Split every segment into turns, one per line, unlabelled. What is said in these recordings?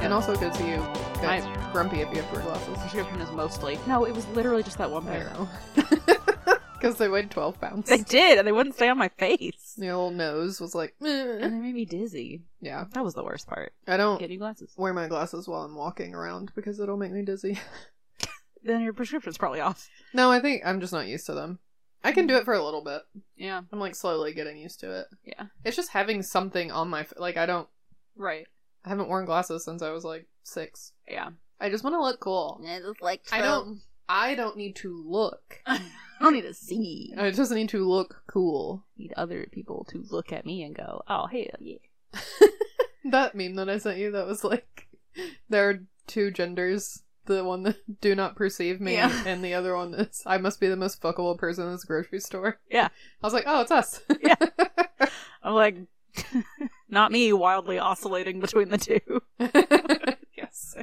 And also good to you. Good.
I-
grumpy if you have four glasses.
Prescription is mostly. No, it was literally just that one
I
pair.
know. Because they weighed 12 pounds.
They did, and they wouldn't stay on my face.
The old nose was like,
And
"Meh."
they made me dizzy.
yeah.
That was the worst part.
I
Get
don't
new glasses.
wear my glasses while I'm walking around because it'll make me dizzy.
Then your prescription's probably off.
no, I think I'm just not used to them. I can do it for a little bit.
Yeah.
I'm like slowly getting used to it.
Yeah.
It's just having something on my f- like I don't
Right.
I haven't worn glasses since I was like 6.
Yeah.
I just want to look cool.
like
I don't I don't need to look.
I don't need to see. I
I just need to look cool.
need other people to look at me and go, "Oh, hey, yeah."
That meme that I sent you that was like there are two genders. The one that do not perceive me
Yeah.
and the other one is I must be the most fuckable person in this grocery store.
Yeah.
I was like, Oh, it's us.
Yeah. I'm like, not me, wildly oscillating between the two.
yes.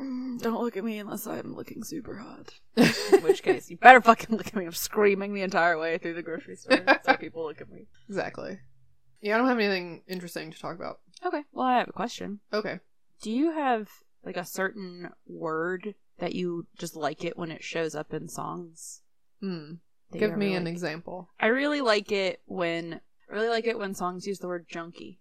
Mm, Don't look at me unless I'm looking super hot. In which case, you better fucking look at me. I'm screaming the entire way through the grocery store so people look at me.
exactly. Yeah, I don't have anything interesting to talk about.
Okay, well, I have a question.
Okay.
Do you have like a certain word that you just like it when it shows up in songs?
Hmm.
that you
Give me
really
an
like?
example.
I really like it when I really like it when songs use the word junkie.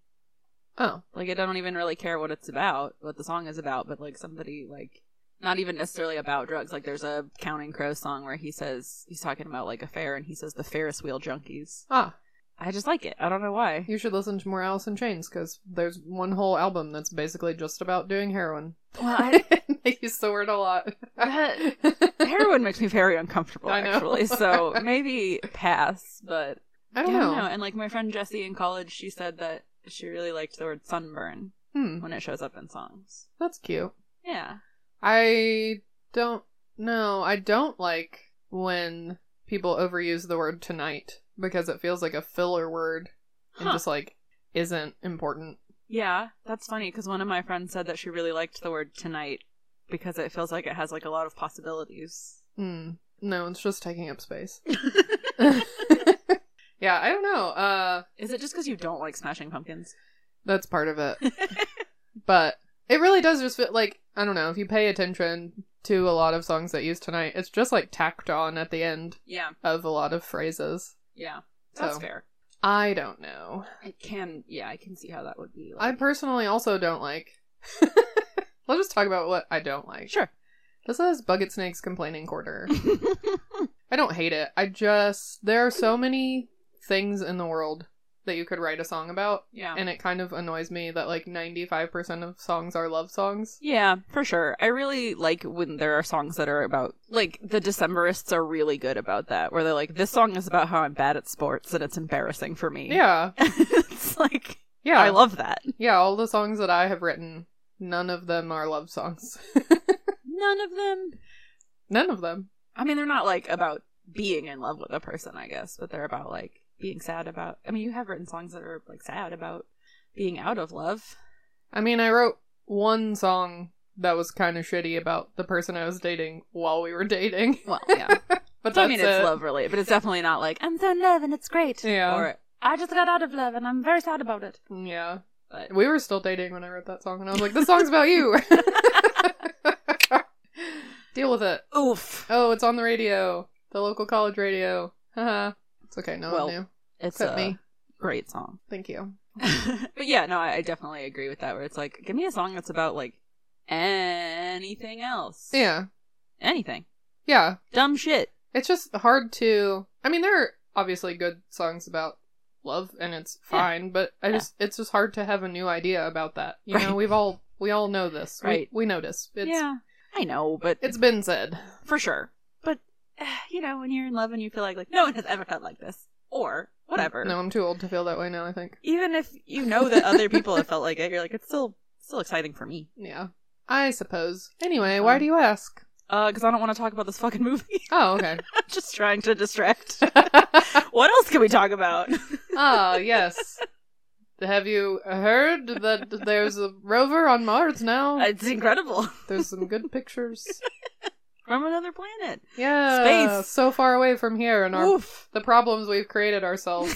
Oh.
Like I don't even really care what it's about, what the song is about, but like somebody like not even necessarily about drugs. Like there's a Counting Crow song where he says he's talking about like a fair and he says the Ferris wheel junkies.
Ah.
I just like it. I don't know why.
You should listen to more Alice in Chains because there's one whole album that's basically just about doing heroin.
Well, I,
they use the word a lot.
That- heroin makes me very uncomfortable
I know.
actually. So maybe pass, but
I don't know.
And like my friend Jessie in college, she said that she really liked the word sunburn
Hmm,
when it shows up in songs.
that's cute.
Yeah.
I don't know. I don't like when people overuse the word tonight because it feels like a filler word and
Huh.
just like isn't important.
Yeah, that's funny because one of my friends said that she really liked the word tonight because it feels like it has like a lot of possibilities.
Hmm. No, it's just taking up space. yeah, I don't know. Uh,
Is it just because you don't like Smashing Pumpkins?
that's part of it. but it really does just feel like I don't know if you pay attention to a lot of songs that use tonight, it's just like tacked on at the end
yeah,
of a lot of phrases.
yeah, that's
So.
fair.
I don't know.
It can, yeah, I can see how that would be.
I
Like...
personally also don't like. Let's just talk about what I don't like.
sure.
This is Bucket Snake's complaining quarter. I don't hate it. I just there are so many things in the world that you could write a song about,
yeah.
and it kind of annoys me that like ninety five percent of songs are love songs.
Yeah, for sure. I really like when there are songs that are about like the Decemberists are really good about that, where they're like, "This song is about how I'm bad at sports and it's embarrassing for me."
Yeah,
it's like
yeah.
I love that.
Yeah, all the songs that I have written, none of them are love songs.
None of them.
none of them.
I mean, they're not like about being in love with a person, I guess, but they're about like being sad about. I mean, you have written songs that are like sad about being out of love.
I mean, I wrote one song that was kind of shitty about the person I was dating while we were dating.
Well, yeah.
But that's
I mean, it's
it.
love related, but it's definitely not like I'm so in love and it's great.
Yeah.
Or I just got out of love and I'm very sad about it.
Yeah.
But
We were still dating when I wrote that song, and I was like, this song's about you. Deal with it.
oof.
Oh, it's on the radio. The local college radio. Haha. it's okay. No
Well-
one knew.
It's uh,
Except
a
me.
great song.
Thank you.
but yeah, no, I, I definitely agree with that. Where it's like, give me a song that's about like anything else.
Yeah.
anything.
Yeah.
Dumb shit.
It's just hard to. I mean, there are obviously good songs about love and it's fine, but I
Yeah.
just it's just hard to have a new idea about that. You
Right.
know, we've all we all know this. We-
Right.
We, notice. It's
yeah, I know, but
it's been said.
for sure. But eh, you know, when you're in love and you feel like like no one has ever felt like this, or whatever.
No, I'm too old to feel that way now, I think.
Even if you know that other people have felt like it, you're like it's still still exciting for me.
Yeah. I suppose. Anyway, why
Um,
do you ask?
Uh, because I don't want to talk about this fucking movie.
Oh, okay.
I'm just trying to distract. what else can we talk about?
Ah, yes. Have you heard that there's a rover on Mars now?
It's incredible.
There's some good pictures.
From another planet.
Yeah,
Space.
so far away from here, and our
Oof.
the problems we've created ourselves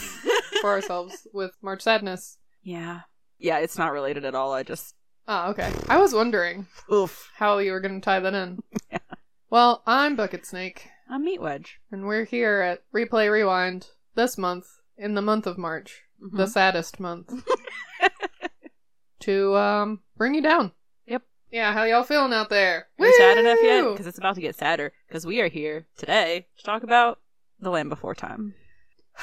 for ourselves with March Sadness.
yeah. Yeah, it's not related at all. I just
Ah, okay. I was wondering
oof.
how you were going to tie that in. Well, I'm Bucket Snake,
A meat wedge.
and we're here at Replay Rewind this month, in the month of March,
Mhm.
the saddest month, to um bring you down.
Yep.
Yeah, how y'all feeling out there?
Are we sad enough yet?
Woo!
Because it's about to get sadder. Because we are here today to talk about the Land Before Time.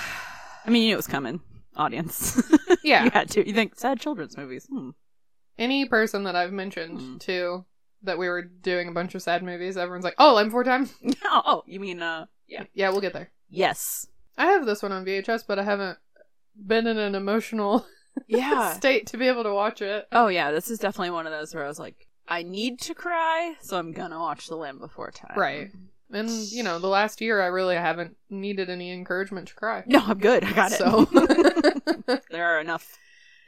I mean, you knew it was coming, audience.
Yeah.
you had to. You think sad children's movies? Hmm.
Any person that I've mentioned
Mm.
to that we were doing a bunch of sad movies, everyone's like, "Oh, I'm four time."
Oh, oh, you mean uh? Yeah.
yeah, we'll get there.
Yes.
I have this one on VHS, but I haven't been in an emotional state to be able to watch it.
Oh yeah, this is definitely one of those where I was like, I need to cry, so I'm gonna watch The Land Before Time.
Right. And you know, the last year I really haven't needed any encouragement to cry.
No, I'm good. I got it.
So
there are enough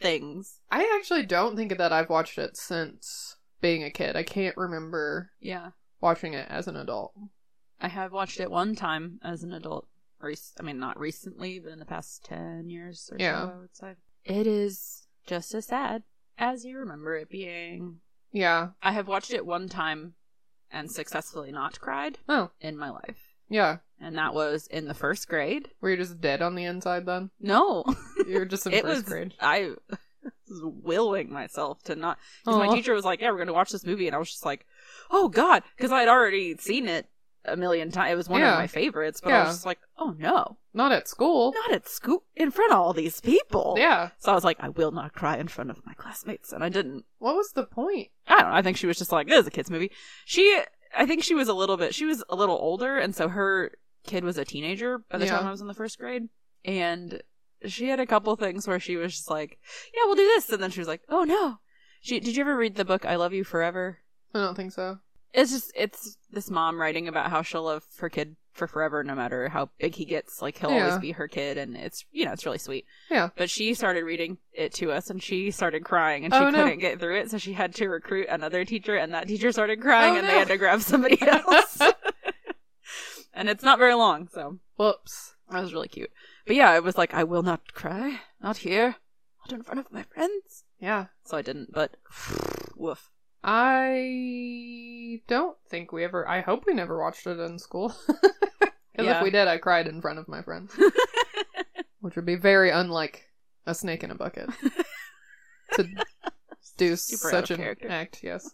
things.
I actually don't think that I've watched it since being a kid. I can't remember
Yeah,
watching it as an adult.
I have watched it one time as an adult. Rec- I mean, not recently, but in the past ten years or
Yeah.
so, I would say it is just as sad as you remember it being.
Yeah.
I have watched it one time and successfully not cried
Oh,
in my life,
yeah.
and that was in the first grade.
Were you just dead on the inside then?
No,
You were just in
it
first
was
grade.
I was willing myself to not because
Aw.
my teacher was like, "Yeah, we're going to watch this movie," and I was just like, "Oh God," because I had already seen it a million times. It was one
Yeah.
of my favorites, but I
Yeah.
was just like, "Oh no,
Not at school.
not at school in front of all these people."
Yeah.
So I was like, "I will not cry in front of my classmates," and I didn't.
What was the point?
I don't know. I think she was just like, "This is a kids' movie." She, I think she was a little bit. She was a little older, and so her kid was a teenager by the
Yeah.
time I was in the first grade, and she had a couple things where she was just like, "Yeah, we'll do this," and then she was like, "Oh no." She, did you ever read the book "I Love You Forever"?
I don't think so.
It's just it's this mom writing about how she'll love her kid for forever, no matter how big he gets. Like he'll
Yeah.
always be her kid, and it's you know it's really sweet.
Yeah.
But she started reading it to us, and she started crying, and she
Oh, no.
couldn't get through it, so she had to recruit another teacher, and that teacher started crying,
Oh,
and
no.
they had to grab somebody else. and it's not very long, so
Whoops.
that was really cute. But yeah, it was like I will not cry, not here, not in front of my friends.
Yeah.
So I didn't, but woof.
I don't think we ever. I hope we never watched it in school. Because
Yeah.
if we did, I cried in front of my friends, which would be very unlike a snake in a bucket to do
Super out
such
of
an
character.
act. Yes.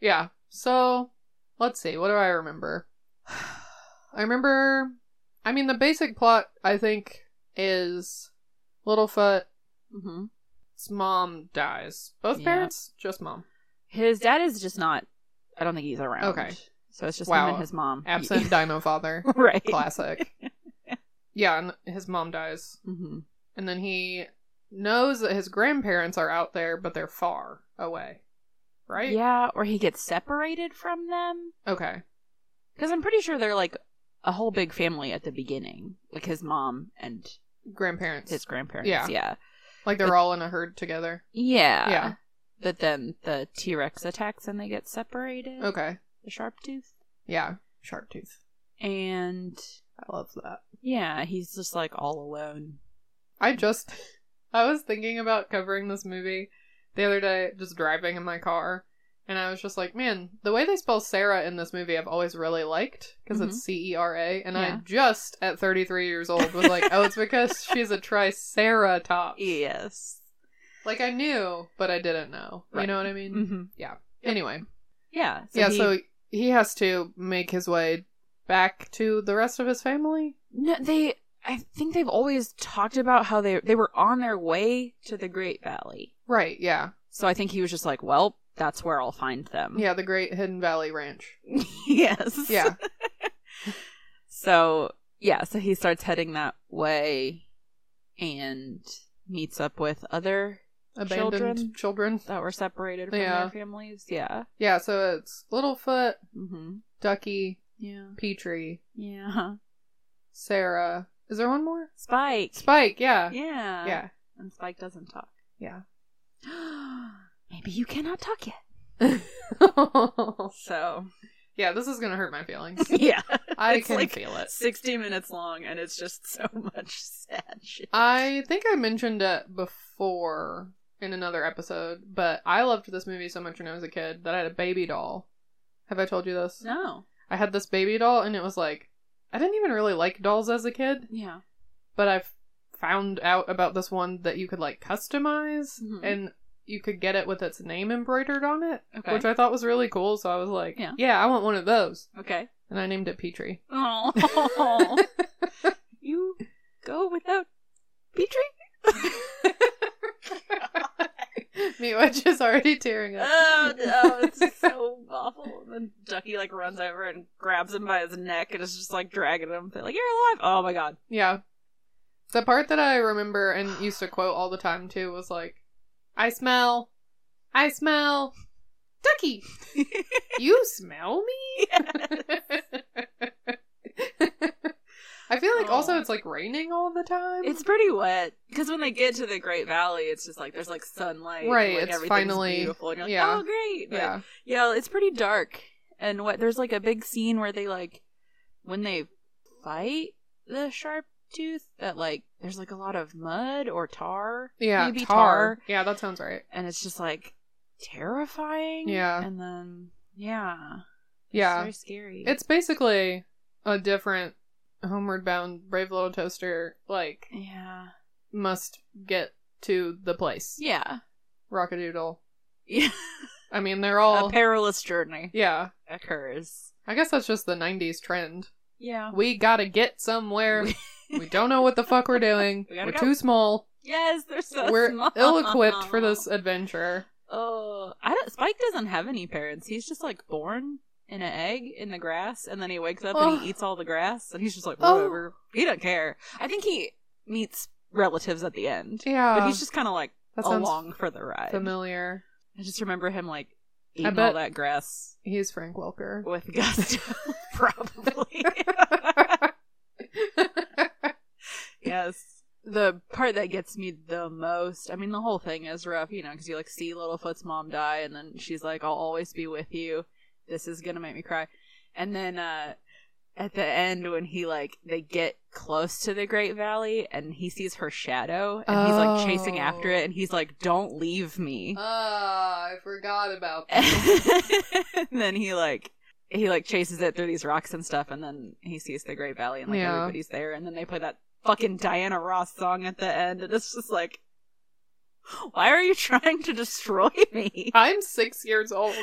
yeah. So let's see. What do I remember? I remember. I mean, the basic plot I think is Littlefoot's
hmm
mom dies. Both
Yeah.
parents, just mom.
His dad is just not. I don't think he's around.
Okay.
So it's just
Wow.
him and his mom.
Absent dino father.
right.
Classic. yeah, and his mom dies.
hmm
And then he knows that his grandparents are out there, but they're far away. Right?
Yeah, or he gets separated from them
Okay.
because I'm pretty sure they're like a whole big family at the beginning, like his mom and
Grandparents.
his grandparents.
Yeah.
Yeah.
like they're all in a herd together.
Yeah.
Yeah.
But then the T Rex attacks and they get separated.
Okay.
The sharp tooth.
Yeah. Sharp tooth.
And
I love that.
yeah, he's just like all alone.
I just I was thinking about covering this movie the other day, just driving in my car, and I was just like, man, the way they spell Sarah in this movie I've always really liked because it's C E R A, and I
Mm-hmm. Yeah.
just at 33 years old was like, oh, it's because she's a triceratops.
Yes.
Like I knew, but I didn't know. You
Right.
know what I mean?
hmm
Anyway,
Yeah.
yeah,
he-
so he has to make his way back to the rest of his family.
No, they. I think they've always talked about how they they were on their way to the Great Valley.
Right, yeah.
So I think he was just like, well, that's where I'll find them.
Yeah, the Great Hidden Valley Ranch.
yes.
Yeah.
So yeah, so he starts heading that way and meets up with other Children.
Abandoned children.
that were separated from
Yeah.
their families. Yeah.
Yeah, so it's Littlefoot,
Mm-hmm.
Ducky,
Yeah.
Petrie,
Yeah.
Sarah. Is there one more?
Spike.
Spike, yeah.
Yeah.
Yeah.
And Spike doesn't talk.
Yeah.
Maybe you cannot talk yet. So
yeah, this is gonna hurt my feelings.
yeah,
I
It's
can
like-
feel it.
sixty minutes long, and it's just so much sad shit.
I think I mentioned it before in another episode, but I loved this movie so much when I was a kid that I had a baby doll. Have I told you this?
no.
I had this baby doll, and it was like, I didn't even really like dolls as a kid,
Yeah.
but I've found out about this one that you could like customize
Mhm.
and you could get it with its name embroidered on it,
Okay.
which I thought was really cool. So I was like,
Yeah.
yeah, I want one of those.
Okay.
And I named it Petrie.
Oh. you go without Petrie.
Miwetch is already tearing up.
Oh no, it's so awful. And then Ducky like runs over and grabs him by his neck and is just like dragging him. They're like, You're alive. Oh my god.
Yeah. The part that I remember and used to quote all the time too was like, I smell, I smell, Ducky, you smell me? I feel like also
Oh.
it's like raining all the time.
It's pretty wet because when they get to the Great Valley, it's just like there's like sunlight, and,
Right,
Like,
it's
everything's
finally-
beautiful, and you're like,
yeah.
oh great, But,
yeah.
yeah. It's pretty dark and what there's like a big scene where they like when they fight the sharp tooth that like there's like a lot of mud or tar,
Yeah.
maybe
tar. Yeah, that sounds right.
and it's just like terrifying,
Yeah.
and then yeah,
Yeah.
it's very scary.
It's basically a different homeward bound brave little toaster like
yeah,
must get to the place.
yeah,
Rockadoodle.
yeah.
I mean they're
a
all
perilous journey
Yeah.
occurs.
I guess that's just the 90s trend.
Yeah.
We gotta get somewhere. we don't know what the fuck we're doing.
We
We
gotta
are
go.
too small.
Yes, they're so
we're
small.
ill-equipped for this adventure.
Oh, I don't, Spike doesn't have any parents. He's just like born in an egg in the grass, and then he wakes up and
Oh.
he eats all the grass, and he's just like
Oh.
whatever. He doesn't care. I think he meets relatives at the end,
Yeah.
but he's just kind of like
Uh, that sounds
along for the ride.
familiar.
I just remember him like eating all
bet-
that grass
He's Frank Welker.
with gusto, probably. Yes. The part that gets me the most, I mean, the whole thing is rough, you know, because you like see Littlefoot's mom die, and then she's like, "I'll always be with you." This is gonna make me cry. And then uh, at the end, when he like they get close to the Great Valley, and he sees her shadow, and he's like chasing
Oh.
after it, and he's like, "Don't leave me."
Ah, I forgot about
and then he like he like chases it through these rocks and stuff and then he sees the great valley and like
Yeah.
everybody's there and then they play that fucking diana ross song at the end and it's just like why are you trying to destroy me
I'm six years old.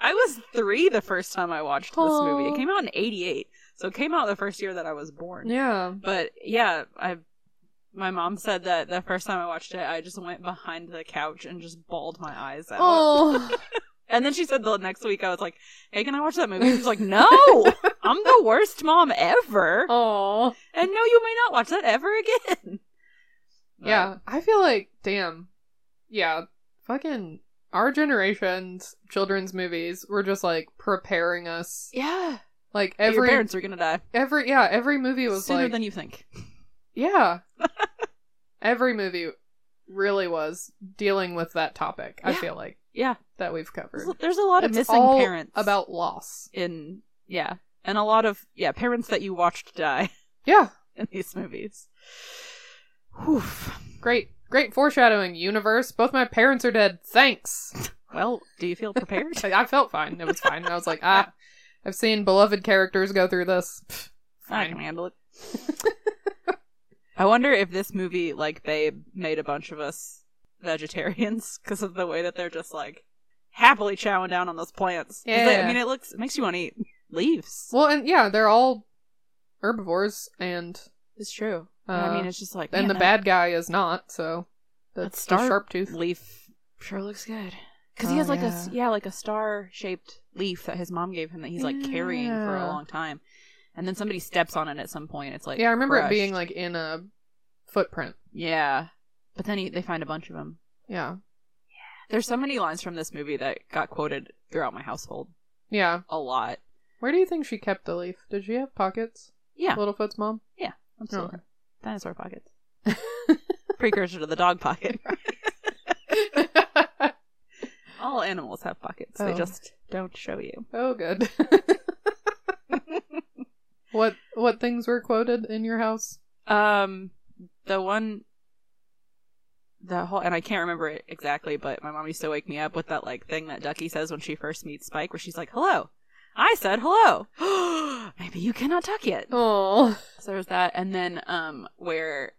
i was three the first time i watched this movie
Aw.
it came out in 88 so it came out the first year that i was born
Yeah.
but yeah i my mom said that the first time i watched it i just went behind the couch and just bawled my eyes out
Oh.
And then she said the next week, I was like, hey, can I watch that movie? She was like, no, I'm the worst mom ever.
Oh.
And no, you may not watch that ever again.
Yeah. I feel like, damn. Yeah. Fucking our generation's children's movies were just like preparing us.
Yeah.
Like
Your
every
parents are going to die
every yeah, every movie was
sooner
like
than you think.
Yeah. every movie really was dealing with that topic, I
Yeah.
feel like,
Yeah.
that we've covered.
There's, there's a lot of
It's
missing
all
parents.
about loss.
In, yeah. And a lot of, yeah, parents that you watched die
Yeah.
in these movies. Whew.
Great. Great foreshadowing, universe. Both my parents are dead. Thanks.
Well, do you feel prepared?
I, I felt fine. It was fine. I was like, ah, I've seen beloved characters go through this. Pfft,
I can
Fine.
handle it. I wonder if this movie, like Babe, made a bunch of us vegetarians because of the way that they're just like happily chowing down on those plants. 'Cause they- I
Yeah.
mean, it looks it makes you want to eat leaves.
Well, and yeah, they're all herbivores, and
It's true.
Uh,
I mean, it's just like
and
man,
the
that-
bad guy is not, so
That
that's the
star-
sharp tooth.
leaf sure looks good because he
Oh,
has like
yeah.
a s- yeah like a star shaped leaf that his mom gave him that he's like carrying for a
Yeah.
long time, and then somebody steps on it at some point. It's like
yeah, I remember it being
crushed.
like in a footprint.
yeah, but then he, they find a bunch of them.
Yeah.
There's so many lines from this movie that got quoted throughout my household
Yeah.
a lot.
Where do you think she kept the leaf? Did she have pockets?
Yeah,
Littlefoot's mom?
absolutely. Dinosaur pockets, precursor to the dog pocket. All animals have pockets. They
Oh.
just don't show you.
oh good. what what things were quoted in your house?
Um, the one, the whole, and I can't remember it exactly, but my mom used to wake me up with that like thing that Ducky says when she first meets Spike, where she's like, "Hello." I said hello. Maybe you cannot talk yet.
Oh.
So there's that, and then um, where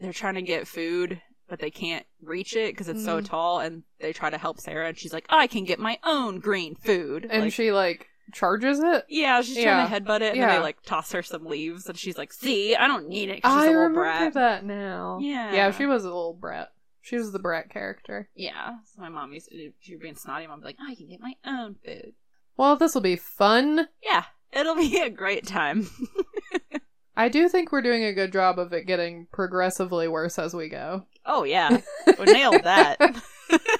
they're trying to get food, but they can't reach it because it's so
Mm.
tall, and they try to help Sarah, and she's like, "Oh, "I can get my own green food."
And
Like,
she like charges it?
yeah, she's
Yeah.
trying to headbutt it, and then
Yeah.
they like toss her some leaves, and she's like, "See, I don't need it." 'cause she's
I
a little
remember
brat.
that now.
Yeah.
Yeah, she was a little brat. She was the brat character.
Yeah. So my mom used to, if you're being snotty, mom be like, "Oh, I can get my own food.
Well, this will be fun.
Yeah. It'll be a great time.
I do think we're doing a good job of it getting progressively worse as we go.
oh, yeah. We nailed that.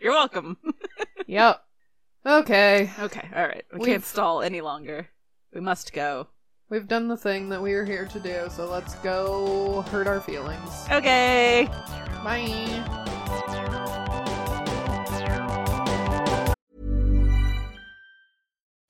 you're welcome.
Yep. Okay.
Okay. All right. We
We've-
can't stall any longer. We must go.
We've done the thing that we are here to do, so let's go hurt our feelings.
Okay.
Bye.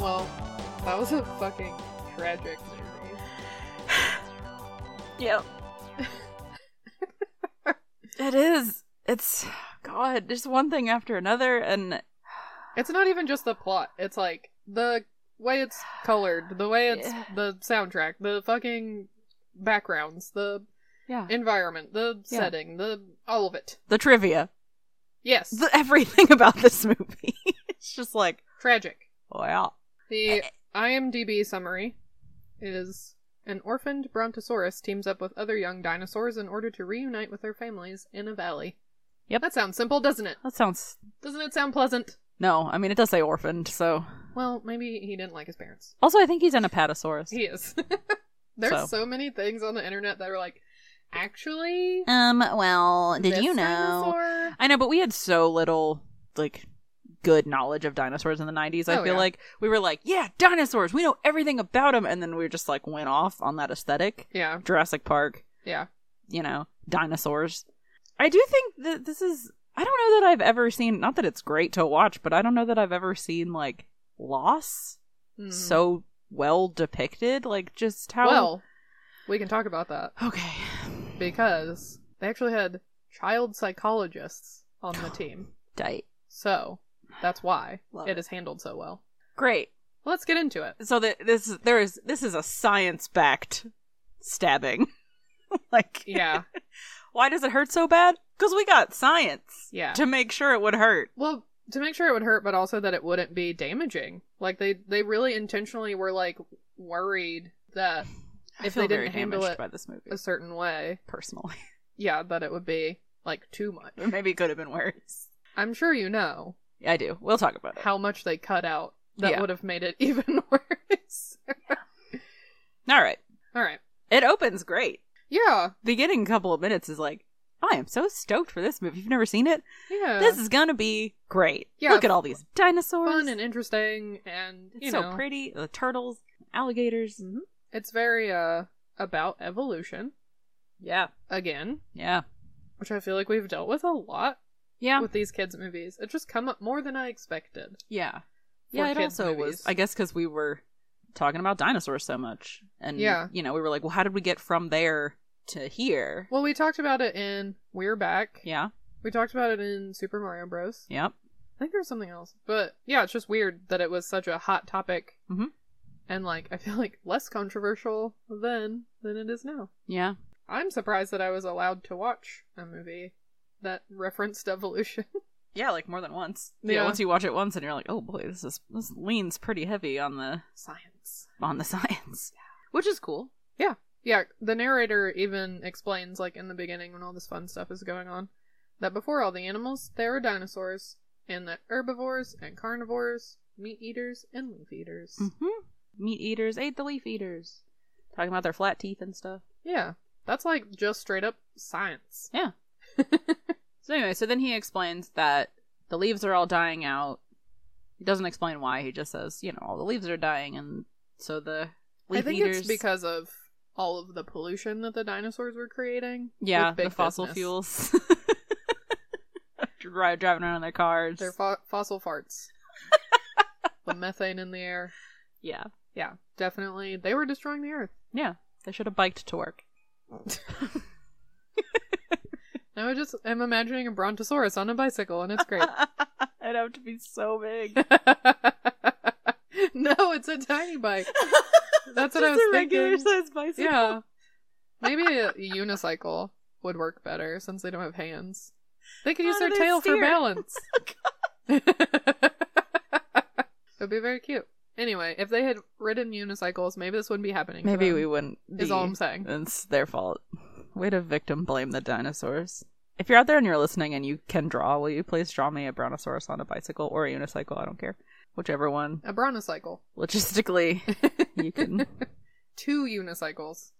Well, that was a fucking tragic movie.
Yep. it is. It's. God, just one thing after another, and
It's not even just the plot. It's like the way it's colored, the way it's
Yeah.
the soundtrack, the fucking backgrounds, the
yeah,
environment, the
Yeah.
setting, the all of it.
the trivia,
Yes,
the, everything about this movie. it's just like, oh,
tragic.
wow. Eh,
The IMDb summary is an orphaned Brontosaurus teams up with other young dinosaurs in order to reunite with their families in a valley.
Yep.
That sounds simple, doesn't it?
That sounds
Doesn't it sound pleasant?
No, I mean it does say orphaned. So
Well, maybe he didn't like his parents.
also, I think he's an apatosaurus.
He is. There's
So.
so. many things on the internet that are like, actually,
Um. Well, did
this
you know?
dinosaur-
I know, but we had so little like good knowledge of dinosaurs in the 90s. I
Oh,
feel
yeah.
like we were like, yeah, dinosaurs. We know everything about them, and then we just like went off on that aesthetic.
Yeah,
Jurassic Park,
yeah.
you know, dinosaurs. I do think that this is. I don't know that I've ever seen. Not that it's great to watch, but I don't know that I've ever seen like loss
Mm.
so well depicted. Like just how
well, we can talk about that
okay.
because they actually had child psychologists on the team.
Dite.
So that's why
Love
it
it.
is handled so well.
Great.
Let's get into it.
So that this is- there is this is a science backed stabbing. like,
Yeah.
why does it hurt so bad? Because we got science.
Yeah.
To make sure it would hurt.
well, to make sure it would hurt, but also that it wouldn't be damaging. Like they they really intentionally were like worried that
I
If
feel
they didn't
very
handle
damaged
it-
by this movie
a certain way,
personally.
yeah, that it would be like too much.
Or maybe it could have been worse.
I'm sure you know
I do. We'll talk about it.
how much they cut out that
Yeah.
would have made it even worse.
All right.
All right.
It opens great.
Yeah.
Beginning couple of minutes is like, I am so stoked for this movie. You've never seen it?
Yeah.
this is gonna be great.
Uh, Yeah,
Look at all these dinosaurs.
fun and interesting and
it's
you
so
know
pretty. The turtles, alligators.
it's very uh about evolution
Yeah.
again,
Yeah.
which I feel like we've dealt with a lot
Yeah.
with these kids movies. It just come up more than I expected.
yeah.
For
Yeah, it
kids'
also
movies.
was I guess because we were talking about dinosaurs so much. And
Yeah.
you know, we were like, Well, how did we get from there to here?
Well, we talked about it in We're Back.
yeah.
We talked about it in Super Mario Bros.
Yep.
I think there was something else. But yeah, it's just weird that it was such a hot topic.
Mhm.
And like I feel like less controversial then than it is now.
Yeah.
I'm surprised that I was allowed to watch a movie that referenced evolution.
Yeah, like more than once.
Yeah.
Yeah. once you watch it once and you're like, oh boy, this is this leans pretty heavy on the
Science.
on the science. Which is cool.
Yeah, the narrator even explains, like in the beginning when all this fun stuff is going on, that before all the animals, there were dinosaurs, and that herbivores and carnivores, meat eaters and leaf eaters.
Mm-hmm. Meat eaters ate the leaf eaters. Talking about their flat teeth and stuff.
Yeah, that's like just straight up science.
Yeah. so anyway, so then he explains that the leaves are all dying out. He doesn't explain why. He just says, you know, all the leaves are dying, and so the leaf
I think
eaters,
it's because of all of the pollution that the dinosaurs were creating.
yeah,
with big
the fossil
business.
fuels. Drive, driving around in their cars.
They're fo- fossil farts. the methane in the air.
yeah,
Yeah, definitely. They were destroying the earth.
yeah. They should have biked to work.
Now I just am imagining a brontosaurus on a bicycle, and it's great.
It'd have to be so big.
no, it's a tiny bike. That's what I was
Just a regular
thinking.
size bicycle.
Yeah. Maybe a unicycle would work better since they don't have hands. They could
How
use
do
their
they
tail for
Oh, steer? Oh,
balance. it would be very cute. Anyway, if they had ridden unicycles, maybe this wouldn't be happening. to
Maybe
them,
we wouldn't.
Is all
be- Uh.
I'm saying.
It's their fault. Way to victim blame the dinosaurs. If you're out there and you're listening and you can draw, will you please draw me a brontosaurus on a bicycle or a unicycle? I don't care. Whichever one.
A brontocycle.
Logistically, you can.
Two unicycles.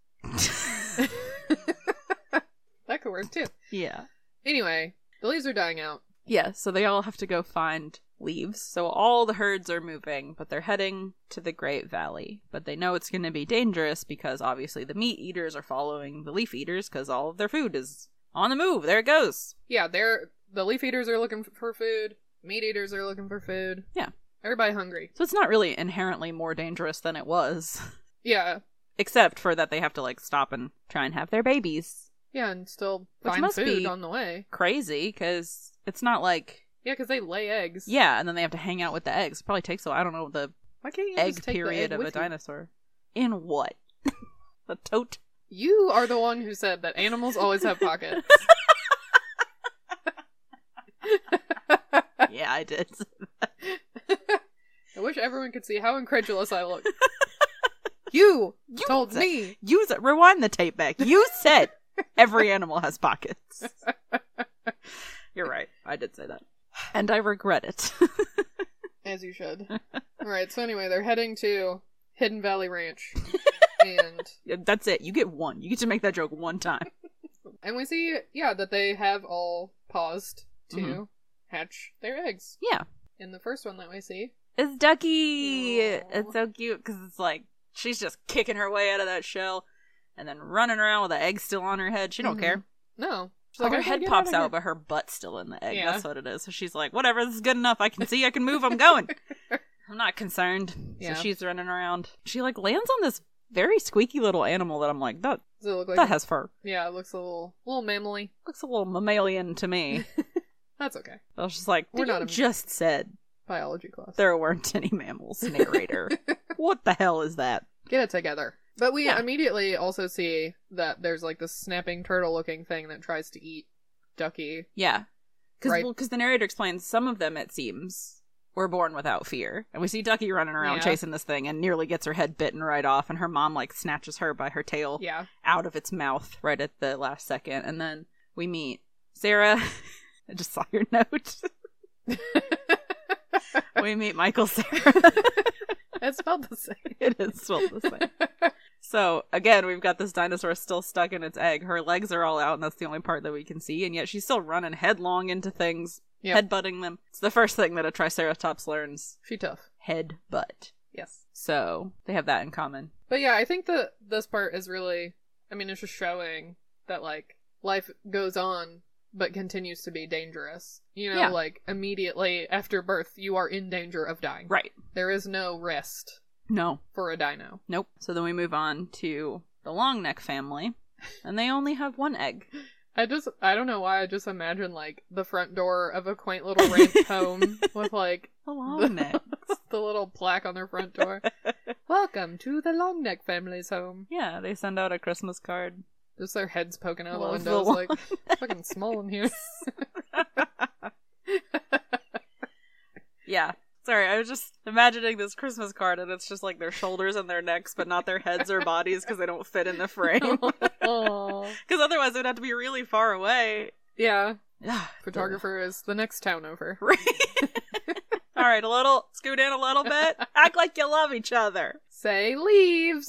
That could work too.
yeah.
Anyway, the leaves are dying out.
Yeah, so they all have to go find leaves. So all the herds are moving, but they're heading to the Great Valley. But they know it's going to be dangerous because obviously the meat eaters are following the leaf eaters because all of their food is on the move. There it goes.
Yeah, they're the leaf eaters are looking for food. Meat eaters are looking for food.
Yeah.
Everybody hungry.
So it's not really inherently more dangerous than it was.
Yeah.
except for that they have to like stop and try and have their babies.
Yeah, and still
Which
find
must
food
be-
on the way.
Crazy, because it's not like
Yeah, because they lay eggs.
yeah, and then they have to hang out with the eggs. Probably takes a, I don't know the
Why can't you
egg
just take
period
the egg
of a
with you?
dinosaur. In what? the tote.
You are the one who said that animals always have pockets.
yeah, I did.
I wish everyone could see how incredulous I look. You,
You
told
said-
me.
Use it. Rewind the tape back. You said every animal has pockets. You're right. I did say that, and I regret it.
As you should. Alright, so anyway, they're heading to Hidden Valley Ranch. and
That's it. You get one. You get to make that joke one time.
And we see, yeah, that they have all paused to
Mhm.
hatch their eggs.
Yeah.
In the first one that we see,
It's Ducky.
Aw.
It's so cute because it's like she's just kicking her way out of that shell and then running around with the egg still on her head. She don't
Mhm.
care.
no, she's
Well,
"I
her
gotta
head
get
pops
outta
out, but her butt's still in the egg.
Yeah.
That's what it is. So she's like, whatever, this is good enough. I can see, I can move, I'm going. I'm not concerned.
Yeah.
So she's running around. She like lands on this very squeaky little animal that I'm like, that
here." Does it look like?
that has fur.
yeah, it looks a little, little mammally.
Looks a little mammalian to me.
That's okay.
I was just like,
We're
Did you
not a-
just said
Biology class.
there weren't any mammals, narrator. what the hell is that?
Get it together. But we
Yeah.
immediately also see that there's like this snapping turtle-looking thing that tries to eat Ducky.
Yeah. Because
Right.
the narrator explains some of them, it seems, were born without fear. And we see Ducky running around
Yeah.
chasing this thing and nearly gets her head bitten right off. And her mom, like, snatches her by her tail
Yeah,
out of its mouth right at the last second. And then we meet Sarah, I just saw your note. we meet Michael Sarah.
it's spelled the same.
it is still the same. So again, we've got this dinosaur still stuck in its egg. Her legs are all out, and that's the only part that we can see. And yet she's still running headlong into things,
Yep.
headbutting them. It's the first thing that a Triceratops learns:
She tough.
headbutt.
Yes.
So they have that in common.
But yeah, I think that this part is really, I mean, it's just showing that like life goes on, but continues to be dangerous. You know,
Yeah.
like immediately after birth, you are in danger of dying.
Right?
There is no rest
No,
for a dino.
nope. So then we move on to the long neck family, and they only have one egg.
I just, I don't know why, I just imagine like the front door of a quaint little ranch home with like
The
The-
long neck.
the little plaque on their front door. Welcome to the long neck family's home.
yeah, they send out a Christmas card.
Just their heads poking out
Love
the
the
windows,
long
like fucking small in here.
Yeah. Sorry, I was just imagining this Christmas card and it's just like their shoulders and their necks, but not their heads or bodies because they don't fit in the frame.
Aw.
Because otherwise it would have to be really far away.
yeah,
Yeah.
photographer is the next town over.
Right. All right, a little, scoot in a little bit. Act like you love each other.
Say leaves.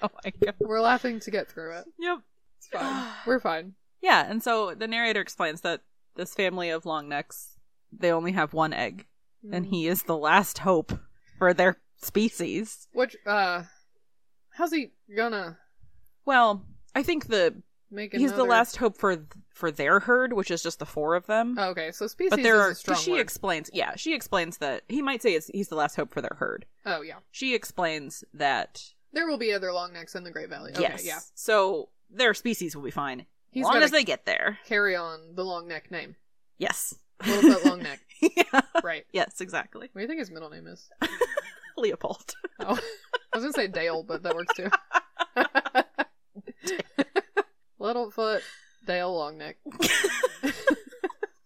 Oh my god.
We're laughing to get through it.
Yep.
It's fine. We're fine.
Yeah, and so the narrator explains that this family of long necks, they only have one egg, and he is the last hope for their species.
Which uh, how's he gonna
Well, I think the
make?
he's the
another-
last hope for for their herd, which is just the four of them.
Oh, okay, so species
but there
is
are
a strong
she
word.
explains, yeah, she explains that he might say it's, he's the last hope for their herd.
oh yeah,
She explains that
there will be other long necks in the Great Valley. Okay,
yes,
yeah.
so their species will be fine
He's
as long
gotta
as they get there.
carry on the long neck name.
Yes,
Little bit long neck.
yeah.
Right.
yes, exactly.
What do you think his middle name is?
Leopold.
Oh, I was gonna say Dale, but that works too. Littlefoot, Dale Longneck.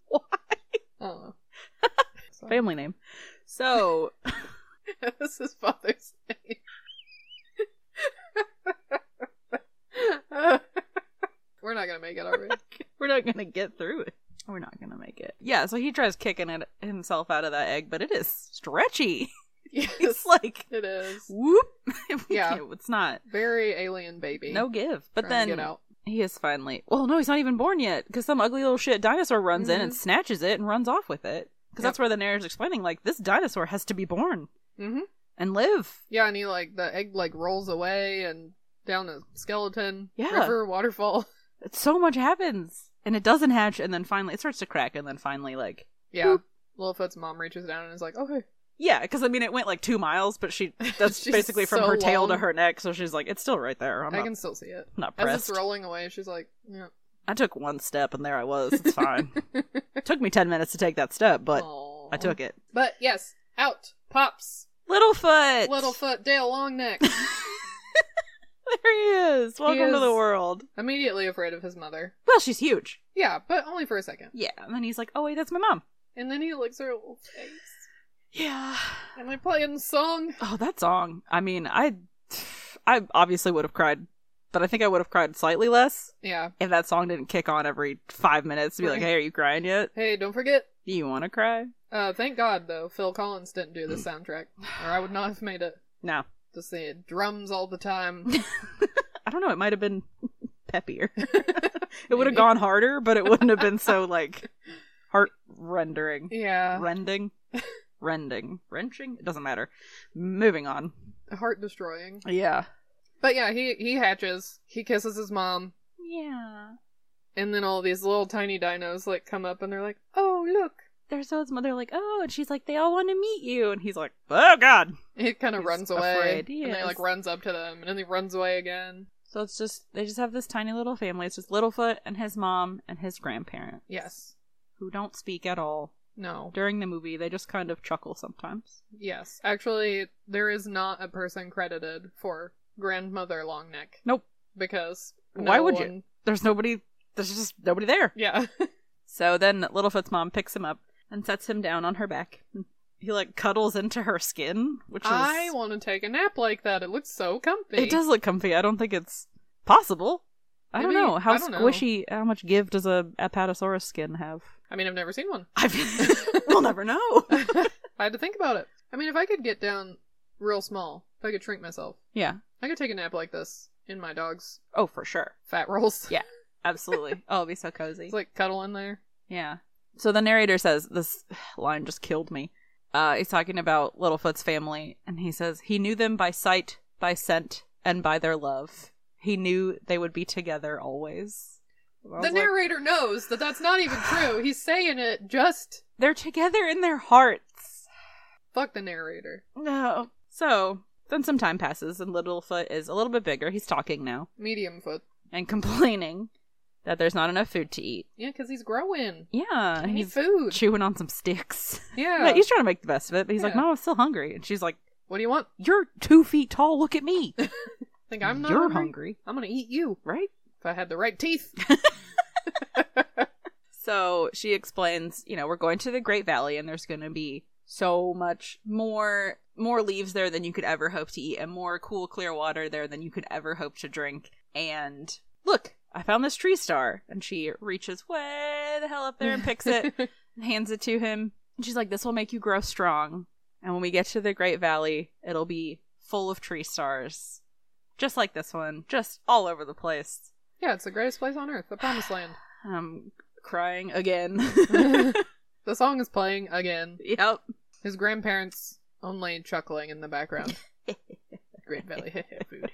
Why?
Oh,
Family name. So
this is father's name. We're not gonna make it, are we?
we're not gonna get through it. We're not gonna make it. Yeah, so he tries kicking it himself out of that egg, but it is stretchy. It's
Yes,
like
it is.
whoop.
Yeah.
it's not.
Very alien baby.
No give. But
Trying to
then
get out.
he is finally. Well, no, he's not even born yet because some ugly little shit dinosaur runs in and snatches it and runs off with it.
Mm-hmm.
Because
Yep.
that's where the narrator's explaining, like, this dinosaur has to be born
hmm
and live.
Yeah, and he like the egg like rolls away and down a skeleton
Yeah.
river waterfall.
It's- So much happens. And it doesn't hatch, and then finally it starts to crack, and then finally, like.
Yeah, Littlefoot's mom reaches down and is like, "Oh, hey,
Yeah, because I mean, it went like two miles, but she. That's
She's
basically from
so
her tail to
long.
her neck, so she's like, it's still right there. I'm
I
not,
can still see it."
not
As
pressed.
it's rolling away, she's like, "Yeah,
I took one step, and there I was. It's fine. it took me 10 minutes to take that step, but I took it.
But yes, out pops
Littlefoot!
Littlefoot, Dale Longneck,
There he is. Welcome to
is.
the world.
immediately afraid of his mother.
Well, she's huge.
Yeah, but only for a second.
Yeah. And then he's like, oh, wait, that's my mom.
And then he licks her little face.
Yeah.
And they play in the song.
Oh, that song. I mean, I, I obviously would have cried, but I think I would have cried slightly less
Yeah.
if that song didn't kick on every five minutes to be like,
Right.
hey, are you crying yet?
Hey, don't forget.
Do you want to cry?
Uh, thank God though, Phil Collins didn't do this soundtrack, or I would not have made it.
No.
Just the drums all the time.
I don't know. It might have been peppier. it would
Maybe.
have gone harder, but it wouldn't have been so, like, heart rendering.
Yeah,
Rending? Rending. Wrenching? It doesn't matter. Moving on.
heart destroying.
Yeah.
But yeah, he he hatches. He kisses his mom,
Yeah.
and then all these little tiny dinos like come up and they're like, "Oh look!"
there's so his mother like, oh, and she's like, they all want to meet you, and he's like, oh god.
He kind of
He's
runs away,
afraid, he
and then he
is.
like runs up to them, and then he runs away again.
So it's just they just have this tiny little family. It's just Littlefoot and his mom and his grandparent,
Yes.
who don't speak at all
No.
during the movie. They just kind of chuckle sometimes.
Yes. Actually, there is not a person credited for grandmother Longneck.
Nope.
Because
Why
no
would you?
one-
There's nobody. There's just nobody there.
Yeah.
So then Littlefoot's mom picks him up and sets him down on her back. he like cuddles into her skin, which is
I want to take a nap like that. It looks so comfy.
it does look comfy. I don't think it's possible. I don't
Maybe-
know how
I don't know.
squishy, how much give does a apatosaurus skin have?
I mean, I've never seen one.
I've, we'll never know.
I had to think about it. I mean, if I could get down real small, if I could shrink myself,
yeah.
I could take a nap like this in my dog's
Oh, for sure.
fat rolls.
Yeah. Absolutely. oh, it'd be so cozy.
It's like cuddle in there.
Yeah. So the narrator says this line just killed me. Uh, he's talking about Littlefoot's family, and he says he knew them by sight, by scent, and by their love. He knew they would be together always. And I was
The
like,
narrator knows that that's not even true. He's saying it just
They're together in their hearts.
fuck the narrator.
No. So then some time passes, and Littlefoot is a little bit bigger. He's talking now
Medium foot.
and complaining that there's not enough food to eat.
Yeah, because he's growing.
Yeah,
I need
Uh, he's
food.
chewing on some sticks.
Yeah.
Like, he's trying to make the best of it, but he's like,
Yeah.
"Mom, I'm still hungry," and she's like.
What do you want?
You're two feet tall. Look at me.
Think I'm not
You're
hungry?
hungry,
I'm gonna eat you
right?
if I had the right teeth.
So she explains, you know, we're going to the Great Valley, and there's going to be so much more more leaves there than you could ever hope to eat, and more cool, clear water there than you could ever hope to drink. And look, I found this tree star, and she reaches way the hell up there and picks it. and hands it to him. And she's like, This will make you grow strong. And when we get to the Great Valley, it'll be full of tree stars. Just like this one, just all over the place.
yeah, it's the greatest place on earth, the promised land.
I'm crying again.
The song is playing again.
yep.
His grandparents only chuckling in the background. Great belly food.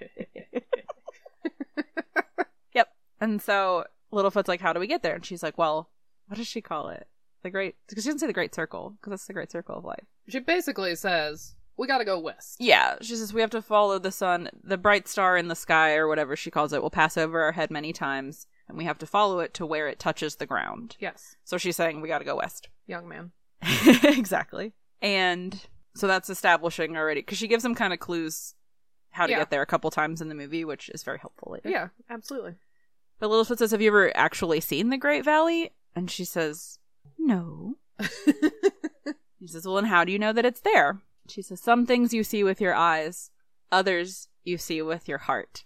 Yep. And so Littlefoot's like, How do we get there? And she's like, Well, what does she call it? The Great. Because she doesn't say the Great Circle, because that's the Great Circle of Life.
she basically says, "We gotta go west."
Yeah, she says we have to follow the sun, the bright star in the sky, or whatever she calls it, will pass over our head many times, and we have to follow it to where it touches the ground.
Yes,
So she's saying we got to go west.
young man.
exactly. And so that's establishing already, because she gives them kind of clues how to
Yeah.
get there a couple times in the movie, which is very helpful later.
Yeah, absolutely.
But Littlefoot says, Have you ever actually seen the Great Valley? And she says, No. He says, Well, and how do you know that it's there? She says, Some things you see with your eyes, others you see with your heart.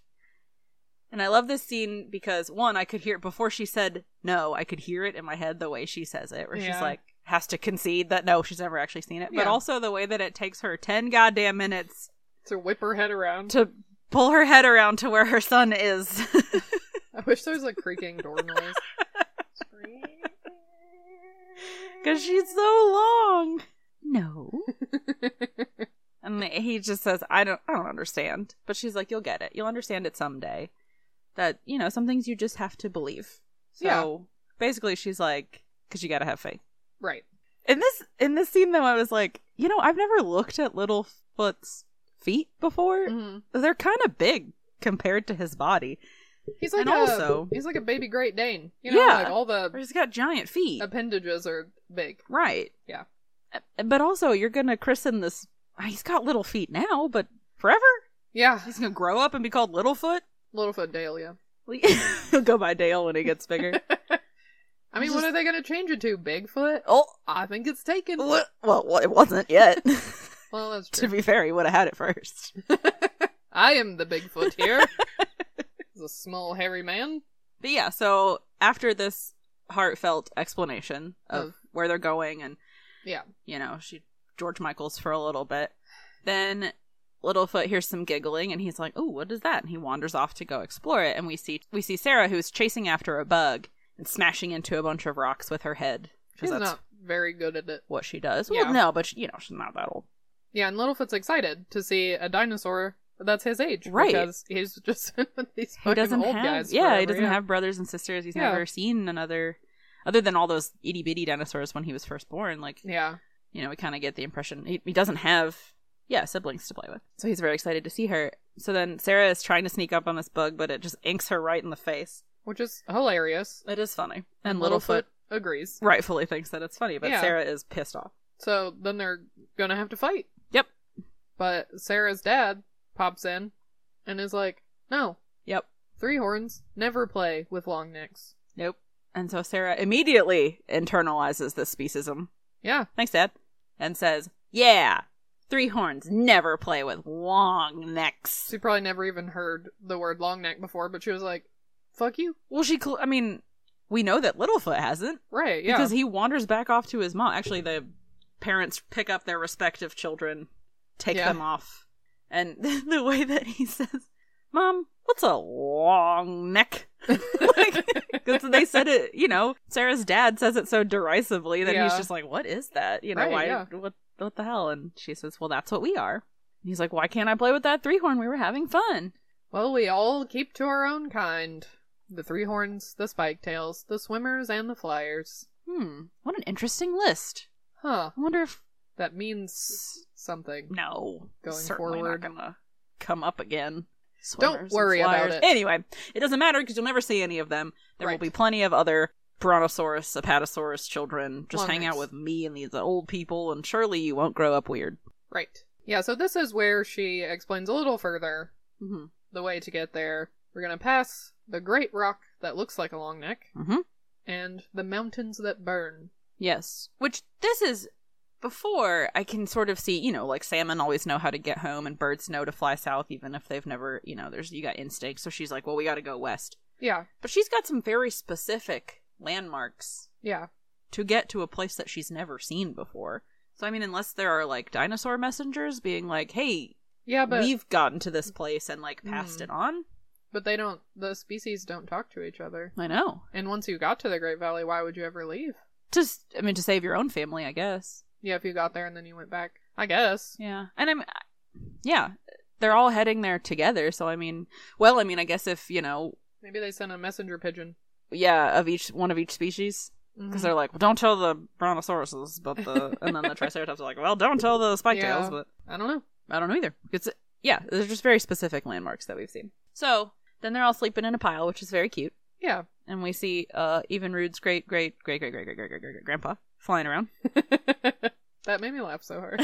And I love this scene because, one, I could hear before she said no, I could hear it in my head the way she says it, where she's
Yeah.
like, has to concede that no, she's never actually seen it. But
Yeah.
also the way that it takes her 10 goddamn minutes
to whip her head around.
to pull her head around to where her son is.
I wish there was a creaking door noise.
Because she's so long. No. And he just says, I don't I don't understand. But she's like, You'll get it. You'll understand it someday. That, you know, some things you just have to believe. So
Yeah.
basically she's like, because you gotta have faith.
right.
In this in this scene though, I was like, you know, I've never looked at Littlefoot's feet before.
hmm
They're kind of big compared to his body.
He's like
And
a,
also-
he's like a baby Great Dane. You know,
Yeah.
like all
Or
the
he's got giant feet.
appendages are big.
Right.
Yeah.
Uh, But also, you're gonna christen this. He's got little feet now, but forever
Yeah,
he's gonna grow up and be called Littlefoot.
Littlefoot Dale. Yeah.
He'll go by Dale when he gets bigger.
I mean, what
Just-
are they gonna change it to? Bigfoot?
oh,
I think it's taken.
well, well, it wasn't yet.
Well, that's
to
true.
be fair, he would have had it first.
I am the Bigfoot here. He's a small hairy man.
But yeah, so after this heartfelt explanation of
Of-
where they're going, and
Yeah.
you know, she George Michael's for a little bit, then Littlefoot hears some giggling, and he's like, "Oh, what is that?" And he wanders off to go explore it, and we see we see Sarah who's chasing after a bug and smashing into a bunch of rocks with her head. 'cause
She's
that's
not very good at it.
what she does.
Yeah.
Well, no, but she, you know, she's not that old.
Yeah, and Littlefoot's excited to see a dinosaur that's his age.
Right.
Because he's just with these
He
fucking
doesn't
old
have,
guys.
yeah,
forever,
he doesn't have brothers and sisters. He's
Yeah.
never seen another, other than all those itty bitty dinosaurs when he was first born. Like,
Yeah.
you know, we kind of get the impression he, he doesn't have, yeah, siblings to play with. So he's very excited to see her. So then Sarah is trying to sneak up on this bug, but it just inks her right in the face.
Which is hilarious.
It is funny, and Littlefoot
agrees.
rightfully thinks that it's funny, but
Yeah.
Sarah is pissed off.
So then they're gonna have to fight.
Yep,
But Sarah's dad pops in and is like, No,
yep,
three horns never play with long necks.
nope. And so Sarah immediately internalizes this speciesism.
Yeah.
Thanks, Dad. And says, Yeah. Three horns never play with long necks.
She probably never even heard the word long neck before, but she was like, fuck you.
Well, she, cl- I mean, we know that Littlefoot hasn't
Right, yeah.
because he wanders back off to his mom. Actually, the parents pick up their respective children, take
Yeah.
them off. And the way that he says, Mom, what's a long neck? Because they said it, you know, Sarah's dad says it so derisively that he's
Yeah.
just like, what is that? You know,
Right,
why,
yeah.
what, what the hell? And she says, well, that's what we are. And he's like, why can't I play with that three horn? We were having fun.
well, we all keep to our own kind. The three horns, the spike tails, the swimmers, and the flyers.
Hmm, what an interesting list.
Huh.
I wonder if,
That means something.
no,
Going
certainly
forward.
not gonna come up again.
Don't
Swimmers and
worry about
flyers.
it.
Anyway, it doesn't matter because you'll never see any of them. There will
Right.
be plenty of other Brontosaurus, Apatosaurus children. Just
Long
hang out
necks.
with me and these old people, and surely you won't grow up weird.
Right. Yeah, so this is where she explains a little further
Mm-hmm.
the way to get there. We're gonna pass the great rock that looks like a long neck
Mm-hmm.
and the mountains that burn.
Yes. Which this is before I can sort of see, you know, like salmon always know how to get home and birds know to fly south even if they've never, you know, there's you got instinct. So she's like, "Well, we got to go west."
Yeah,
But she's got some very specific landmarks
yeah,
to get to a place that she's never seen before. So I mean, unless there are like dinosaur messengers being like, "Hey,
yeah, but
we've gotten to this place and like passed
Hmm.
it on."
but they don't. The species don't talk to each other.
I know.
And once you got to the Great Valley, why would you ever leave?
Just I mean, to save your own family, I guess.
Yeah, if you got there and then you went back, I guess.
Yeah. And I'm yeah, they're all heading there together, so I mean, well, I mean, I guess if, you know,
Maybe they sent a messenger pigeon.
yeah, of each one of each species because
Mhm.
they're like, well, don't tell the brontosauruses, but the and then the triceratops are like, well, don't tell the spike tails,
Yeah.
but
I don't know.
I don't know either. It's yeah, there's just very specific landmarks that we've seen. So, then they're all sleeping in a pile, which is very cute.
Yeah,
And we see uh even Rude's great great great great great great great great great great grandpa flying around.
that made me laugh so hard.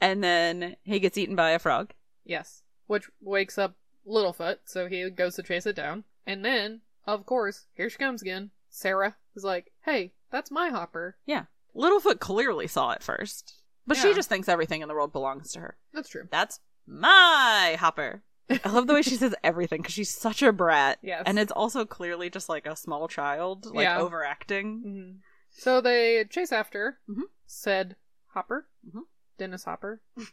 and then he gets eaten by a frog.
yes, which wakes up Littlefoot, so he goes to chase it down. And then, of course, here she comes again. Sarah is like, "Hey, that's my hopper."
Yeah. Littlefoot clearly saw it first. But she
Yeah.
just thinks everything in the world belongs to her.
That's true.
That's my hopper. I love the way she says everything because she's such a brat.
Yes.
And it's also clearly just like a small child, like
Yeah.
overacting.
Mhm. So they chase after
Mhm.
said Hopper,
Mhm.
Dennis Hopper.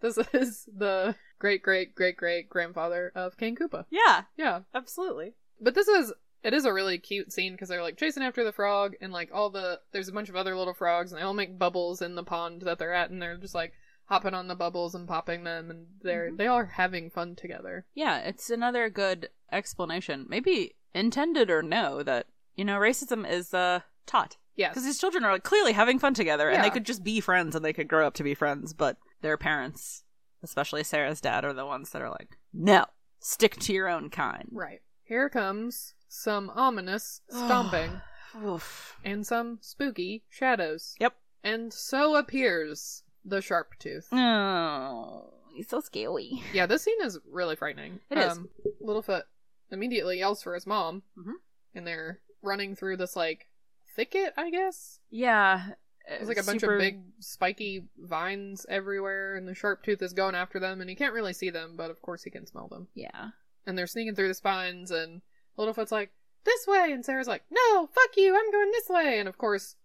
this is the great great great great grandfather of King Koopa.
Yeah,
Yeah,
absolutely.
but this is it is a really cute scene because they're like chasing after the frog and like all the there's a bunch of other little frogs and they all make bubbles in the pond that they're at and they're just like hopping on the bubbles and popping them and they're
Mhm.
they are having fun together.
Yeah, it's another good explanation. Maybe intended or no, that, you know, racism is uh, taught.
Yes,
Because these children are like, clearly having fun together and they
Yeah.
could just be friends and they could grow up to be friends, but their parents, especially Sarah's dad, are the ones that are like, no, stick to your own kind.
right. Here comes some ominous stomping.
Oof.
and some spooky shadows.
Yep. Mm.
And so appears the sharp tooth.
Oh, he's so scary.
yeah, this scene is really frightening. Um,
It is.
Littlefoot immediately yells for his mom,
Mhm.
and they're running through this like thicket, I guess.
Yeah.
There's like a bunch
super-
of big spiky vines everywhere, and the sharp tooth is going after them, and he can't really see them, but of course he can smell them.
Yeah.
And they're sneaking through the spines, and Littlefoot's like, "This way," and Sarah's like, "No, fuck you, I'm going this way." And of course,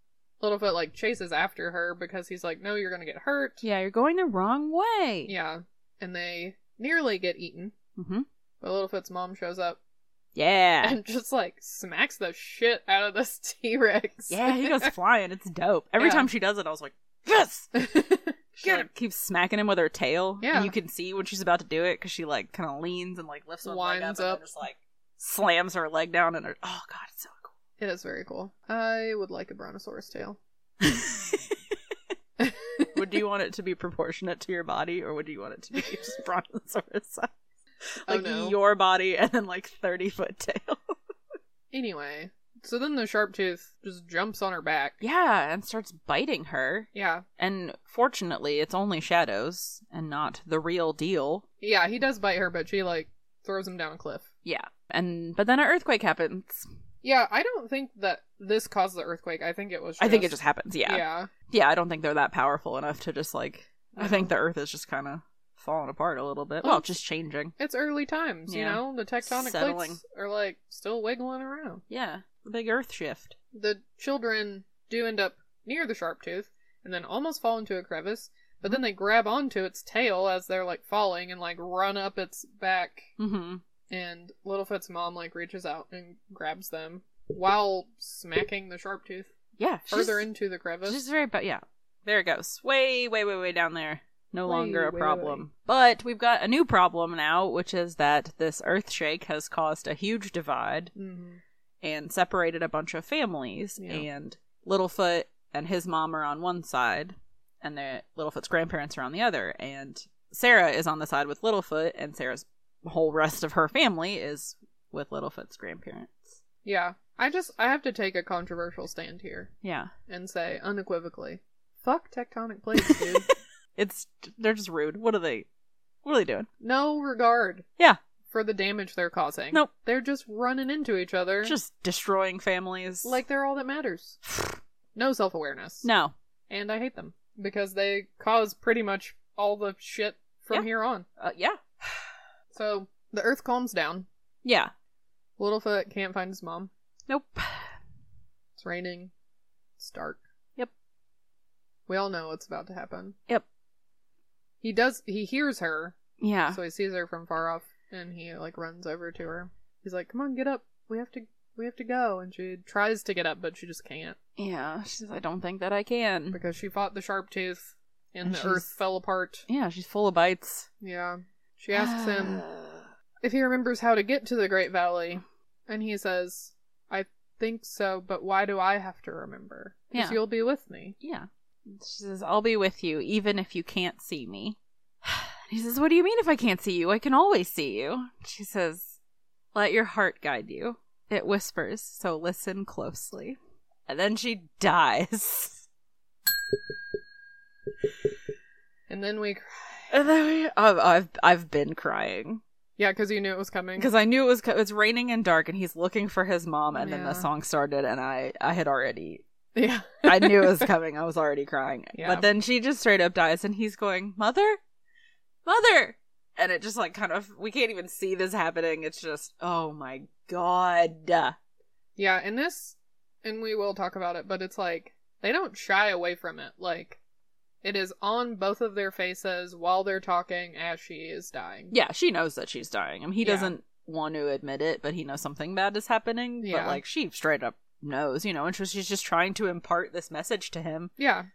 Littlefoot like chases after her because he's like, "No, you're gonna get hurt."
Yeah, you're going the wrong way.
Yeah, and they nearly get eaten,
Mm-hmm.
but Littlefoot's mom shows up
Yeah.
and just like smacks the shit out of this T Rex.
yeah, he goes flying. It's dope. Every
Yeah.
time she does it, I was like, yes! She
Get
like, keeps smacking him with her tail.
Yeah.
And you can see when she's about to do it because she like kind of leans and like lifts one leg up,
Winds
and
up.
then just like slams her leg down and her. Oh god, it's so
it is very cool. I would like a brontosaurus tail.
cool. would you want it to be proportionate to your body or would you want it to be just brontosaurus size?
Oh,
Like
no.
your body and then like thirty foot tail.
Anyway, so then the sharp tooth just jumps on her back.
Yeah, and starts biting her.
Yeah,
And fortunately, it's only shadows and not the real deal.
yeah, he does bite her, but she like throws him down a cliff.
Yeah. And but then an earthquake happens.
Yeah, I don't think that this caused the earthquake. I think it was. Just,
I think it just happens. Yeah. yeah.
Yeah.
I don't think they're that powerful enough to just like. I
No.
think the Earth is just kind of falling apart a little bit.
Well,
Well,
it's-
just changing.
It's early times, you
Yeah.
know. The tectonic
Settling.
plates are like still wiggling around.
Yeah, the big Earth shift.
The children do end up near the sharp tooth and then almost fall into a crevice, but
Hmm.
then they grab onto its tail as they're like falling and like run up its back
Mm-hmm.
and Littlefoot's mom like reaches out and grabs them while smacking the sharp tooth
Yeah.
further
she's-
into the crevice.
She's very, but yeah, there it goes. Way, way, way, way down there. No
Way,
longer a
way,
problem.
way.
But we've got a new problem now, which is that this earthshake has caused a huge divide
hmm
and separated a bunch of families.
Yeah.
And Littlefoot and his mom are on one side, and their Littlefoot's grandparents are on the other. And Sarah is on the side with Littlefoot, and Sarah's whole rest of her family is with Littlefoot's grandparents.
Yeah, I just I have to take a controversial stand here
Yeah,
and say unequivocally, fuck tectonic plates, dude.
it's they're just rude. What are they? What are they doing?
no regard
Yeah,
for the damage they're causing.
Nope.
they're just running into each other
just destroying families.
like they're all that matters. No self awareness.
no,
and I hate them because they cause pretty much all the shit from
Yeah.
here on.
uh, yeah,
So the Earth calms down.
yeah,
Littlefoot can't find his mom.
nope.
It's raining. It's dark.
Yep.
We all know what's about to happen.
Yep.
He does he hears her,
Yeah,
so he sees her from far off and he like runs over to her. He's like, Come on, get up. We have to we have to go and she tries to get up but she just can't
yeah. She's. I don't think that I can.
because she fought the sharp tooth and,
Mm-hmm. And
the
she's-
earth fell apart.
Yeah, she's full of bites.
Yeah. She asks
Ah.
him if he remembers how to get to the Great Valley, and he says, I think so, but why do I have to remember? Because
Yeah.
you'll be with me.
Yeah. She says, I'll be with you, even if you can't see me. He says, What do you mean if I can't see you? I can always see you. She says, Let your heart guide you. It whispers, so listen closely. And then she dies.
And then we.
And then we, I've, I've, I've been crying
Yeah, because you knew it was coming.
because I knew it was co- it's raining and dark, and he's looking for his mom. And then the
Yeah.
song started, and I I had already
Yeah.
I knew it was coming. I was already crying.
Yeah.
But then she just straight up dies, and he's going, Mother? Mother! And it just like kind of, we can't even see this happening. It's just, oh my god.
yeah, and this. And we will talk about it, but it's like. They don't shy away from it. Like, it is on both of their faces while they're talking as she is dying.
Yeah, she knows that she's dying. I mean, he
Yeah.
doesn't want to admit it, but he knows something bad is happening. But
Yeah.
like, she straight up knows, you know, and she's she's just trying to impart this message to him.
Yeah.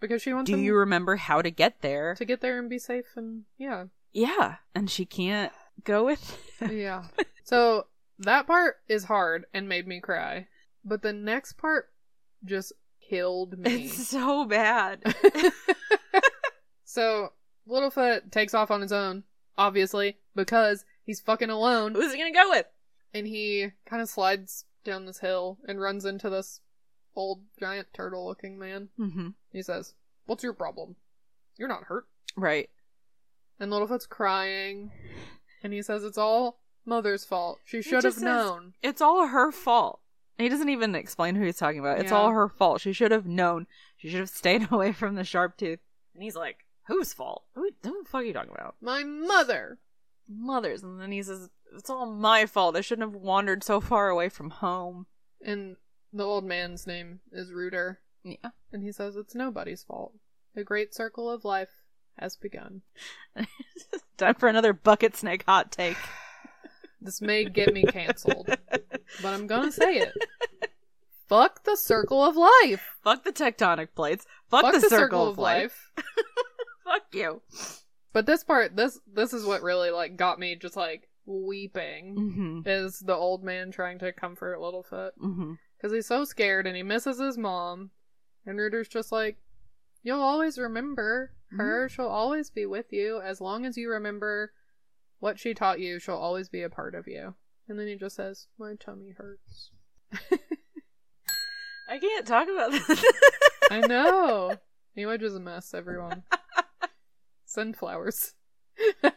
Because she wants
Do
him
you remember how to get there?
to get there and be safe and. Yeah.
Yeah. And she can't go with
yeah. So that part is hard and made me cry. But the next part just killed me.
It's so bad.
so Littlefoot takes off on his own, obviously, because he's fucking alone.
Who's he going to go with?
And he kind of slides down this hill and runs into this old giant turtle looking man.
Mm-hmm.
He says, What's your problem? You're not hurt.
Right.
And Littlefoot's crying. And he says, It's all mother's fault. She should
just
have
says-
known.
It's all her fault. He doesn't even explain who he's talking about. It's
Yeah.
all her fault. She should have known. She should have stayed away from the sharp tooth. And he's like, whose fault? Who, who the fuck are you talking about?
My mother.
Mother's. And then he says, it's all my fault. I shouldn't have wandered so far away from home.
And the old man's name is Rooter,
Yeah.
and he says it's nobody's fault. The great circle of life has begun.
Time for another bucket snake hot take.
This may get me canceled, but I'm gonna say it. Fuck the circle of life.
Fuck the tectonic plates. Fuck, the, circle, of life. Fuck you.
But this part, this this is what really like got me just like weeping.
Mm-hmm.
Is the old man trying to comfort Littlefoot
Mm-hmm.
because he's so scared and he misses his mom, and Rooter's just like, "You'll always remember her.
Mm-hmm.
She'll always be with you as long as you remember what she taught you. She'll always be a part of you." And then he just says, "My tummy hurts."
I can't talk about this.
I know. Newedge is a mess. Everyone, send flowers.
oh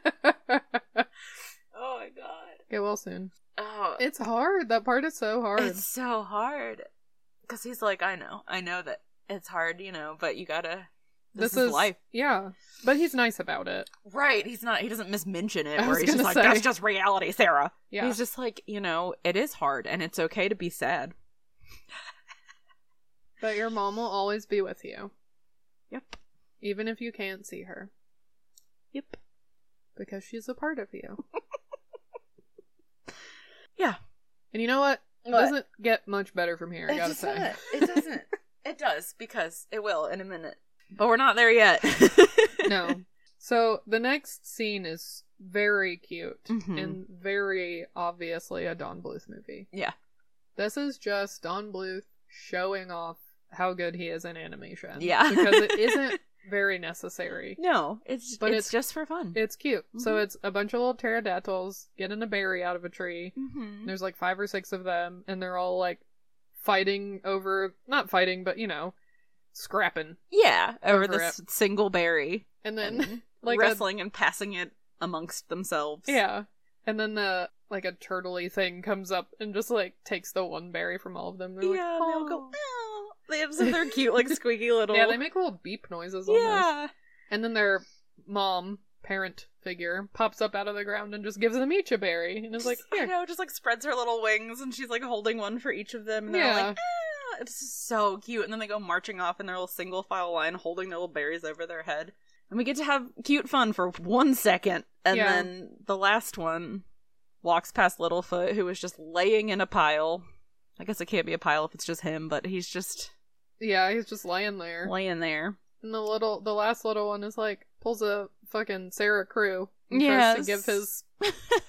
my god.
Get well soon.
Oh, know.
It's hard. That part is so hard.
It's so hard. Because he's like, I know, I know that it's hard, you know, but you gotta. This, is, life,
Yeah, but he's nice about it.
right? He's not. He doesn't mismention it.
I
Where
was
he's just
gonna
like,
say.
that's just reality, Sarah.
Yeah,
He's just like, you know, it is hard, and it's okay to be sad.
but your mom will always be with you,
Yep.
even if you can't see her,
Yep.
because she's a part of you.
Yeah.
And you know what? It
What?
doesn't get much better from here. I gotta say.
It doesn't. it does because it will in a minute. But we're not there yet.
no. So the next scene is very cute
Mhm.
and very obviously a Don Bluth movie.
Yeah.
This is just Don Bluth showing off how good he is in animation.
Yeah.
because it isn't very necessary.
No, it's
But
but
it's-
it's, just for fun.
It's cute. So
Mhm.
it's a bunch of little pterodactyls getting a berry out of a tree.
mm-hmm.
There's like five or six of them, and they're all like fighting over, not fighting, but you know, scrapping.
Yeah, over
Over
this single berry
And then
and
like a-
wrestling and passing it amongst themselves.
Yeah. And then the like a turtley thing comes up and just like takes the one berry from all of them. They're like,
yeah. They all go.
"Oh."
Oh. They have some. They're cute, like squeaky little.
Yeah, they make little beep noises almost.
Yeah.
And then their mom, parent figure, pops up out of the ground and just gives them each a berry and is like,
Just- I
Here.
know, just like spreads her little wings, and she's like holding one for each of them. And they're all
Yeah.
like, ah, it's just so cute. And then they go marching off in their little single file line, holding their little berries over their head. And we get to have cute fun for one second, and
Yeah.
then the last one walks past Littlefoot, who is just laying in a pile. I guess it can't be a pile if it's just him, but he's just
Yeah, he's just laying there.
laying there.
And the little the last little one is like pulls a fucking Sarah Crew and tries to give
Yes.
his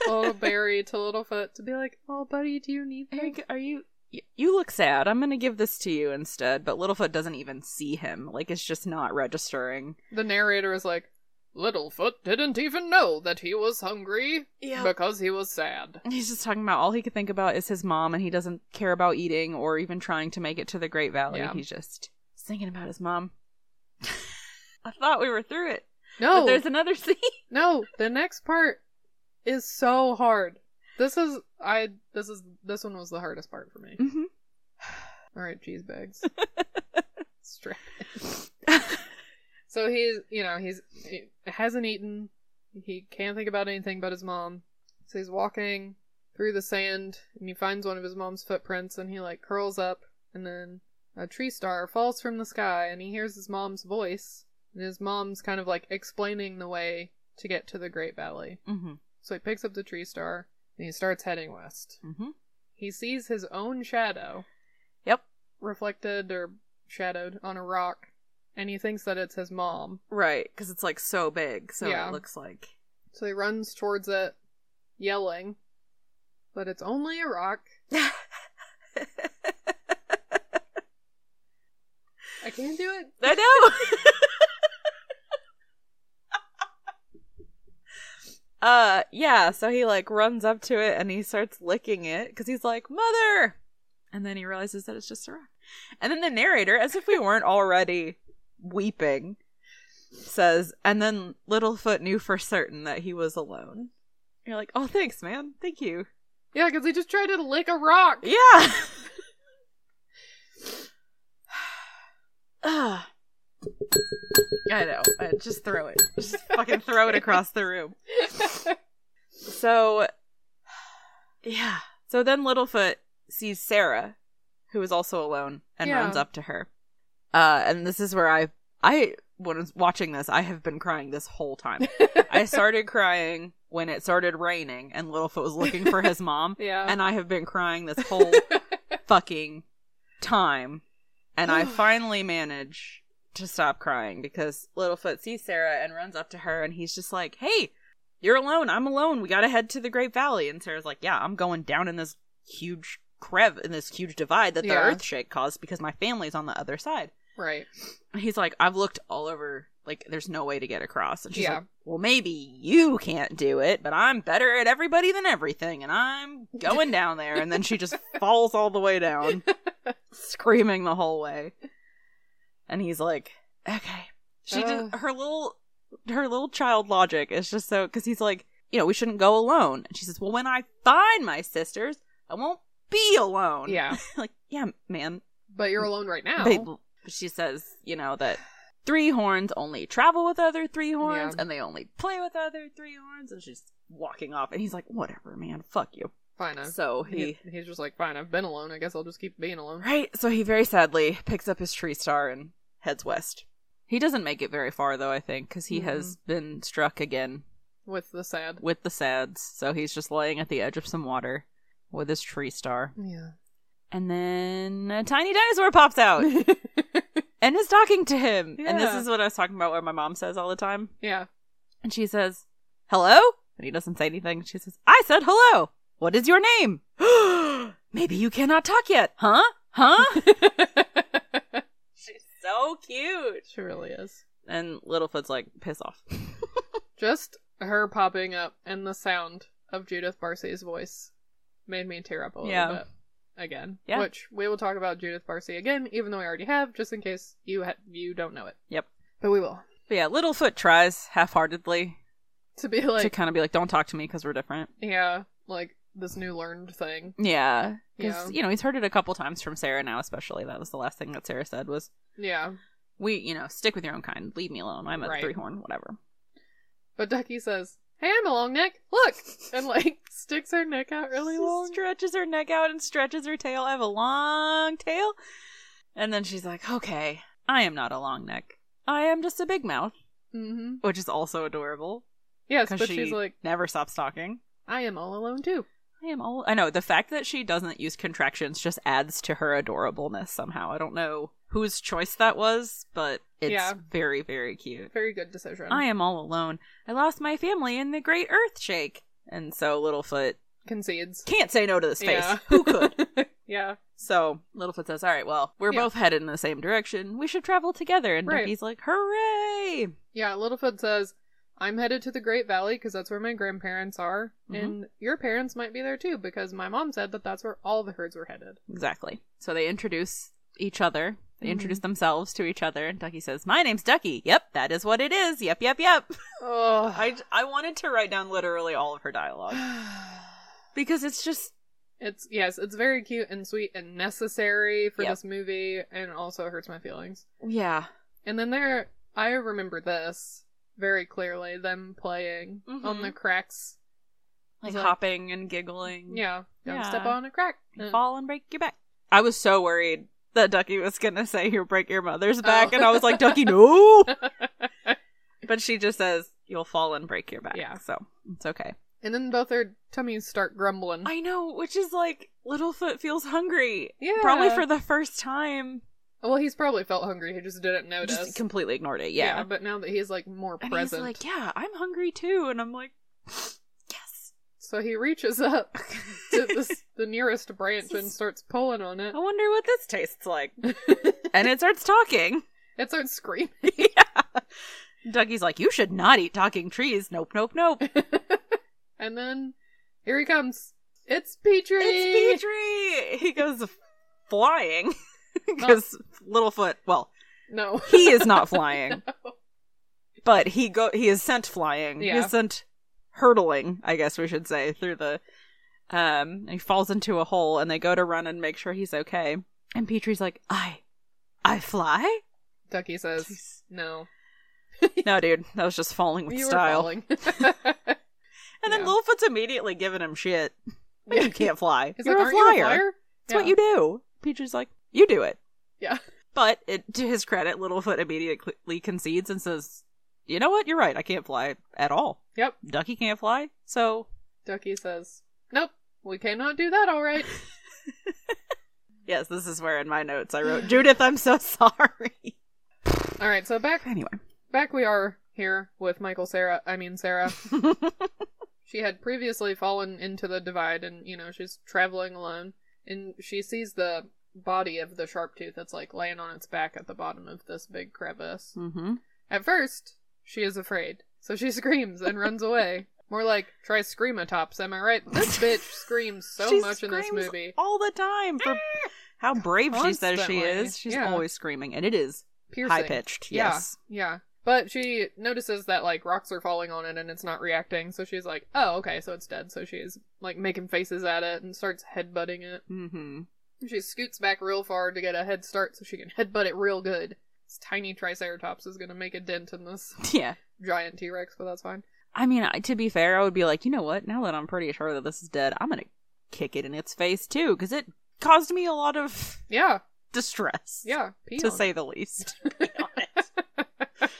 little berry to Littlefoot to be like, Oh buddy, do you need that?
Eric, are you? y- You look sad. I'm gonna give this to you instead. But Littlefoot doesn't even see him. Like it's just not registering.
The narrator is like, Littlefoot didn't even know that he was hungry because he was sad.
He's just talking about all he could think about is his mom, and he doesn't care about eating or even trying to make it to the Great Valley.
Yeah.
He's just thinking about his mom. I thought we were through it, but
No,
there's another scene.
no. The next part is so hard. This is I. This is this one was the hardest part for me. All right, cheese bags. Strap. So he's, you know, he's he hasn't eaten. He can't think about anything but his mom. So he's walking through the sand and he finds one of his mom's footprints and he like curls up and then a tree star falls from the sky and he hears his mom's voice and his mom's kind of like explaining the way to get to the Great Valley.
mm-hmm.
So he picks up the tree star and he starts heading west.
Mm-hmm.
He sees his own shadow
Yep.
reflected or shadowed on a rock and he thinks that it's his mom.
Right, because it's like so big, so
Yeah.
it looks like
So he runs towards it, yelling, but it's only a rock. I can't do it.
I know. uh, yeah. So he like runs up to it and he starts licking it because he's like, "Mother!" And then he realizes that it's just a rock. And then the narrator, as if we weren't already weeping, says, "And then Littlefoot knew for certain that he was alone." You're like, "Oh, thanks, man. Thank you."
Yeah, because he just tried to lick a rock.
Yeah. Ah. I know. I just throw it. Just fucking throw it across the room. So, yeah. So then Littlefoot sees Sarah, who is also alone, and
Yeah.
runs up to her. Uh, and this is where I, I when I was watching this, I have been crying this whole time. I started crying when it started raining, and Littlefoot was looking for his mom,
yeah.
and I have been crying this whole fucking time. And I finally manage to stop crying because Littlefoot sees Sarah and runs up to her and he's just like, Hey, you're alone. I'm alone. We got to head to the Great Valley. And Sarah's like, Yeah, I'm going down in this huge crev, in this huge divide that the
Yeah.
earthshake caused because my family's on the other side.
right.
And he's like, I've looked all over. Like, there's no way to get across. And she's
Yeah.
like, Well, maybe you can't do it, but I'm better at everybody than everything, and I'm going down there. And then she just falls all the way down, screaming the whole way. And he's like, Okay. She did
Ugh.
her little her little child logic is just so because he's like, you know, we shouldn't go alone. And she says, Well, when I find my sisters, I won't be alone.
Yeah.
like, yeah, man.
But you're alone right now.
They- she says, you know, that three horns only travel with other three horns
Yeah.
and they only play with other three horns. And she's walking off. And he's like, whatever, man. Fuck you.
Fine. I-
So
he,
he.
he's just like, fine, I've been alone. I guess I'll just keep being alone.
Right. So he very sadly picks up his tree star and heads west. He doesn't make it very far, though, I think, because he has been struck again
With the sad.
with the sads. So he's just laying at the edge of some water with his tree star.
Yeah.
And then a tiny dinosaur pops out and is talking to him. And this
Yeah.
is what I was talking about, where my mom says all the time.
yeah.
And she says, Hello? And he doesn't say anything. She says, I said hello. What is your name? Maybe you cannot talk yet. Huh? Huh? She's so cute.
she really is.
And Littlefoot's like, piss off.
Just her popping up and the sound of Judith Barcy's voice made me tear up a little
Yeah.
bit. Again.
Yeah.
Which we will talk about Judith Barcy again, even though we already have, just in case you ha- you don't know it.
Yep.
But we will.
But yeah, Littlefoot tries half heartedly
To be
to
like,
kind of be like, don't talk to me because we're different.
yeah, like this new learned thing.
Yeah.
Yeah.
Because, you know, he's heard it a couple times from Sarah now, especially. That was the last thing that Sarah said was,
Yeah.
we, you know, stick with your own kind. Leave me alone. I'm a
Right.
three horn, whatever.
But Ducky says, Hey, I'm a long neck. Look! And like sticks her neck out really
She
long.
Stretches her neck out and stretches her tail. I have a long tail. And then she's like, okay, I am not a long neck. I am just a big mouth,
Mm-hmm.
which is also adorable.
Yes,
Because
but
she
she's like,
never stops talking.
I am all alone too.
I am all. I know the fact that she doesn't use contractions just adds to her adorableness somehow. I don't know whose choice that was, but it's
Yeah.
very, very cute.
Very good decision.
I am all alone. I lost my family in the Great Earth Shake, and so Littlefoot
Concedes.
can't say no to this face.
Yeah.
Who could?
yeah.
So Littlefoot says, "All right, well, we're
Yeah.
both headed in the same direction. We should travel together." And
Right.
Ducky's like, "Hooray!"
Yeah, Littlefoot says, I'm headed to the Great Valley because that's where my grandparents are,
Mhm.
and your parents might be there too because my mom said that that's where all the herds were headed.
Exactly. So they introduce each other. They
Mhm.
introduce themselves to each other, and Ducky says, "My name's Ducky. Yep, that is what it is. Yep, yep, yep."
Oh,
I I wanted to write down literally all of her dialogue because it's just
it's yes, it's very cute and sweet and necessary for
Yep.
this movie, and also hurts my feelings.
yeah.
And then there, I remember this very clearly them playing
Mhm.
on the cracks.
Like
It's like-
hopping and giggling.
Yeah, don't
Yeah.
step on a crack.
You
Uh,
fall and break your back. I was so worried that Ducky was gonna say you break your
Oh.
mother's back, and I was like, Ducky, no. but she just says you'll fall and break your back.
Yeah.
so it's okay.
and then both their tummies start grumbling.
I know, which is like Littlefoot feels hungry,
yeah,
probably for the first time.
Well, he's probably felt hungry. He just didn't notice.
Just completely ignored it. Yeah,
but now that he's like more
and
present,
he's like, yeah, I'm hungry too, and I'm like, yes,
so he reaches up to this, the nearest branch
This
and
is- Oh.
starts pulling on it.
I wonder what this tastes like. and it starts talking.
It starts screaming.
yeah. Ducky's like, you should not eat talking trees. Nope, nope, nope.
and then here he comes. It's Petrie.
It's Petrie. He goes flying because Littlefoot. Well,
No,
he is not flying, but he go he is sent flying. He
Yeah.
is sent hurtling, I guess we should say, through the. Um, and he falls into a hole, and they go to run and make sure he's okay. And Petrie's like, I, I fly.
Ducky says no.
No, dude, that was just falling with
you
style.
Were falling.
And then
Yeah.
Littlefoot's immediately giving him shit.
Yeah.
You can't fly.
He's
You're
like, "Aren't
a flyer.
you a flyer?
It's what you do. Peaches like, you do it.
Yeah.
But it, to his credit, Littlefoot immediately concedes and says, you know what? You're right. I can't fly at all.
Yep.
Ducky can't fly. So,
Ducky says, "Nope, we cannot do that. All right."
yes, this is where in my notes I wrote, Judith, I'm so sorry.
All right. So back,
Anyway.
back we are here with Michael, Sarah. I mean Sarah. she had previously fallen into the divide, and you know she's traveling alone, and she sees the body of the sharp tooth that's like laying on its back at the bottom of this big crevice.
mm-hmm.
At first, she is afraid, so she screams and runs away. More like try screamatops, am I right? This bitch screams so much in this movie.
All the time for how brave she says she
Constantly.
is. She's
Yeah.
always screaming, and it is
Piercing.
high pitched. Yes.
Yeah, yeah. But she notices that like rocks are falling on it and it's not reacting, so she's like, "Oh, okay, so it's dead." So she's like making faces at it and starts headbutting it.
Mm-hmm.
She scoots back real far to get a head start so she can headbutt it real good. This tiny triceratops is gonna make a dent in this
Yeah.
giant T Rex, but that's fine.
I mean, I, to be fair, I would be like, you know what? Now that I'm pretty sure that this is dead, I'm gonna kick it in its face too, because it caused me a lot of
Yeah,
distress.
yeah. pee
to
on
say the least.
it.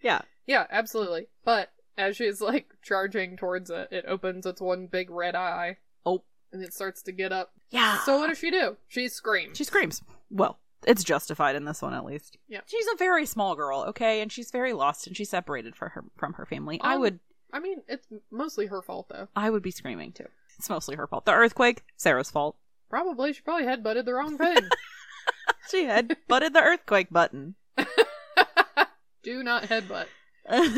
yeah.
yeah, absolutely. But as she's like charging towards it, it opens its one big red eye.
Oh.
And it starts to get up.
Yeah.
So what does she do? She screams.
She screams. Well, it's justified in this one at least.
Yeah.
She's a very small girl, okay, and she's very lost and she's separated for her from her family. I
Um,
would
I mean, it's mostly her fault though.
I would be screaming too. It's mostly her fault. The earthquake, Sarah's fault.
Probably she probably headbutted the wrong thing.
She had butted the earthquake button.
do not headbutt.
and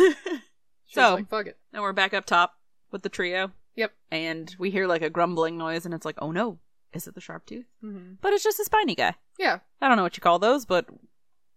She's
So-
like, fuck it.
we're back up top with the trio.
Yep.
And we hear like a grumbling noise and it's like, "Oh no, is it the sharp tooth?"
Mm-hmm.
But it's just a spiny guy.
Yeah.
I don't know what you call those, but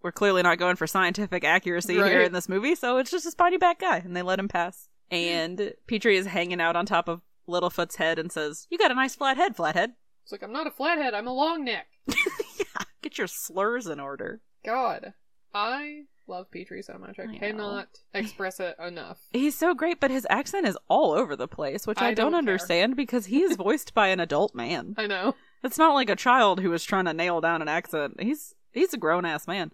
we're clearly not going for scientific accuracy here
Right.
in this movie, so it's just a spiny back guy, and they let him pass. And Petrie is hanging out on top of Littlefoot's head and says, You got a nice flat head, flathead.
It's like I'm not a flathead. I'm a long neck.
yeah, get your slurs in order.
God, I love Petrie so much. I,
I know.
cannot express it enough.
He's so great, but his accent is all over the place, which I,
I don't
don't,
care.
understand because he is voiced by an adult man.
I know.
It's not like a child who is trying to nail down an accent. He's he's a grown ass man.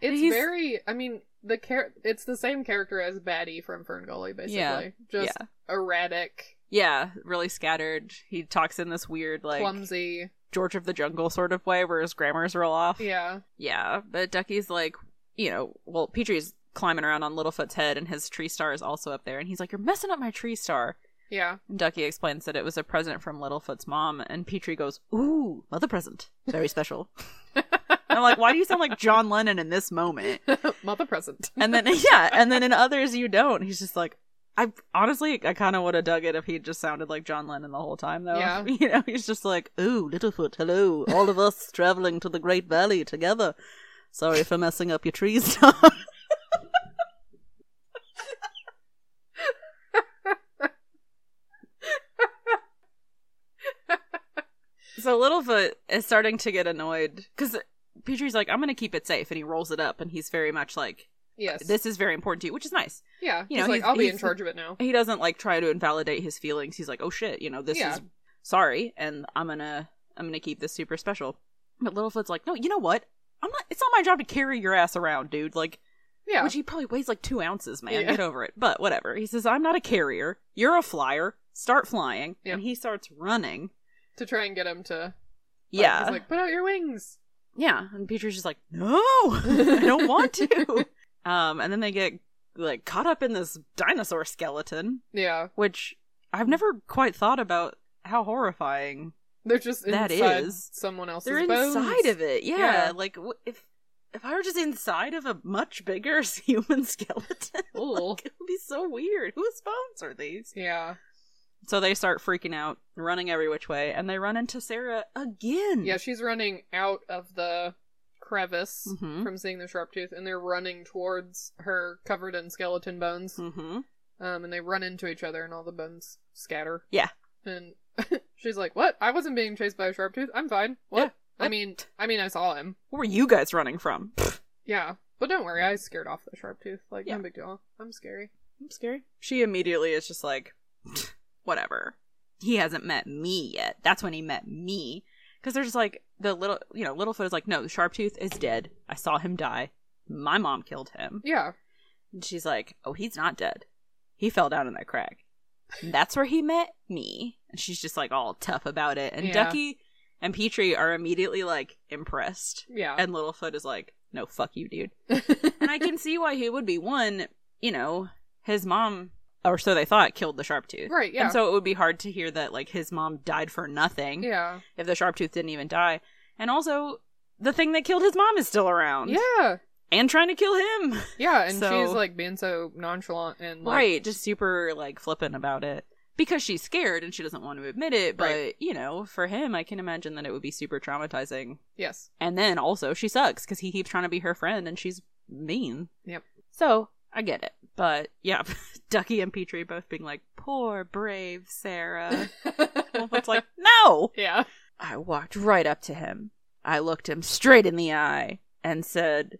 It's
He's-
very. I mean, the char- It's the same character as Batty from Ferngully, basically.
Yeah.
Just
Yeah.
erratic,
Yeah, really scattered. He talks in this weird like
clumsy.
George of the Jungle sort of way where his grammar's real off.
Yeah.
Yeah, but Ducky's like, you know, well, Petrie's climbing around on Littlefoot's head and his tree star is also up there. And he's like, You're messing up my tree star.
Yeah.
And Ducky explains that it was a present from Littlefoot's mom. And Petrie goes, Ooh, mother present. Very special. I'm like, Why do you sound like John Lennon in this moment?
Mother present.
And then, yeah, and then in others, you don't. He's just like, I honestly, I kind of would have dug it if he just sounded like John Lennon the whole time, though.
Yeah.
You know, he's just like, ooh, Littlefoot, hello, all of us traveling to the Great Valley together. Sorry for messing up your trees, Tom. so Littlefoot is starting to get annoyed because Petrie's like, I'm going to keep it safe. And he rolls it up, and he's very much like,
Yes.
this is very important to you, which is nice.
yeah.
you
he's
know,
like,
he's-
I'll be
he's-
in charge of it now.
He doesn't like try to invalidate his feelings. He's like, "Oh shit, you know, this
Yeah.
is sorry and I'm going to I'm going to keep this super special." But Littlefoot's like, "No, you know what? I'm not it's not my job to carry your ass around, dude. Like,
Yeah.
which he probably weighs like 2 ounces,
Yeah.
man. Get over it." But whatever. He says, "I'm not a carrier. You're a flyer. Start flying."
Yeah.
And he starts running.
to try and get him to. like,
yeah.
He's like, put out your wings.
Yeah, and Peter's just like, "No, I don't want to." um, and then they get like caught up in this dinosaur skeleton,
Yeah.
which I've never quite thought about how horrifying
They're just
That
inside
is-
someone else's
they're
bones.
inside of it. Yeah,
Yeah.
like w- if if I were just inside of a much bigger human skeleton,
Ooh.
like, it would be so weird. Whose bones are these?
Yeah.
So they start freaking out, running every which way, and they run into Sarah again.
Yeah, she's running out of the crevice
Mhm.
from seeing the sharp tooth, and they're running towards her covered in skeleton bones.
Mm-hmm.
Um, and they run into each other, and all the bones scatter.
Yeah.
And she's like, "What? I wasn't being chased by a sharp tooth. I'm fine. What?
Yeah.
I mean, I mean, I saw him.
Where were you guys running from?
Yeah, but don't worry, I scared off the sharp tooth. Like,
Yeah.
no big deal. I'm scary.
I'm scary. She immediately is just like, whatever. He hasn't met me yet. That's when he met me. Because they're just like, the little, you know, Littlefoot is like, no, Sharptooth is dead. I saw him die. My mom killed him.
Yeah,
And she's like, oh, he's not dead. He fell down in that crack. And that's where he met me. And she's just like all tough about it. And
Yeah.
Ducky and Petrie are immediately like impressed.
yeah,
And Littlefoot is like, no, fuck you, dude. and I can see why he would be. One, you know, his mom, or so they thought, killed the Sharptooth.
right. Yeah,
And so it would be hard to hear that, like, his mom died for nothing
yeah,
if the Sharptooth didn't even die. And also, the thing that killed his mom is still around.
yeah,
And trying to kill him.
yeah. And
So-
she's like being so nonchalant and like,
right. Just super, like, flippant about it. Because she's scared and she doesn't want to admit it. But,
Right.
you know, for him, I can imagine that it would be super traumatizing.
Yes.
And then also, she sucks because he keeps trying to be her friend and she's mean.
Yep.
So I get it. But yeah, Ducky and Petrie both being like, poor, brave Sarah. Wolfwood's like, no!
yeah.
I walked right up to him. I looked him straight in the eye and said,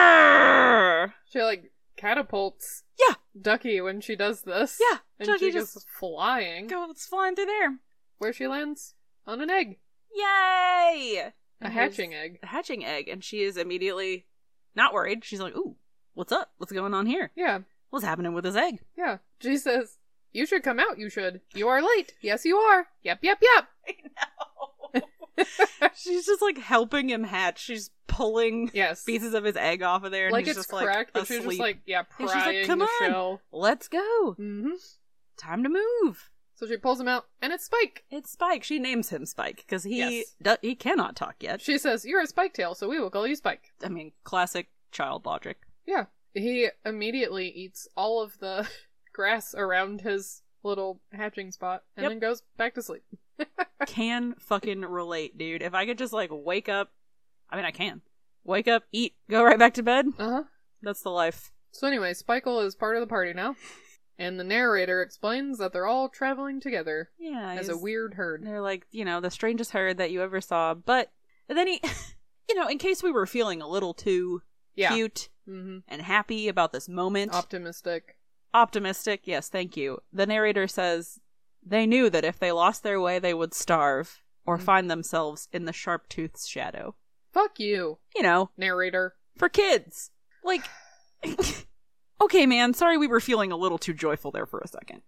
"Arrgh!"
She like catapults
Yeah.
Ducky when she does this.
Yeah,
And
Ducky
she
just-
goes flying.
Goes flying through there.
Where she lands? On an egg.
Yay!
A
And
hatching
there's
egg.
A hatching egg. And she is immediately not worried. She's like, ooh, what's up? What's going on here?
Yeah,
What's happening with this egg?
yeah. She says, You should come out, you should. You are late. Yes, you are. Yep, yep, yep.
I know. she's just like helping him hatch. She's pulling
Yes.
pieces of his egg off of there. And
like
he's
it's
just, like,
cracked, but she's
asleep.
just like, yeah,
she's
prying
like, "Come
the
on."
shell.
let's go.
hmm
Time to move.
So she pulls him out, and it's Spike.
It's Spike. She names him Spike because he
Yes.
do- he cannot talk yet.
She says, You're a Spike tail, so we will call you Spike.
I mean, classic child logic.
Yeah. He immediately eats all of the grass around his little hatching spot and
Yep.
then goes back to sleep.
Can fucking relate, dude. If I could just like wake up, I mean, I can wake up, eat, go right back to bed.
Uh huh.
That's the life.
So anyway, Spikele is part of the party now, and the narrator explains that they're all traveling together
Yeah,
as a
he's-
weird herd.
They're like, you know, the strangest herd that you ever saw. But and then he, you know, in case we were feeling a little too
Yeah.
cute
hmm
and happy about this moment,
Optimistic.
optimistic, yes, thank you. The narrator says they knew that if they lost their way, they would starve or
Mhm.
find themselves in the sharp tooth's shadow.
Fuck you,
You know,
narrator.
for kids. Like, okay, man, sorry we were feeling a little too joyful there for a second.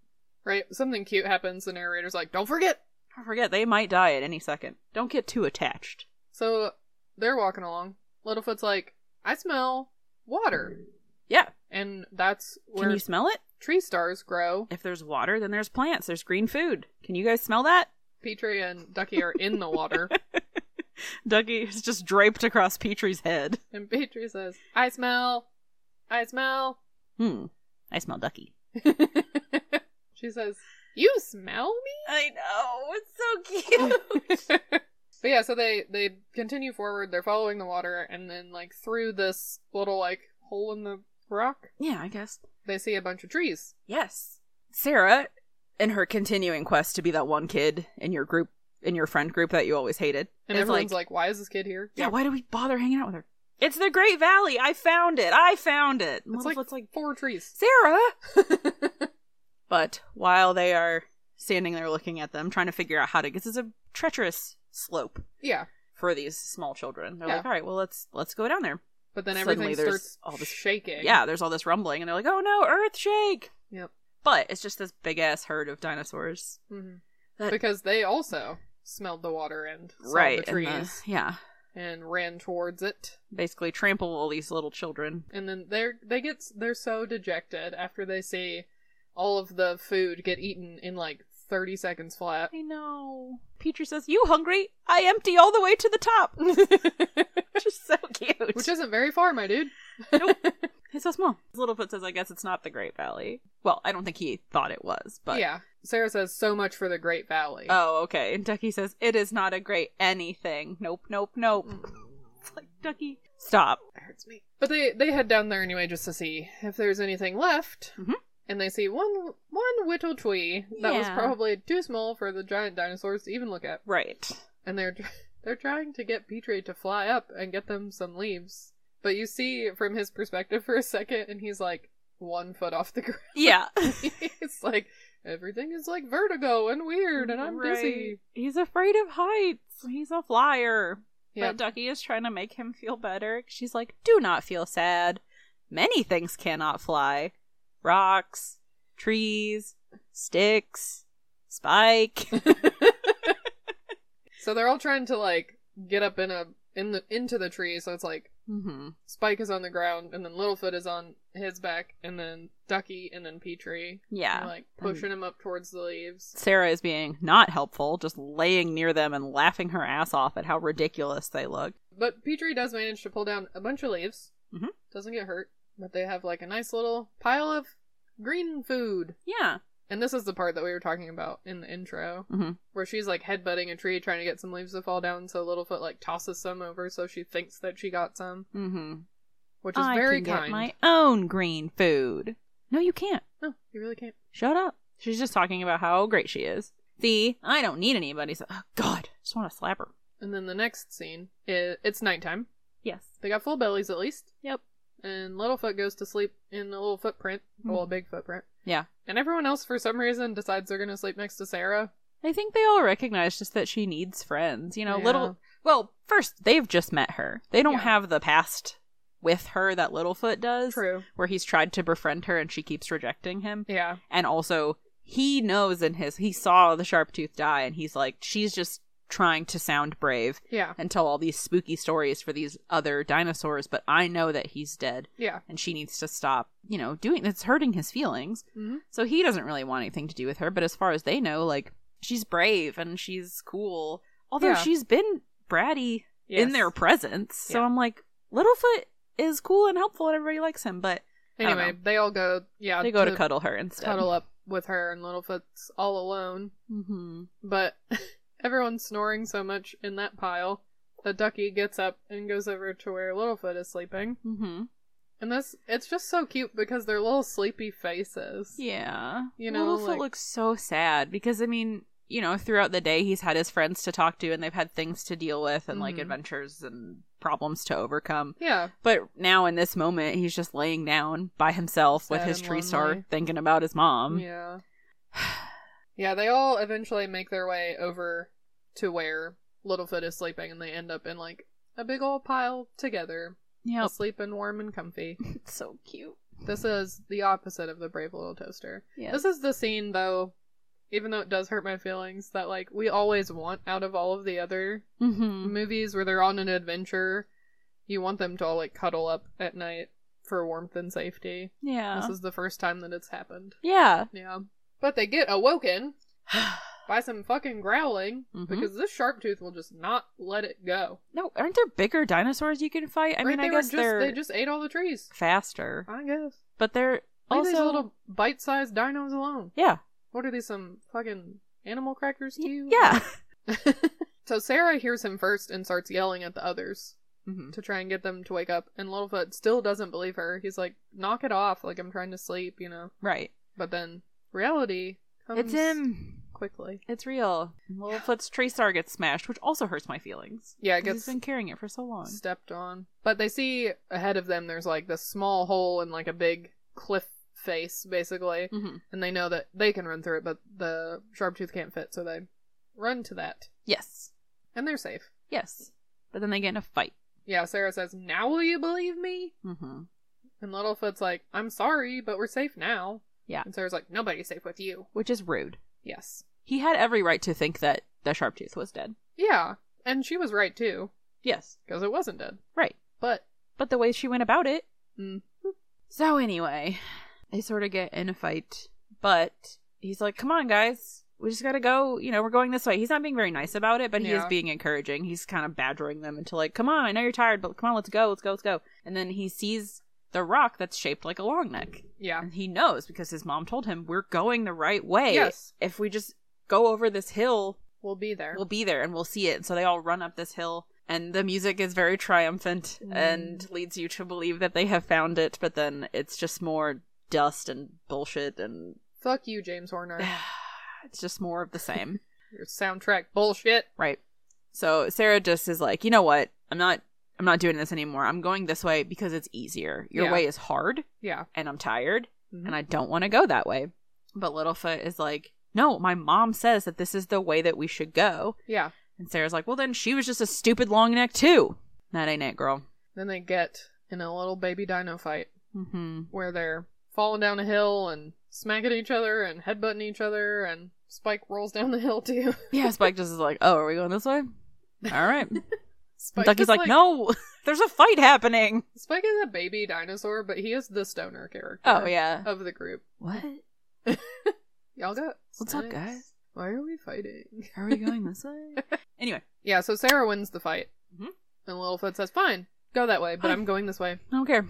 Right? Something cute happens, the narrator's like, don't forget!
I forget, they might die at any second. Don't get too attached.
So they're walking along. Littlefoot's like, I smell water.
Yeah.
And that's
Can
where
you smell it?
tree stars grow.
If there's water, then there's plants, there's green food. Can you guys smell that?
Petrie and Ducky are in the water.
Dougie is just draped across Petrie's head.
and Petrie says, I smell. I smell.
Hmm. I smell Ducky.
she says, You smell me?
I know. It's
but yeah, so they they continue forward. They're following the water, and then like through this little like hole in the rock,
yeah, I guess.
they see a bunch of trees.
Yes. Sarah, in her continuing quest to be that one kid in your group, in your friend group that you always hated,
And
is
everyone's like, "Why is this kid here?"
yeah, why do we bother hanging out with her? It's the Great Valley. I found it. I found it.
it's like,
it's like
four trees.
Sarah. But while they are standing there looking at them, trying to figure out how to, because it's a treacherous slope
yeah,
for these small children, they're
Yeah.
like, all right, well, let's let's go down there.
but then
Suddenly
everything
there's
starts
all this-
shaking.
Yeah, there's all this rumbling, and they're like, oh no, earth shake.
Yep.
But it's just this big ass herd of dinosaurs
hmm
That-
because they also smelled the water and saw
right
the
and the-
trees
yeah
and, ran towards it.
basically trample all these little children
And then they're they get s- they're so dejected after they see all of the food get eaten in like thirty seconds flat.
i know petrie says you hungry i empty all the way to the top which is so cute
Which isn't very far, my dude.
it's so small littlefoot says i guess it's not the great valley well i don't think he thought it was but
yeah. Sarah says so much for the Great Valley.
oh okay and ducky says it is not a great anything nope nope nope
Mm.
it's like ducky stop
That hurts me. But they they head down there anyway just to see if there's anything left.
Mhm.
And they see one one whittle tree that was
Yeah.
probably too small for the giant dinosaurs to even look at.
right
And they're tr- they're trying to get Petrie to fly up and get them some leaves. But you see from his perspective for a second, and he's like one foot off the ground.
yeah
it's like everything is like vertigo and weird, and I'm busy.
Right. he's afraid of heights he's a flyer
Yeah.
But Ducky is trying to make him feel better. She's like, do not feel sad. Many things cannot fly rocks, trees, sticks, Spike.
So they're all trying to like get up in a in the into the tree. So it's like
mm-hmm.
Spike is on the ground, and then Littlefoot is on his back, and then Ducky, and then Petrie.
Yeah.
And, like pushing him up towards the leaves.
Sarah is being not helpful, just laying near them and laughing her ass off at how ridiculous they look.
But Petrie does manage to pull down a bunch of leaves.
Mhm.
Doesn't get hurt, but they have like a nice little pile of green food.
Yeah.
And this is the part that we were talking about in the intro,
Mhm.
where she's like headbutting a tree trying to get some leaves to fall down. So Littlefoot like tosses some over, so she thinks that she got some.
Mm hmm.
which is
I
very
can get
kind.
my own green food. No, you can't.
No, you really can't.
Shut up. She's just talking about how great she is. See, I don't need anybody. So, oh, God, I just want to slap her.
And then the next scene, i it's nighttime.
Yes.
They got full bellies at least,
Yep.
and Littlefoot goes to sleep in a little footprint, well, a
Hmm.
big footprint.
Yeah.
And everyone else, for some reason, decides they're going to sleep next to Sarah.
I think they all recognize just that she needs friends. You know,
Yeah.
little. Well, first they've just met her. They don't
Yeah.
have the past with her that Littlefoot does,
True.
where he's tried to befriend her and she keeps rejecting him.
Yeah.
And also, he knows in his he saw the Sharptooth die, and he's like, she's just trying to sound brave
Yeah.
and tell all these spooky stories for these other dinosaurs. But I know that he's dead,
Yeah.
and she needs to stop. You know, doing it's hurting his feelings.
hmm
So he doesn't really want anything to do with her, but as far as they know, like she's brave and she's cool. Although
Yeah.
she's been bratty in their presence. So
Yeah.
I'm like, Littlefoot is cool and helpful and everybody likes him, but I don't
Anyway, they all go. Yeah.
they go to,
the-
cuddle her instead.
cuddle up with her, and Littlefoot's all alone.
Mm-hmm.
But everyone's snoring so much in that pile that Ducky gets up and goes over to where Littlefoot is sleeping.
Mm-hmm.
And this, it's just so cute because their little sleepy faces.
Yeah.
You know,
Littlefoot
like-
looks so sad because I mean, you know, throughout the day he's had his friends to talk to and they've had things to deal with and like
Mhm.
adventures and problems to overcome.
Yeah.
But now in this moment, he's just laying down by himself with
Sad
his
and
tree star,
lonely.
thinking about his mom.
yeah. yeah, they all eventually make their way over to where Littlefoot is sleeping and they end up in like a big old pile together,
Yep.
asleep and warm and comfy.
It's so cute.
This is the opposite of the brave little toaster.
Yeah.
This is the scene though, even though it does hurt my feelings, that like we always want out of all of the other
mm-hmm.
movies where they're on an adventure. You want them to all like cuddle up at night for warmth and safety.
Yeah.
This is the first time that it's happened.
yeah.
Yeah. But they get awoken by some fucking growling
Mhm.
because this sharp tooth will just not let it go.
no, aren't there bigger dinosaurs you can fight? I
Right?
mean, I
They were
guess
just,
they're
they just ate all the trees.
faster,
I guess.
but they're
Leave
also
these little bite-sized dinos alone.
yeah,
What are these some fucking animal crackers to you?
yeah.
so Sarah hears him first and starts yelling at the others
Mm-hmm.
to try and get them to wake up. And Littlefoot still doesn't believe her. He's like, "Knock it off! Like I'm trying to sleep, you know."
Right.
But then reality comes
It's him.
quickly.
It's real. Littlefoot's tree star gets smashed, which also hurts my feelings.
Yeah, it
'Cause
gets
he's been carrying it for so long.
stepped on. But they see ahead of them there's like this small hole and like a big cliff face, basically.
Mm-hmm.
And they know that they can run through it, but the sharptooth can't fit, so they run to that.
Yes.
And they're safe.
Yes. But then they get in a fight.
Yeah, Sarah says, Now will you believe me?
Mm-hmm.
And Littlefoot's like, I'm sorry, but we're safe now.
Yeah.
And Sarah's like, Nobody's safe with you.
Which is rude.
Yes.
He had every right to think that the Sharptooth was dead.
Yeah. And she was right too,
Yes.
because it wasn't dead.
Right.
But
But the way she went about it.
mm,
So, anyway, they sort of get in a fight. But he's like, come on, guys. We just gotta go. You know, we're going this way. He's not being very nice about it, but he is
Yeah.
being encouraging. He's kind of badgering them into, like, come on, I know you're tired, but come on, let's go, let's go, let's go. And then he sees the rock that's shaped like a long neck.
yeah.
And he knows because his mom told him, we're going the right way.
Yes.
If we just go over this hill,
We'll be there.
We'll be there and we'll see it. And so they all run up this hill, and the music is very triumphant
Mm.
and leads you to believe that they have found it, but then it's just more dust and bullshit, and
Fuck you, James Horner.
it's just more of the same.
Your soundtrack bullshit.
right. So Sarah just is like, you know what? I'm not. I'm not doing this anymore. I'm going this way because it's easier. Your
Yeah.
way is hard,
Yeah.
and I'm tired,
Mhm.
and I don't want to go that way. But Littlefoot is like, no, my mom says that this is the way that we should go.
Yeah.
And Sarah's like, well, then she was just a stupid long neck, too. That ain't it, girl.
Then they get in a little baby dino fight
Mm-hmm.
where they're falling down a hill and smacking each other and headbutting each other, and Spike rolls down the hill too.
Yeah, Spike just is like, oh, are we going this way? All right.
Spike
Ducky's
is
like, no, there's a fight happening.
Spike is a baby dinosaur, but he is the stoner character.
Oh, yeah.
Of the group.
What?
Y'all got.
What's up,
snacks?
guys?
Why are we fighting?
Are we going this way? anyway.
Yeah, so Sarah wins the fight.
Mhm.
And Littlefoot says, fine, go that way, but
Fine.
I'm going this way.
I don't care.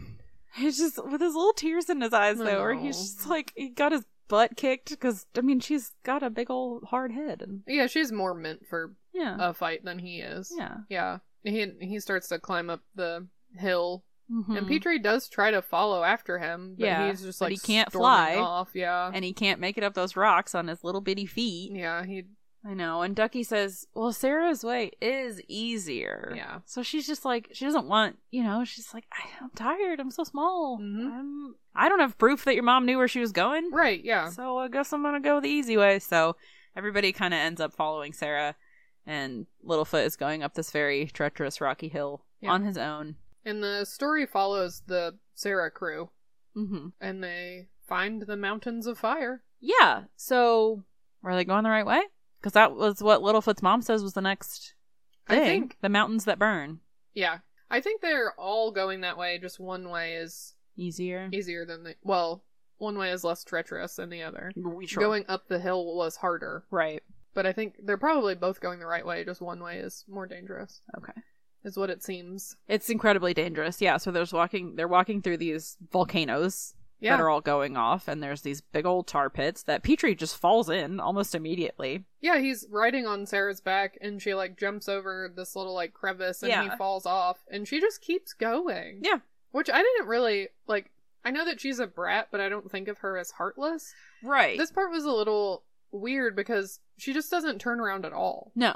He's just with his little tears in his eyes, though, or he's
No.
just like, he got his butt kicked because, I mean, she's got a big old hard head. And
Yeah, she's more meant for
yeah.
a fight than he is.
yeah.
Yeah. He he starts to climb up the hill And Petrie does try to follow after him, but
Mm-hmm. Yeah,
he's just
but
like
he can't
storming
fly.
off. Yeah,
and he can't make it up those rocks on his little bitty feet.
yeah, he
I know. And Ducky says, "Well, Sarah's way is easier."
Yeah.
So she's just like she doesn't want, you know. She's like, I- "I'm tired. I'm so small.
Mhm.
I'm- I don't have proof that your mom knew where she was going.
right. Yeah,
So I guess I'm gonna go the easy way." So everybody kind of ends up following Sarah, and Littlefoot is going up this very treacherous rocky hill
Yeah.
on his own.
and the story follows the Sarah crew,
Mm-hmm.
and they find the mountains of fire.
Yeah. So were they going the right way? Because that was what Littlefoot's mom says was the next thing.
I think,
the mountains that burn
yeah, I think they're all going that way. Just one way is
easier.
easier than the well, one way is less treacherous than the other.
We
Going up the hill was harder,
right.
but I think they're probably both going the right way. Just one way is more dangerous,
Okay.
is what it seems.
It's incredibly dangerous. Yeah. So there's walking. They're walking through these volcanoes
Yeah,
that are all going off, and there's these big old tar pits that Petrie just falls in almost immediately.
Yeah, he's riding on Sarah's back and she like jumps over this little like crevice and he
Yeah.
falls off and she just keeps going.
Yeah.
Which I didn't really like I know that she's a brat, but I don't think of her as heartless.
Right.
This part was a little weird because she just doesn't turn around at all.
no.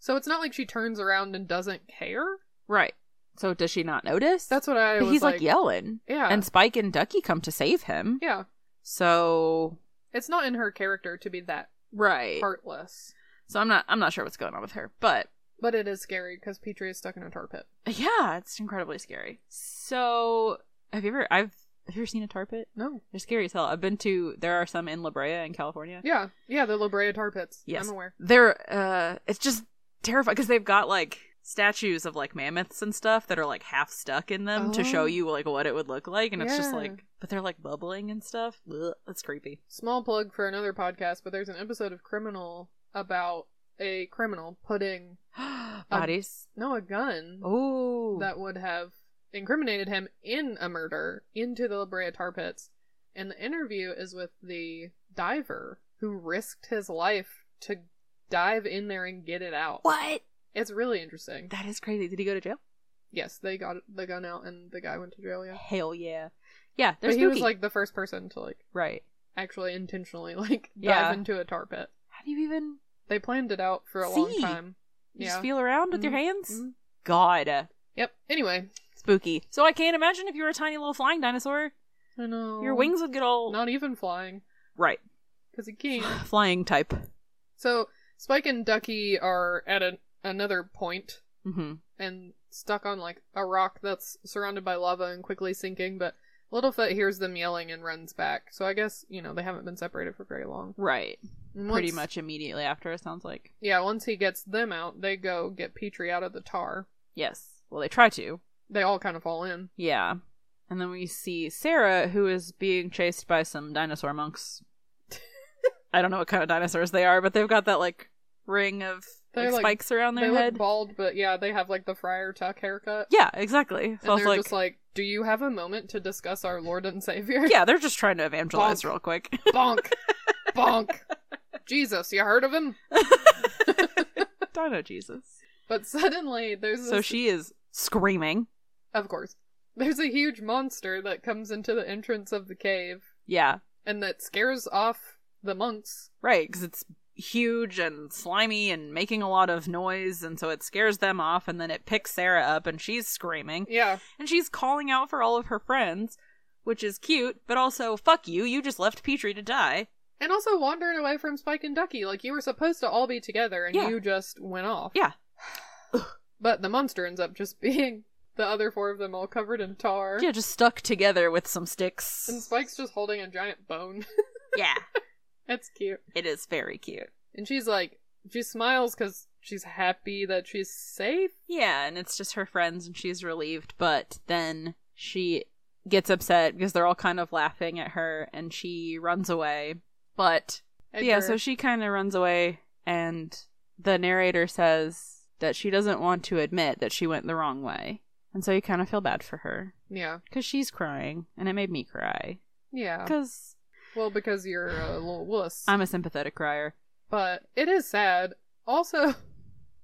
So it's not like she turns around and doesn't care.
Right. So does she not notice?
That's what I
But
was
he's like,
like.
yelling,
Yeah.
and Spike and Ducky come to save him.
yeah.
So
It's not in her character to be that
right.
heartless.
So I'm not I'm not sure what's going on with her, but
But it is scary because Petrie is stuck in a tar pit.
yeah, it's incredibly scary. So have you ever I've have you ever seen a tar pit?
No.
They're scary as hell. I've been to there are some in La Brea in California.
Yeah. Yeah, the La Brea tar pits.
Yes.
I'm aware.
They're uh it's just terrifying because they've got like statues of like mammoths and stuff that are like half stuck in them to
Oh.
show you like what it would look like and it's just
Yeah.
like but they're like bubbling and stuff. Ugh, that's creepy.
small plug for another podcast, but there's an episode of Criminal about a criminal putting
Bodies.
no a gun
Oh.
Um, that would have incriminated him in a murder into the La Brea tar pits, and the interview is with the diver who risked his life to dive in there and get it out.
what?
It's really interesting.
That is crazy. Did he go to jail?
yes, they got the gun out, and the guy went to jail. Yeah,
Hell yeah. Yeah,
but
there's
he was like the first person to like
right.
actually intentionally like dive
Yeah.
into a tar pit.
How do you even
They planned it out for a long
See?
time.
You just feel around with your
Mhm.
hands?
Mhm.
God. uh,
Yep. Anyway,
Spooky. So I can't imagine if you were a tiny little flying dinosaur,
I know
your wings would get all right.
not even flying because he can't.
Flying type.
so Spike and Ducky are at an another point
Mm-hmm.
and stuck on like a rock that's surrounded by lava and quickly sinking. But Littlefoot hears them yelling and runs back. So I guess you know they haven't been separated for very long.
Right.
And
Pretty
once-
much immediately after, it sounds like.
Yeah. Once he gets them out, they go get Petrie out of the tar.
Yes. Well, they try to.
They all kind of fall in.
Yeah. And then we see Sarah, who is being chased by some dinosaur monks. I don't know what kind of dinosaurs they are, but they've got that, like, ring of
They're,
like,
like-
spikes around
They
their
look
head.
bald, but yeah, they have like the Friar Tuck haircut.
yeah, exactly. So I
And
was
they're
like,
just like, "Do you have a moment to discuss our Lord and Savior?"
yeah, they're just trying to evangelize
Bonk.
real quick.
bonk, bonk. Jesus, you heard of him?
Dino Jesus.
But suddenly, there's
So
this-
she is screaming.
of course, there's a huge monster that comes into the entrance of the cave
Yeah,
and that scares off the monks.
right, because it's huge and slimy and making a lot of noise, and so it scares them off, and then it picks Sarah up, and she's screaming,
Yeah,
and she's calling out for all of her friends, which is cute, but also, fuck you, you just left Petrie to die.
and also wandering away from Spike and Ducky. Like you were supposed to all be together, and
Yeah.
you just went off.
Yeah.
But the monster ends up just being the other four of them all covered in tar.
Yeah, just stuck together with some sticks.
And Spike's just holding a giant bone.
yeah,
That's cute.
it is very cute.
And she's like, she smiles because she's happy that she's safe.
Yeah, and it's just her friends, and she's relieved, but then she gets upset because they're all kind of laughing at her, and she runs away. But yeah,
Edgar-
so she kind of runs away, and the narrator says that she doesn't want to admit that she went the wrong way. And so you kind of feel bad for her
yeah,
because she's crying, and it made me cry
yeah.
because
Well, because you're a little wuss.
I'm a sympathetic crier.
but it is sad. Also,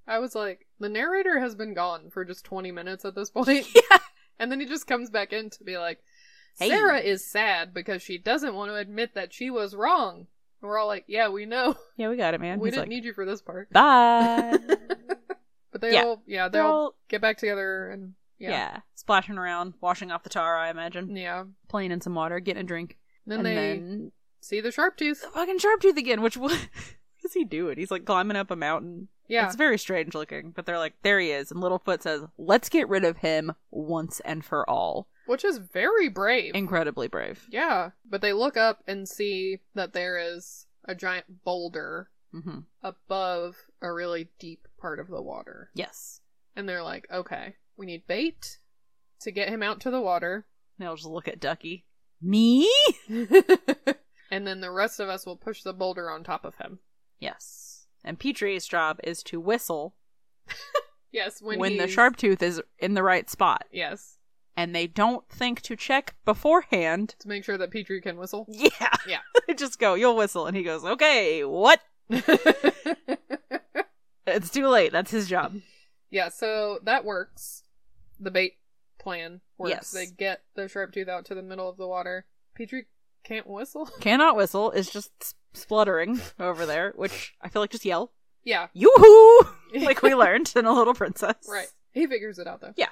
I was like, the narrator has been gone for just 20 minutes at this point.
Yeah,
And then he just comes back in to be like,
Hey.
Sarah is sad because she doesn't want to admit that she was wrong. And we're all like, yeah, we know.
Yeah, we got it, man.
we
He's
didn't
like,
need you for this part.
Bye.
But they
Yeah.
all, yeah, they
They're
all
all,
get back together and
yeah.
yeah,
splashing around, washing off the tar, I imagine.
yeah. And
Playing in some water, getting a drink.
Then
and
they
then
see the sharp tooth.
the fucking sharptooth again, which what, what is he doing? He's like climbing up a mountain.
Yeah,
It's very strange looking, but they're like, there he is. And Littlefoot says, let's get rid of him once and for all.
which is very brave.
Incredibly brave.
yeah, but they look up and see that there is a giant boulder
Mm-hmm.
above a really deep part of the water.
Yes.
And they're like, okay, we need bait to get him out to the water.
They'll just look at Ducky. Me?
and then the rest of us will push the boulder on top of him.
Yes. And Petrie's job is to whistle
Yes, when,
when, the
he's-
sharptooth is in the right spot.
Yes,
And they don't think to check beforehand.
to make sure that Petrie can whistle.
Yeah.
Yeah.
They just go, you'll whistle. And he goes, okay, what? It's too late. That's his job.
Yeah, so that works. The bait plan works.
Yes.
They get the sharp tooth out to the middle of the water. Petrie can't whistle.
Cannot whistle. Is just s- spluttering over there, which I feel like just yell.
Yeah,
Yoo-hoo! like we learned in A Little Princess.
right. He figures it out though.
Yeah.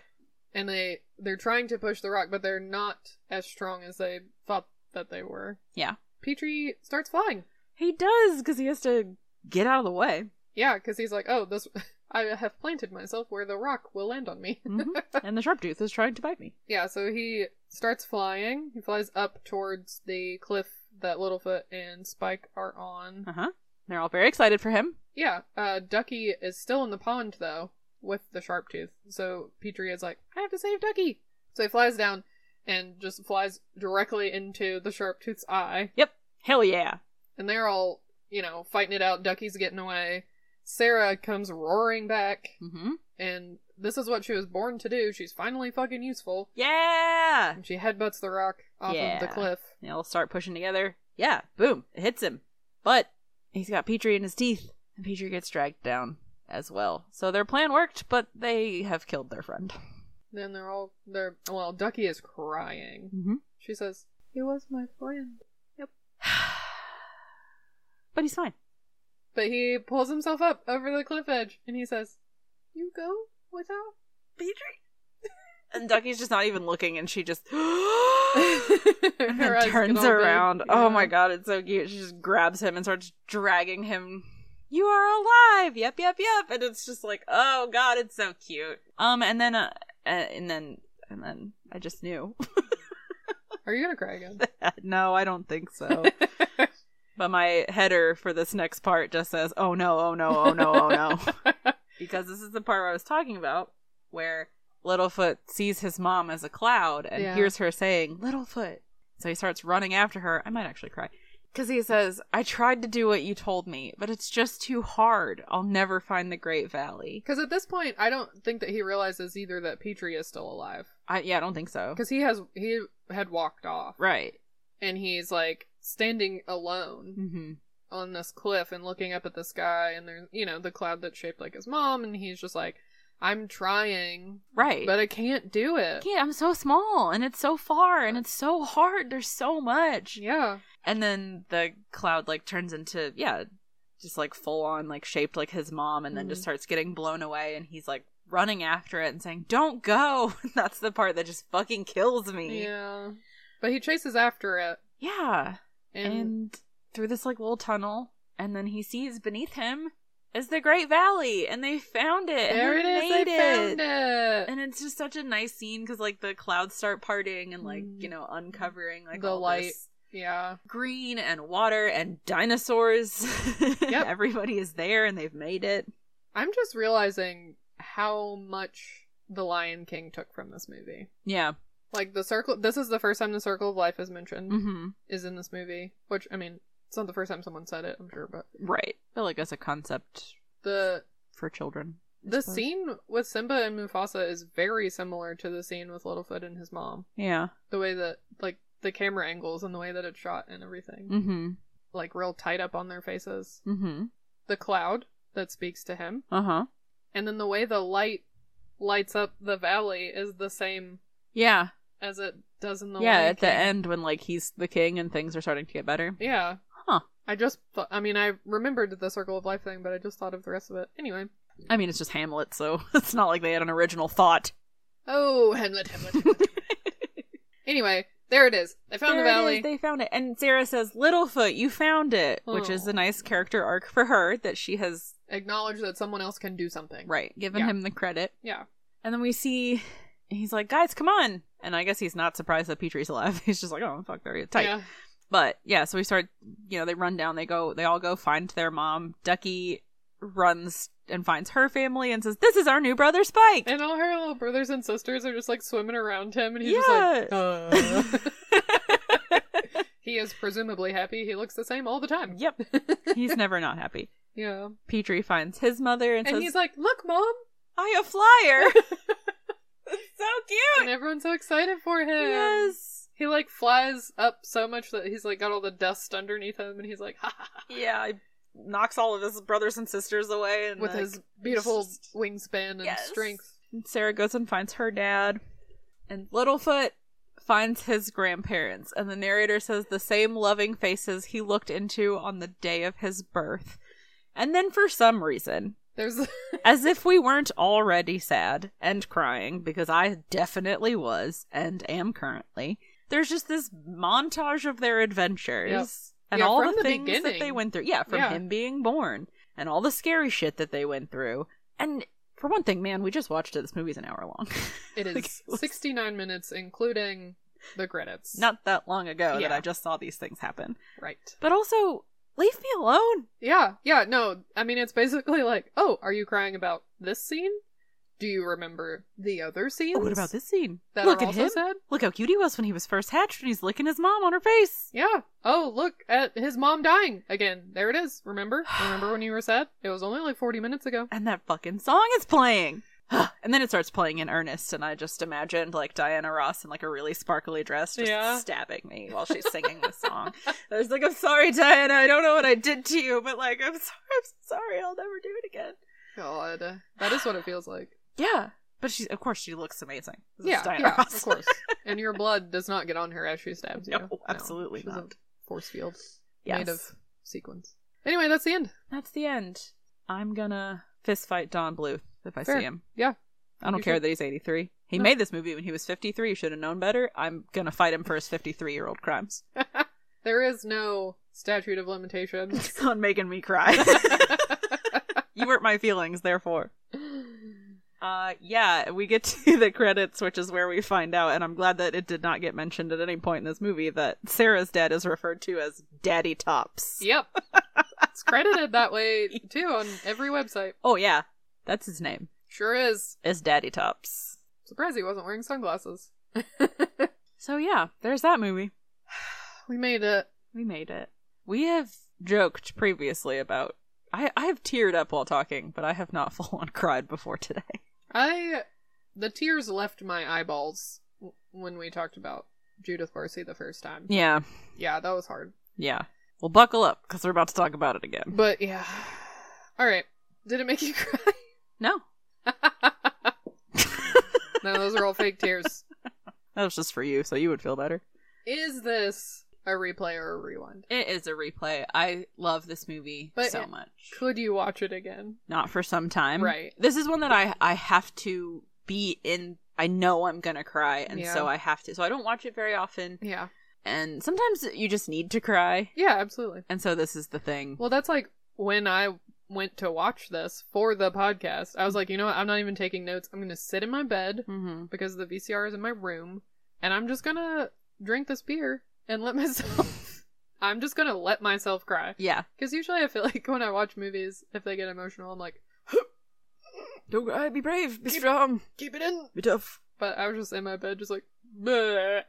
And they they're trying to push the rock, but they're not as strong as they thought that they were.
Yeah.
Petrie starts flying.
He does, because he has to get out of the way.
Yeah, because he's like, oh, this. I have planted myself where the rock will land on me.
Mhm. and the sharptooth is trying to bite me.
Yeah, so he starts flying. He flies up towards the cliff that Littlefoot and Spike are on.
Uh huh. They're all very excited for him.
Yeah, uh, Ducky is still in the pond though with the sharp tooth. So Petrie is like, I have to save Ducky. So he flies down and just flies directly into the sharp tooth's eye,
Yep. Hell yeah.
and they're all you know fighting it out. Ducky's getting away. Sarah comes roaring back,
Mm-hmm.
and this is what she was born to do. She's finally fucking useful.
Yeah.
And she headbutts the rock off of the
Yeah.
cliff.
They'll start pushing together. Yeah. Boom. It hits him. But he's got Petrie in his teeth, and Petrie gets dragged down as well. So their plan worked, but they have killed their friend.
Then they're all they're well. Ducky is crying.
Mm-hmm.
She says, "He was my friend."
But he's fine.
But he pulls himself up over the cliff edge and he says, You go without?
Petrie. And Ducky's just not even looking, and she just and
Her
then
eyes get
turns
all big.
around.
Yeah.
Oh my god, it's so cute. She just grabs him and starts dragging him. You are alive. Yep, yep, yep. And it's just like, oh god, it's so cute. Um, and then, uh, uh, and then, and then I just knew.
Are you gonna cry again?
no, I don't think so. but my header for this next part just says, oh no, oh no, oh no, oh no. because this is the part I was talking about where Littlefoot sees his mom as a cloud and
Yeah.
hears her saying, Littlefoot. So he starts running after her. I might actually cry. Because he says, I tried to do what you told me, but it's just too hard. I'll never find the Great Valley.
Because at this point, I don't think that he realizes either that Petrie is still alive.
I, yeah, I don't think so.
Because he has he had walked off,
Right.
and he's like standing alone
Mm-hmm.
on this cliff and looking up at the sky, and there's you know the cloud that's shaped like his mom, and he's just like, "I'm trying,
Right.
but I can't do it."
yeah, I'm so small and it's so far and it's so hard. There's so much.
Yeah,
And then the cloud like turns into yeah, just like full on like shaped like his mom, and then just
Mhm.
starts getting blown away, and he's like running after it and saying, "Don't go." And that's the part that just fucking kills me.
yeah. But he chases after it,
Yeah. And,
and
through this like little tunnel, and then he sees beneath him is the Great Valley, and they found it. and
There it is.
made
They found it.
And it's just such a nice scene because like the clouds start parting and like
Mm.
you know uncovering like
The
all
light.
this
yeah.
green and water and dinosaurs.
Yep.
Everybody is there and they've made it.
I'm just realizing how much The Lion King took from this movie.
Yeah.
Like the circle. This is the first time the circle of life is mentioned
Mm-hmm.
is in this movie. Which I mean, it's not the first time someone said it. I'm sure, but
Right. I feel like that's a concept
the
for children. I
the
suppose.
scene with Simba and Mufasa is very similar to the scene with Littlefoot and his mom.
Yeah.
The way that like the camera angles and the way that it's shot and everything,
Mm-hmm.
like real tight up on their faces.
Mm-hmm.
The cloud that speaks to him.
Uh-huh.
And then the way the light lights up the valley is the same
Yeah.
as it does in the
yeah,
Lion
at the
King.
end when like he's the king and things are starting to get better.
Yeah.
Huh.
I just, thought, I mean, I remembered the circle of life thing, but I just thought of the rest of it anyway.
I mean, it's just Hamlet, so it's not like they had an original thought.
Oh, Hamlet, Hamlet. Hamlet. anyway, there it is. I found
There
the
it
valley.
is, they found it. And Sarah says, Littlefoot, you found it, which is
Oh.
a nice character arc for her that she has,
Acknowledge that someone else can do something.
right, given
Yeah.
him the credit.
Yeah.
And then we see, he's like, guys, come on. And I guess he's not surprised that Petrie's alive. He's just like, oh, fuck, they're tight.
Yeah.
But yeah, so we start, you know, they run down, they go, they all go find their mom. Ducky runs and finds her family and says, this is our new brother, Spike.
And all her little brothers and sisters are just like swimming around him, and he's just like, uh. he is presumably happy. He looks the same all the time.
yep. he's never not happy.
Yeah.
Petrie finds his mother and,
And
says,
he's like, look, mom.
I a flyer. it's so
And
cute.
everyone's so excited for him.
Yes.
He like flies up so much that he's like got all the dust underneath him, and he's like, ha ha, ha
Yeah, he knocks all of his brothers and sisters away and
with
like,
his beautiful
it's just-
wingspan and
Yes.
strength.
Sarah goes and finds her dad. And Littlefoot finds his grandparents. And the narrator says the same loving faces he looked into on the day of his birth. And then for some reason,
There's
as if we weren't already sad and crying, because I definitely was and am currently, there's just this montage of their adventures and
Yeah,
all
from the
the, things that they
beginning.
went through. Yeah, from
Yeah.
him being born and all the scary shit that they went through. And for one thing, man, we just watched it. This movie's an hour long.
it
Like,
is
it was-
69 minutes, including the credits.
Not that long ago that
Yeah.
I just saw these things happen.
right.
But also, leave me alone.
Yeah, yeah, no. I mean, it's basically like, oh, are you crying about this scene? Do you remember the other scenes?
Oh, what about this scene?
That
Look
are
at
also
him.
sad?
Look how cute he was when he was first hatched and he's licking his mom on her face.
Yeah. Oh, look at his mom dying again. There it is. Remember? Remember when you were sad? It was only like 40 minutes ago.
and that fucking song is playing. and then it starts playing in earnest, and I just imagined like Diana Ross in like a really sparkly dress just
Yeah.
stabbing me while she's singing this song. I was like, I'm sorry, Diana, I don't know what I did to you, but like, I'm sorry, I'm sorry, I'll never do it again.
God. That is what it feels like.
Yeah. But she, of course, she looks amazing. This is
yeah,
Diana
yeah,
Ross.
of course. And your blood does not get on her as she stabs you.
No, absolutely
she's a
not.
force field
Yes.
made of sequins. Anyway, that's the end.
That's the end. I'm gonna fist fight Don Bluth if I
Fair.
see him.
Yeah.
I don't
You
care
should.
that he's 83. He
No.
made this movie when he was 53. Should have known better. I'm gonna fight him for his 53 year old crimes.
There is no statute of limitations.
on making me cry. you hurt my feelings, therefore. Uh, yeah, we get to the credits, which is where we find out, and I'm glad that it did not get mentioned at any point in this movie that Sarah's dad is referred to as Daddy Tops.
yep. It's credited that way too on every website.
Oh yeah, that's his name.
Sure is.
Is Daddy Tops.
Surprised he wasn't wearing sunglasses.
So yeah, there's that movie.
We made it.
We made it. We have joked previously about. I I have teared up while talking, but I have not full on cried before today.
I the tears left my eyeballs w- when we talked about Judith Barcy the first time.
Yeah,
Yeah, that was hard.
yeah. Well, buckle up because we're about to talk about it again.
But yeah. All right. Did it make you cry?
No,
no, those are all fake tears.
That was just for you, so you would feel better.
Is this a replay or a rewind?
It is a replay. I love this movie
But
so
it
much.
Could you watch it again?
Not for some time.
Right.
This is one that I I have to be in. I know I'm gonna cry, and
Yeah.
so I have to. So I don't watch it very often,
Yeah.
and sometimes you just need to cry,
Yeah, absolutely.
and so this is the thing.
Well, that's like when I went to watch this for the podcast. I was like, you know what? I'm not even taking notes. I'm going to sit in my bed
mm-hmm.
because the VCR is in my room and I'm just going to drink this beer and let myself. I'm just going to let myself cry.
Yeah.
Because usually I feel like when I watch movies, if they get emotional, I'm like,
Don't cry. Be brave. Be
Keep-
strong.
keep it in.
Be tough.
But I was just in my bed, just like, bleh.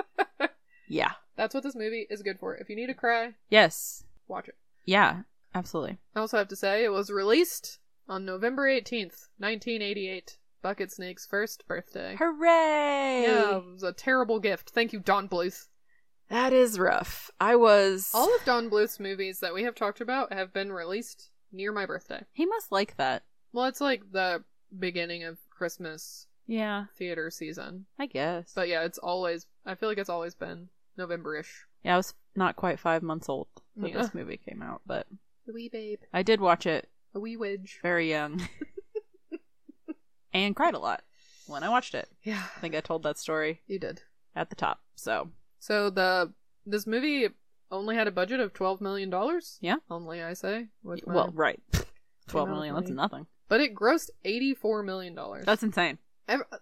Yeah.
that's what this movie is good for. If you need to cry,
Yes.
watch it.
Yeah. Absolutely.
I also have to say, it was released on November 18th, 1988, Bucket Snake's first birthday.
Hooray!
Yeah, it was a terrible gift. Thank you, Don Bluth.
That is rough. I was.
All of Don Bluth's movies that we have talked about have been released near my birthday.
He must like that.
Well, it's like the beginning of Christmas
Yeah,
theater season.
I guess.
But yeah, it's always, I feel like it's always been November ish.
yeah, I was not quite five months old when
Yeah.
this movie came out, but
A wee babe.
I did watch it
A wee wedge.
very young and cried a lot when I watched it.
Yeah.
I think I told that story
You did.
at the top. So
So the this movie only had a budget of twelve million dollars.
Yeah.
only I say. Which
well, right, twelve
Amount of
million. That's
money.
nothing.
but it grossed eighty four million dollars.
That's insane.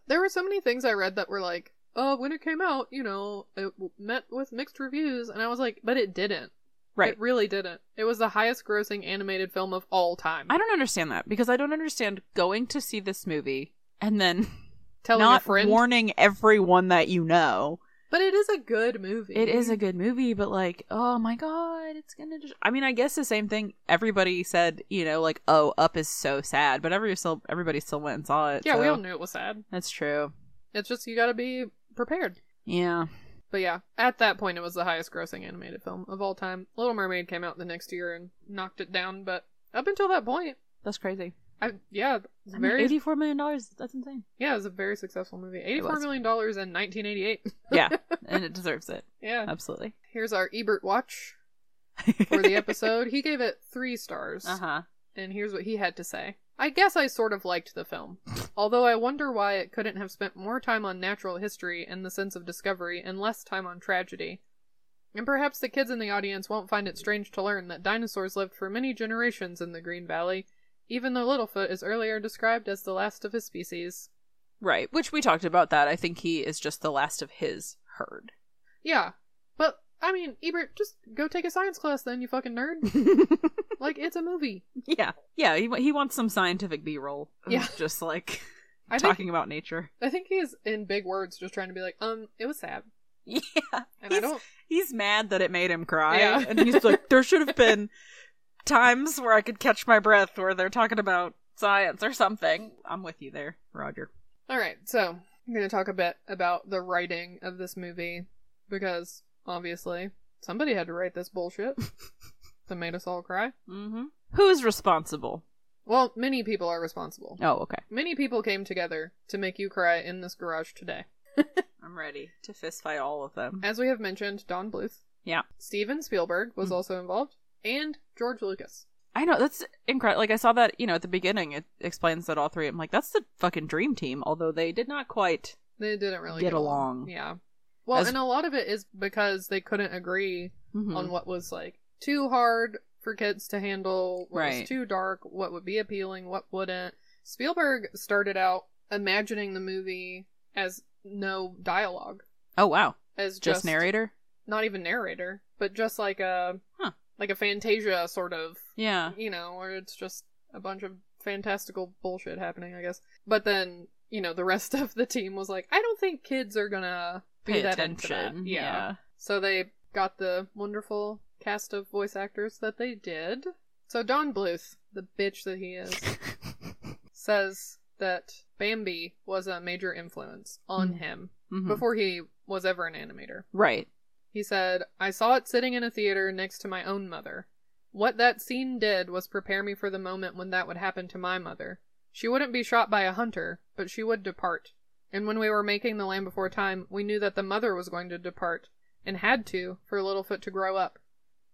there were so many things I read that were like, oh, when it came out, you know, it w- met with mixed reviews, and I was like, but it didn't.
Right.
It really didn't. It was the highest grossing animated film of all time.
I don't understand that because I don't understand going to see this movie and then
Telling
not
a friend,
warning everyone that you know.
but it is a good movie.
It is a good movie, but like, oh my god, it's gonna. Just... I mean, I guess the same thing. Everybody said, you know, like, oh, Up is so sad, but every still everybody still went and saw it.
Yeah, we
so-
all knew it was sad.
That's true.
It's just you got to be prepared.
Yeah,
But yeah, at that point, it was the highest grossing animated film of all time. Little Mermaid came out the next year and knocked it down, but up until that point,
that's crazy.
I yeah, it was
I mean,
very
eighty-four million dollars. That's insane.
yeah, it was a very successful movie. Eighty four
was.
million dollars in nineteen eighty eight.
Yeah, and it deserves it.
yeah,
Absolutely.
here's our Ebert watch for the episode. he gave it three stars,
Uh huh.
and here's what he had to say. I guess I sort of liked the film, although I wonder why it couldn't have spent more time on natural history and the sense of discovery and less time on tragedy. And perhaps the kids in the audience won't find it strange to learn that dinosaurs lived for many generations in the Green Valley, even though Littlefoot is earlier described as the last of his species.
Right, which we talked about that. I think he is just the last of his herd.
Yeah, but I mean, Ebert, just go take a science class then, you fucking nerd. like, it's a movie.
yeah, yeah. He wa- he wants some scientific B roll.
Yeah.
just like
I think,
talking about nature.
I think he's in big words just trying to be like, um, it was sad.
Yeah,
And I
he's,
don't.
he's mad that it made him cry,
Yeah.
and he's like, there should have been times where I could catch my breath where they're talking about science or something. I'm with you there, Roger.
All right, so I'm going to talk a bit about the writing of this movie because obviously somebody had to write this bullshit that made us all cry.
Mm-hmm. Who's responsible?
Well, many people are responsible.
Oh, okay.
Many people came together to make you cry in this garage today.
I'm ready to fist fight all of them.
As we have mentioned, Don Bluth,
Yeah,
Steven Spielberg
Hmm.
was also involved, and George Lucas.
I know that's incredible. Like I saw that, you know, at the beginning, it explains that all three. I'm like, that's the fucking dream team. Although they did not quite.
They didn't really
Get
get,
along.
Yeah. Well,
As-
and a lot of it is because they couldn't agree
Mm-hmm.
on what was like too hard for kids to handle, what
Right.
was too dark, what would be appealing, what wouldn't. Spielberg started out imagining the movie as no dialogue,
Oh wow,
as just,
just, narrator.
not even narrator, but just like a
Huh.
like a Fantasia sort of,
Yeah,
you know, where it's just a bunch of fantastical bullshit happening, I guess. But then you know, the rest of the team was like, I don't think kids are gonna be
pay
that into
attention.
that.
yeah.
So they got the wonderful cast of voice actors that they did. So Don Bluth, the bitch that he is, says that Bambi was a major influence on
Mm.
him
Mhm.
before he was ever an animator.
Right.
He said, I saw it sitting in a theater next to my own mother. What that scene did was prepare me for the moment when that would happen to my mother. She wouldn't be shot by a hunter, but she would depart. And when we were making The Land Before Time, we knew that the mother was going to depart, and had to, for Littlefoot to grow up.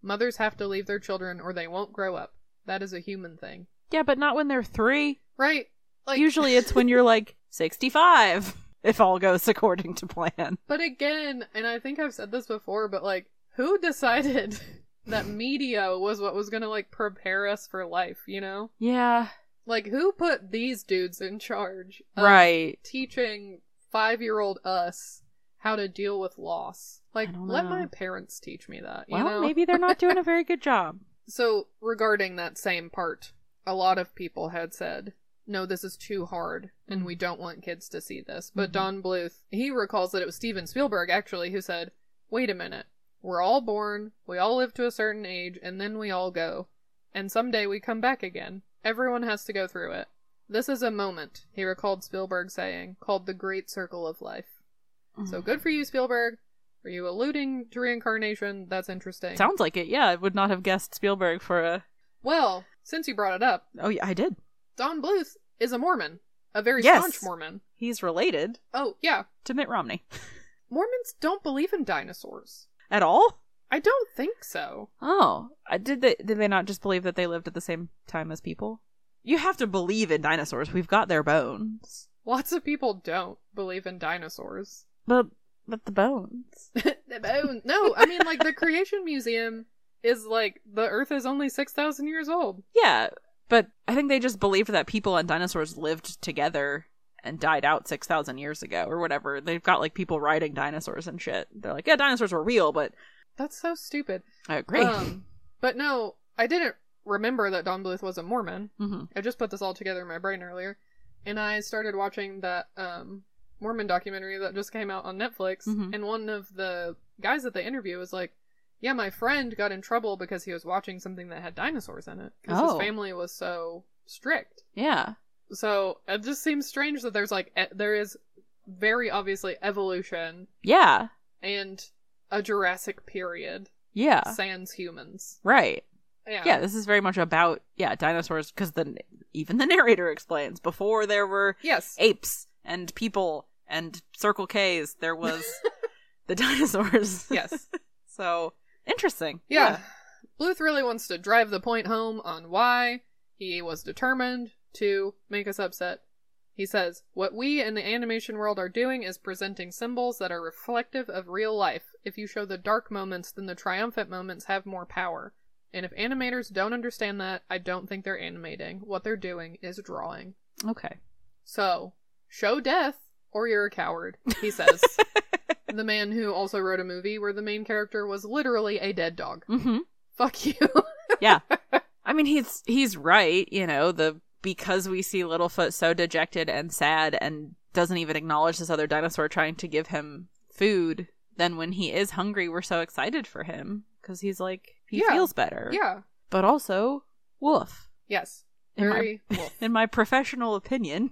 Mothers have to leave their children or they won't grow up. That is a human thing.
Yeah, but not when they're three.
Right? Like,
Usually, it's when you're like sixty-five, if all goes according to plan.
But again, and I think I've said this before, but like, who decided that media was what was gonna like prepare us for life, you know?
Yeah. uh,
Like, who put these dudes in charge of
right.
teaching five year old us how to deal with loss? Like,
I don't
let
know.
my parents teach me that, you
Well,
know?
maybe they're not doing a very good job.
So, regarding that same part, a lot of people had said, no, this is too hard, and we don't want kids to see this. But
Mhm.
Don Bluth, he recalls that it was Steven Spielberg, actually, who said, wait a minute. We're all born, we all live to a certain age, and then we all go. And someday we come back again. Everyone has to go through it. This is a moment, he recalled Spielberg saying, called the Great Circle of Life. So good for you, Spielberg. Are you alluding to reincarnation? That's interesting.
Sounds like it. Yeah, I would not have guessed Spielberg for a.
well, since you brought it up,
Oh yeah, I did.
Don Bluth is a Mormon, a very
Yes.
staunch Mormon.
He's related
Oh, yeah.
to Mitt Romney.
Mormons don't believe in dinosaurs.
At all?
I don't think so.
Oh, I- did they did they not just believe that they lived at the same time as people? You have to believe in dinosaurs. We've got their bones,
Lots of people don't believe in dinosaurs.
but but the bones.
The bone- no, I mean, like, the Creation Museum is like, the Earth is only 6,000 years old.
Yeah, but I think they just believed that people and dinosaurs lived together and died out 6,000 years ago or whatever. They've got like people riding dinosaurs and shit. They're like, yeah, dinosaurs were real, but
That's so stupid.
I agree.
Um, but no, I didn't remember that Don Bluth was a Mormon.
hmm
I just put this all together in my brain earlier, and I started watching that um, Mormon documentary that just came out on Netflix.
Mhm.
And one of the guys that they interview was like, "Yeah, my friend got in trouble because he was watching something that had dinosaurs in it because
Oh.
his family was so strict."
Yeah.
So it just seems strange that there's like e- there is very obviously evolution
Yeah.
and a Jurassic period,
Yeah.
sans humans.
Right.
Yeah.
Yeah, this is very much about yeah, dinosaurs cuz the even the narrator explains before there were
Yes.
apes and people and circle K's, there was the dinosaurs.
Yes.
so, interesting.
Yeah. Bluth really wants to drive the point home on why he was determined to make us upset. He says, What we in the animation world are doing is presenting symbols that are reflective of real life. If you show the dark moments, then the triumphant moments have more power. And if animators don't understand that, I don't think they're animating. What they're doing is drawing.
Yeah. Okay.
So, show death or you're a coward, he says. the man who also wrote a movie where the main character was literally a dead dog.
Mhm.
Fuck you.
yeah i mean he's he's right you know the because we see littlefoot so dejected and sad and doesn't even acknowledge this other dinosaur trying to give him food then when he is hungry we're so excited for him because he's like he
Yeah.
feels better
Yeah.
but also wolf
Yes.
Am I-
Very wolf.
in my professional opinion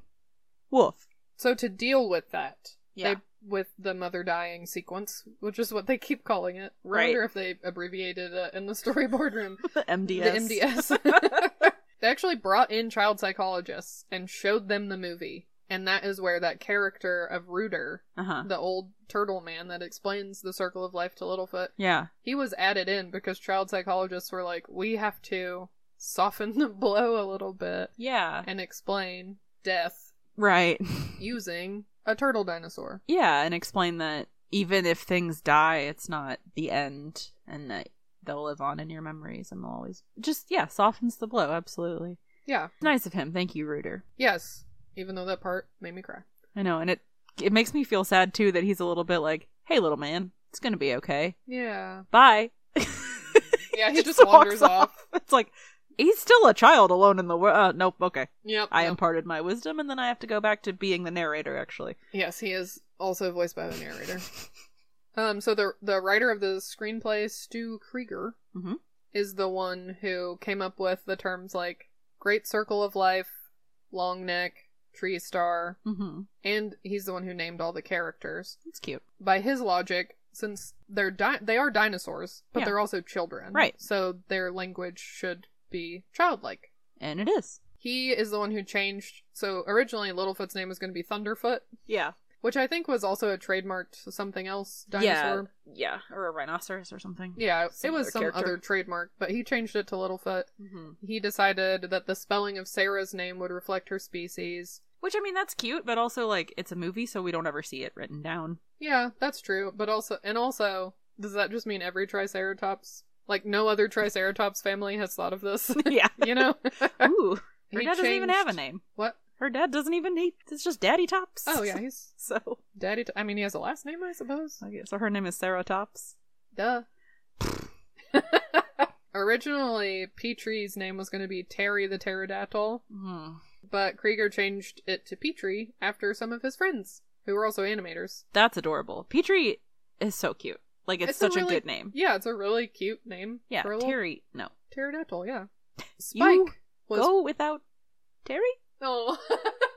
wolf
So to deal with that,
Yeah.
they, with the mother dying sequence, which is what they keep calling it.
Right.
I wonder if they abbreviated it in the storyboard room.
mds
The MDS. they actually brought in child psychologists and showed them the movie. And that is where that character of Rooter,
uh-huh
the old turtle man that explains the circle of life to Littlefoot,
yeah
he was added in because child psychologists were like, we have to soften the blow a little bit
yeah
and explain death
right
using a turtle dinosaur.
Yeah, and explain that even if things die, it's not the end, and that they'll live on in your memories and they'll always just yeah softens the blow. Absolutely,
Yeah.
it's nice of him. Thank you, Rooter.
Yes. Even though that part made me cry.
I know, and it it makes me feel sad too that he's a little bit like, hey, little man, it's gonna be okay.
Yeah.
Bye.
Yeah, he
He
just,
just
wanders
walks
off.
it's like he's still a child alone in the world. Uh, nope. Okay,
Yep.
I
yep.
imparted my wisdom, and then I have to go back to being the narrator. Actually,
Yes, he is also voiced by the narrator. um, so the the writer of the screenplay, Stu Krieger,
Mhm.
is the one who came up with the terms like great circle of life, long neck, tree star,
mm-hmm.
and he's the one who named all the characters.
it's cute.
by his logic, since they're di- they are dinosaurs, but
Yeah.
they're also children,
Right.
So their language should be childlike.
And it is.
He is the one who changed. So originally, Littlefoot's name was going to be Thunderfoot,
Yeah.
which I think was also a trademark to something else dinosaur.
Yeah, yeah, or a rhinoceros or something.
Yeah,
Some
it was
other
some
character.
other trademark, but he changed it to Littlefoot.
hmm
He decided that the spelling of Sarah's name would reflect her species.
Which I mean, that's cute, but also like it's a movie, so we don't ever see it written down.
Yeah, that's true. But also, and also, does that just mean every Triceratops? Like, no other Triceratops family has thought of this?
yeah.
you know?
Ooh, her
He
dad doesn't even
changed-
have a name.
What?
Her dad doesn't even need. It's just Daddy Tops.
Oh, yeah, he's
So
Daddy. T- I mean, he has a last name, I suppose.
okay, so her name is Sarah Tops.
Duh. Originally, Petrie's name was going to be Terry the Pterodactyl,
Hmm.
but Krieger changed it to Petrie after some of his friends, who were also animators.
That's adorable. Petrie is so cute. Like it's, such a,
really-
good name.
Yeah, it's a really cute name.
Yeah,
for a little
Terry. No,
pterodactyl. Yeah, Spike
You
was
go without Terry.
no,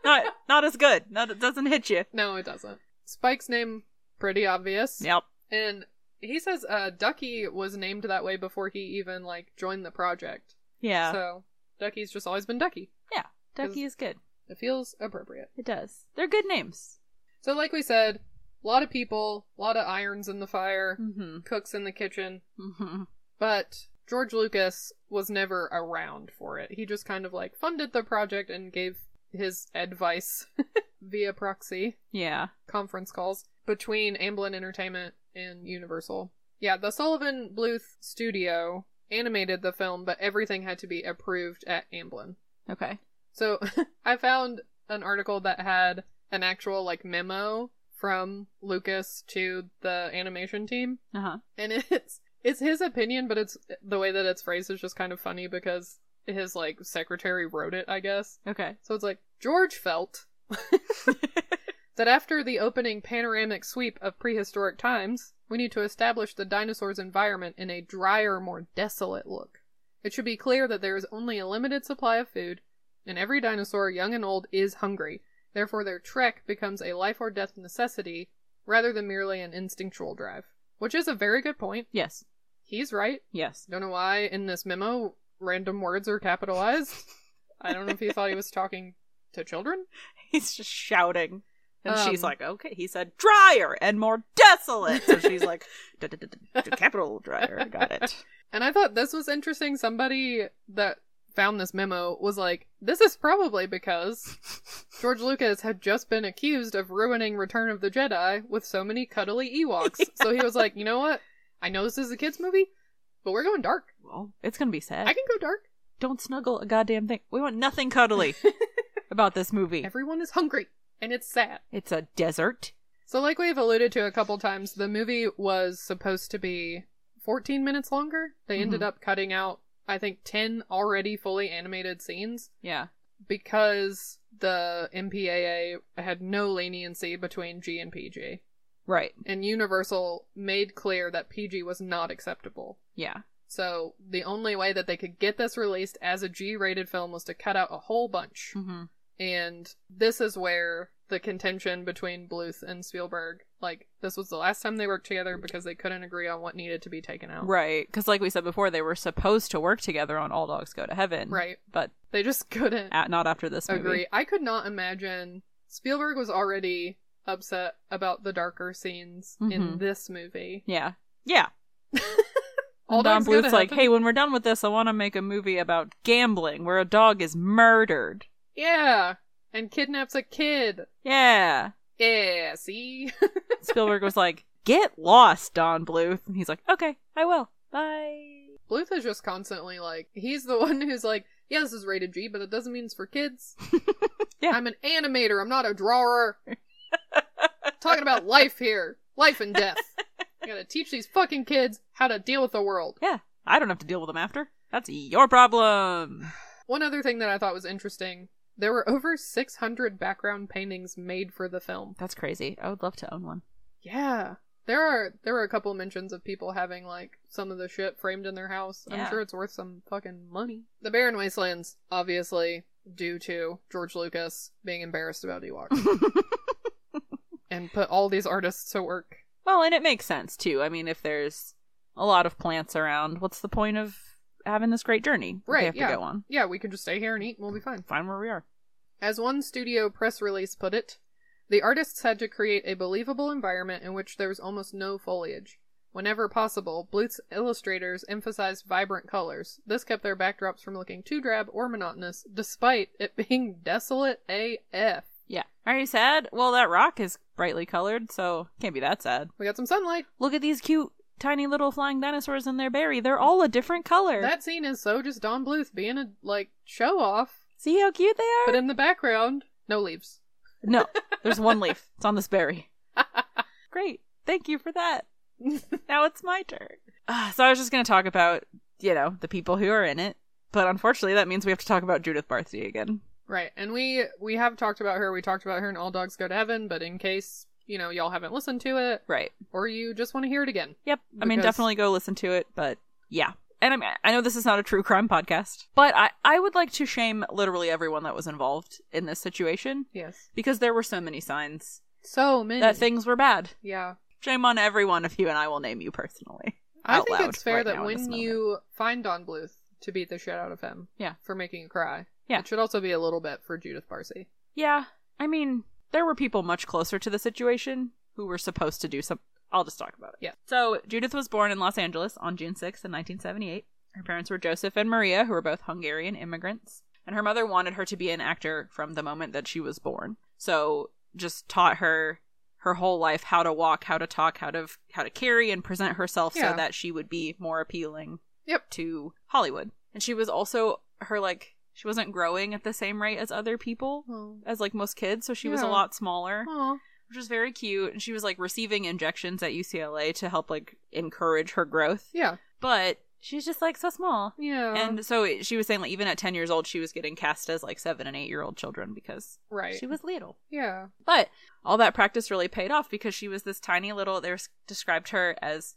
Not not as good. Not it doesn't hit you.
no, it doesn't. Spike's name pretty obvious.
Yep.
And he says uh, Ducky was named that way before he even like joined the project.
Yeah.
So Ducky's just always been Ducky.
yeah. Ducky is good.
It feels appropriate.
It does. They're good names.
So, like we said, a lot of people, a lot of irons in the fire,
Mm-hmm.
cooks in the kitchen,
Mm-hmm.
but George Lucas was never around for it. He just kind of like funded the project and gave his advice via proxy
Yeah.
conference calls between Amblin Entertainment and Universal. Yeah, the Sullivan Bluth studio animated the film, but everything had to be approved at Amblin.
Okay.
So I found an article that had an actual like memo from Lucas to the animation team
Uh huh.
and it's it's his opinion, but it's the way that it's phrased is just kind of funny because his like secretary wrote it, I guess.
Okay.
So it's like George felt that after the opening panoramic sweep of prehistoric times, we need to establish the dinosaurs' environment in a drier, more desolate look. It should be clear that there is only a limited supply of food, and every dinosaur, young and old, is hungry. Therefore, their trek becomes a life or death necessity rather than merely an instinctual drive. Which is a very good point.
Yes.
He's right.
Yes.
Don't know why in this memo random words are capitalized. I don't know if he thought he was talking to children.
He's just shouting. And she's
Um.
like, okay. He said drier and more desolate. So she's like, "Duh, duh, duh, duh, duh, capital drier. Got it.
And I thought this was interesting. Somebody that found this memo was like, this is probably because George Lucas had just been accused of ruining Return of the Jedi with so many cuddly Ewoks. So he was like, you know what? I know this is a kids' movie, but we're going dark.
Well, it's going to be sad.
I can go dark.
Don't snuggle a goddamn thing. We want nothing cuddly about this movie.
Everyone is hungry, and it's sad.
it's a desert.
So, like we've alluded to a couple times, the movie was supposed to be 14 minutes longer. They ended
Mhm.
up cutting out, I think, 10 already fully animated scenes
Yeah.
because the MPAA had no leniency between G and PG.
Right.
And Universal made clear that PG was not acceptable.
Yeah.
So, the only way that they could get this released as a G rated film was to cut out a whole bunch.
Mm-hmm.
And this is where the contention between Bluth and Spielberg, like, this was the last time they worked together because they couldn't agree on what needed to be taken out.
Right. Because, like we said before, they were supposed to work together on All Dogs Go to Heaven.
Right.
But
They just couldn't
at, not after this movie.
agree. I could not imagine. Spielberg was already upset about the darker scenes in
Mhm.
this movie.
Yeah. Yeah.
All
And Don
dogs go to
Bluth's like,
heaven.
hey, when we're done with this, I want to make a movie about gambling where a dog is murdered.
Yeah. And kidnaps a kid.
Yeah.
Yeah, see?
Spielberg was like, get lost, Don Bluth. And he's like, okay, I will. Bye.
Bluth is just constantly like, he's the one who's like, yeah, this is rated G, but that doesn't mean it's for kids.
Yeah.
I'm an animator. I'm not a drawer. Talking about life here, life and death. I gotta teach these fucking kids how to deal with the world.
Yeah. I don't have to deal with them after. That's your problem.
One other thing that I thought was interesting there were over 600 background paintings made for the film.
That's crazy. I would love to own one.
Yeah. There are there were a couple mentions of people having like some of the shit framed in their house. I'm
Yeah.
sure it's worth some fucking money. The Barren Wastelands, obviously, due to George Lucas being embarrassed about Ewoks and put all these artists to work.
well, and it makes sense, too. I mean, if there's a lot of plants around, what's the point of having this great journey? that
Right,
They have
yeah.
to go on.
Yeah, we can just stay here and eat and we'll be fine.
Find where we are.
As one studio press release put it, the artists had to create a believable environment in which there was almost no foliage. Whenever possible, Bluth's illustrators emphasized vibrant colors. This kept their backdrops from looking too drab or monotonous, despite it being desolate AF.
Yeah. Are you sad? Well, that rock is brightly colored, so can't be that sad.
We got some sunlight.
Look at these cute, tiny little flying dinosaurs in their berry. They're all a different color.
That scene is so just Don Bluth being a like show off,
See how cute they are?
but in the background, no leaves.
no, there's one leaf. It's on this berry. Great. Thank you for that. now it's my turn. Ah, so I was just going to talk about, you know, the people who are in it. But unfortunately, that means we have to talk about Judith Barthie again.
Right, and we we have talked about her. We talked about her in All Dogs Go to Heaven, but in case you know y'all haven't listened to it,
Right.
or you just want to hear it again.
Yep. I mean,
Because-
definitely go listen to it, but yeah. And I mean, I know this is not a true crime podcast, but I, I would like to shame literally everyone that was involved in this situation
Yes.
because there were so many signs
So many.
that things were bad.
Yeah.
Shame on everyone if you and I will name you personally.
I
out
think
loud
it's fair
right
that
now in this
when
moment.
you find Don Bluth to beat the shit out of him
Yeah.
for making you cry,
Yeah.
it should also be a little bit for Judith Barcy.
Yeah, I mean, there were people much closer to the situation who were supposed to do some. I'll just talk about it.
Yeah.
So Judith was born in Los Angeles on June 6th, in 1978. Her parents were Joseph and Maria, who were both Hungarian immigrants, and her mother wanted her to be an actor from the moment that she was born. So just taught her her whole life how to walk, how to talk, how to how to carry and present herself
Yeah.
so that she would be more appealing
Yep.
to Hollywood. And she was also her like she wasn't growing at the same rate as other people as like most kids, so she was a
Yeah.
lot smaller,
Aw.
which was very cute. And she was like receiving injections at UCLA to help like encourage her growth,
Yeah.
but she's just like so small.
Yeah.
And so it- she was saying like even at 10 years old she was getting cast as like 7 and 8 year old children because
right.
she was little.
yeah.
But all that practice really paid off because she was this tiny little they s- described her as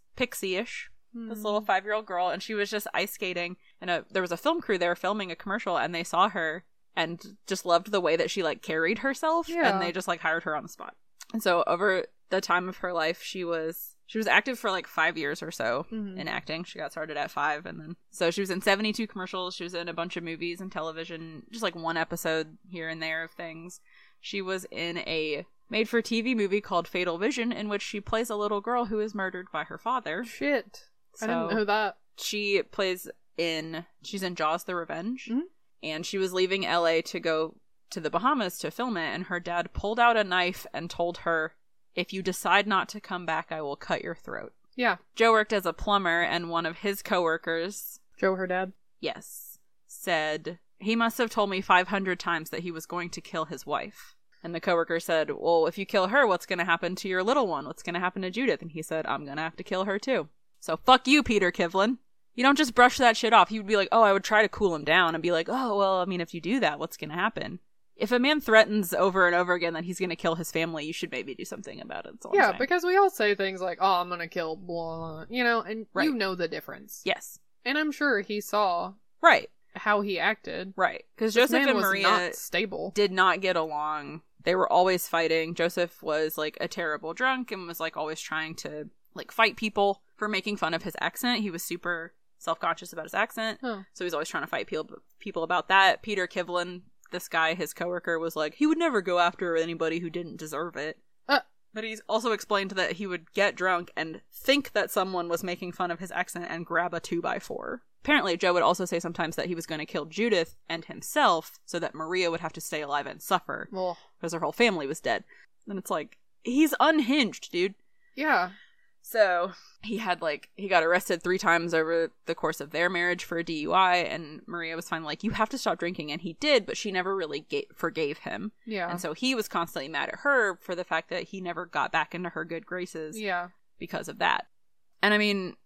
Hmm.
pixie-ish
Mm-hmm.
this little five year old girl, and she was just ice skating. And a, there was a film crew there filming a commercial, and they saw her and just loved the way that she like carried herself,
Yeah.
and they just like hired her on the spot. And so over the time of her life, she was she was active for like five years or so
Mhm.
in acting. She got started at five, and then so she was in seventy two commercials. She was in a bunch of movies and television, just like one episode here and there of things. She was in a made for TV movie called Fatal Vision, in which she plays a little girl who is murdered by her father
Shit. I didn't
So-
know that.
she plays in she's in Jaws the Revenge
Mhm.
and she was leaving LA to go to the Bahamas to film it and her dad pulled out a knife and told her if you decide not to come back I will cut your throat.
Yeah.
Joe worked as a plumber and one of his coworkers,
Joe, her dad.
yes, said he must have told me 500 times that he was going to kill his wife. And the coworker said, "Well, if you kill her, what's going to happen to your little one? What's going to happen to Judith?" And he said, "I'm going to have to kill her too." So fuck you, Peter Kivlin. You don't just brush that shit off. He would be like, oh, I would try to cool him down and be like, oh, well, I mean, if you do that, what's going to happen? If a man threatens over and over again that he's going to kill his family, you should maybe do something about it. That's all I'm
Yeah,
saying.
because we all say things like, "Oh, I'm gonna kill blah," you know, and
Right.
you know the difference.
Yes.
And I'm sure he saw
Right.
how he acted.
Right. Because
This
Joseph
man
and
was
Maria
not stable.
did not get along. They were always fighting. Joseph was like a terrible drunk and was like always trying to like fight people for making fun of his accent. He was super self conscious about his accent.
Huh.
So he's always trying to fight people people about that. Peter Kivlin, this guy, his coworker, was like, he would never go after anybody who didn't deserve it.
Uh.
But he's also explained that he would get drunk and think that someone was making fun of his accent and grab a two by four. Apparently, Joe would also say sometimes that he was going to kill Judith and himself so that Maria would have to stay alive and suffer
Well,
because her whole family was dead. And it's like, he's unhinged, dude.
yeah,
So he had like he got arrested three times over the course of their marriage for a DUI, and Maria was finally like, "You have to stop drinking," and he did, but she never really ga- forgave him,
yeah,
and so he was constantly mad at her for the fact that he never got back into her good graces
yeah,
because of that. And I mean,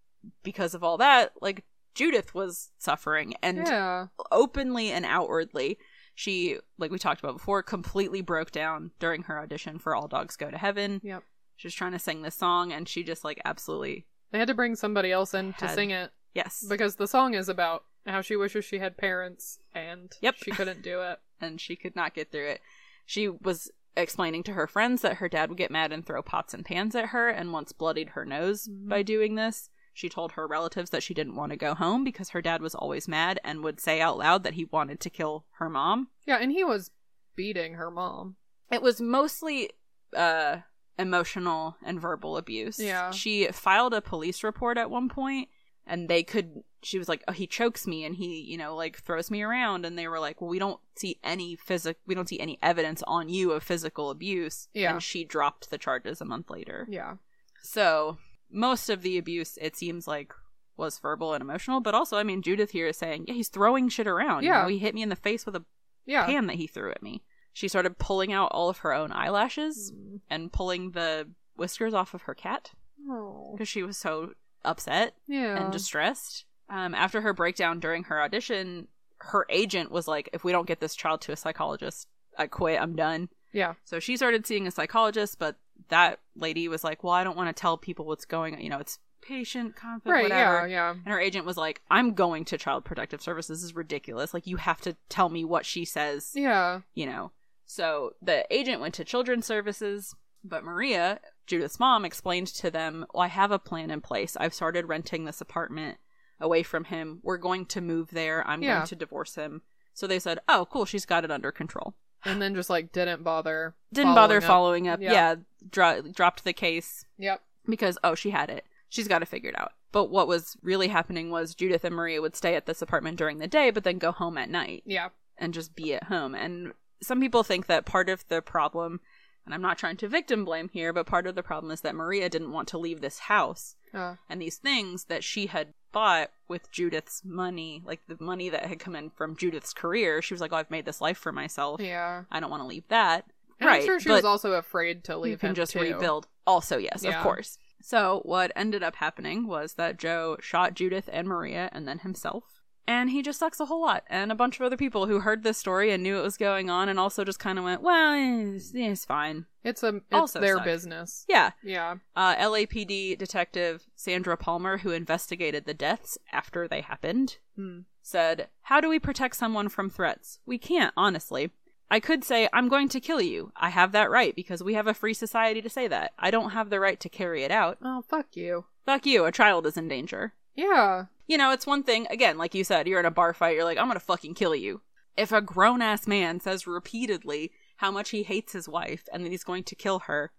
because of all that, like Judith was suffering, and
yeah,
openly and outwardly she like we talked about before completely broke down during her audition for all dogs go to heaven
yep.
she was trying to sing this song and she just like absolutely
They had to bring somebody else in to
Had-
sing it
Yes.
because the song is about how she wishes she had parents and
Yep.
she couldn't do it.
and she could not get through it. She was explaining to her friends that her dad would get mad and throw pots and pans at her and once bloodied her nose
Mhm.
by doing this. She told her relatives that she didn't want to go home because her dad was always mad and would say out loud that he wanted to kill her mom.
Yeah, and he was beating her mom.
It was mostly uh emotional and verbal abuse.
Yeah.
She filed a police report at one point and they could she was like, Oh, he chokes me and he, you know, like throws me around and they were like, Well, we don't see any physic we don't see any evidence on you of physical abuse.
Yeah.
And she dropped the charges a month later.
Yeah,
So most of the abuse, it seems like was verbal and emotional, but also, I mean, Judith here is saying, yeah, he's throwing shit around. You
Yeah.
know, he hit me in the face with a
yeah.
pan that he threw at me. She started pulling out all of her own eyelashes
Mm.
and pulling the whiskers off of her cat
Oh.
because she was so upset
Yeah.
and distressed. Um, after her breakdown during her audition, her agent was like, "If we don't get this child to a psychologist, I quit. I'm done."
yeah.
So she started seeing a psychologist, but that lady was like, "Well, I don't want to tell people what's going. on. You know, it's patient confident,
Right.
whatever."
Yeah. Yeah.
And her agent was like, "I'm going to Child Protective Services. This is ridiculous. Like, you have to tell me what she says
Yeah.
you know. So the agent went to children's services, but Maria, Judith's mom, explained to them, Well, I have a plan in place. I've started renting this apartment away from him. We're going to move there. I'm
Yeah.
going to divorce him. So they said, Oh, cool. She's got it under control.
and then just like didn't bother.
Didn't bother
following up.
following up.
Yeah.
Yeah, dro- dropped the case
Yep.
because oh, she had it. She's got to figure it out. But what was really happening was Judith and Maria would stay at this apartment during the day, but then go home at night.
Yeah.
and just be at home. And some people think that part of the problem, and I'm not trying to victim blame here, but part of the problem is that Maria didn't want to leave this house.
Uh,
And these things that she had bought with Judith's money, like the money that had come in from Judith's career, she was like, oh, I've made this life for myself.
yeah.
I don't want to leave that.
And
right.
I'm sure she
but
was also afraid to leave
you can
him
just
too.
rebuild. Also, yes,
Yeah.
of course. So what ended up happening was that Joe shot Judith and Maria and then himself. And he just sucks a whole lot. And a bunch of other people who heard this story and knew what was going on and also just kind of went, well, it's, it's fine.
It's a it's
Also
their
suck.
business.
Yeah.
Yeah.
Uh, LAPD detective Sandra Palmer, who investigated the deaths after they happened,
Hmm.
said, How do we protect someone from threats? We can't, honestly. I could say, I'm going to kill you. I have that right because we have a free society to say that. I don't have the right to carry it out.
Oh fuck you.
Fuck you, a child is in danger.
Yeah.
You know, it's one thing, again, like you said, you're in a bar fight, you're like, I'm gonna fucking kill you. If a grown ass man says repeatedly how much he hates his wife and that he's going to kill her,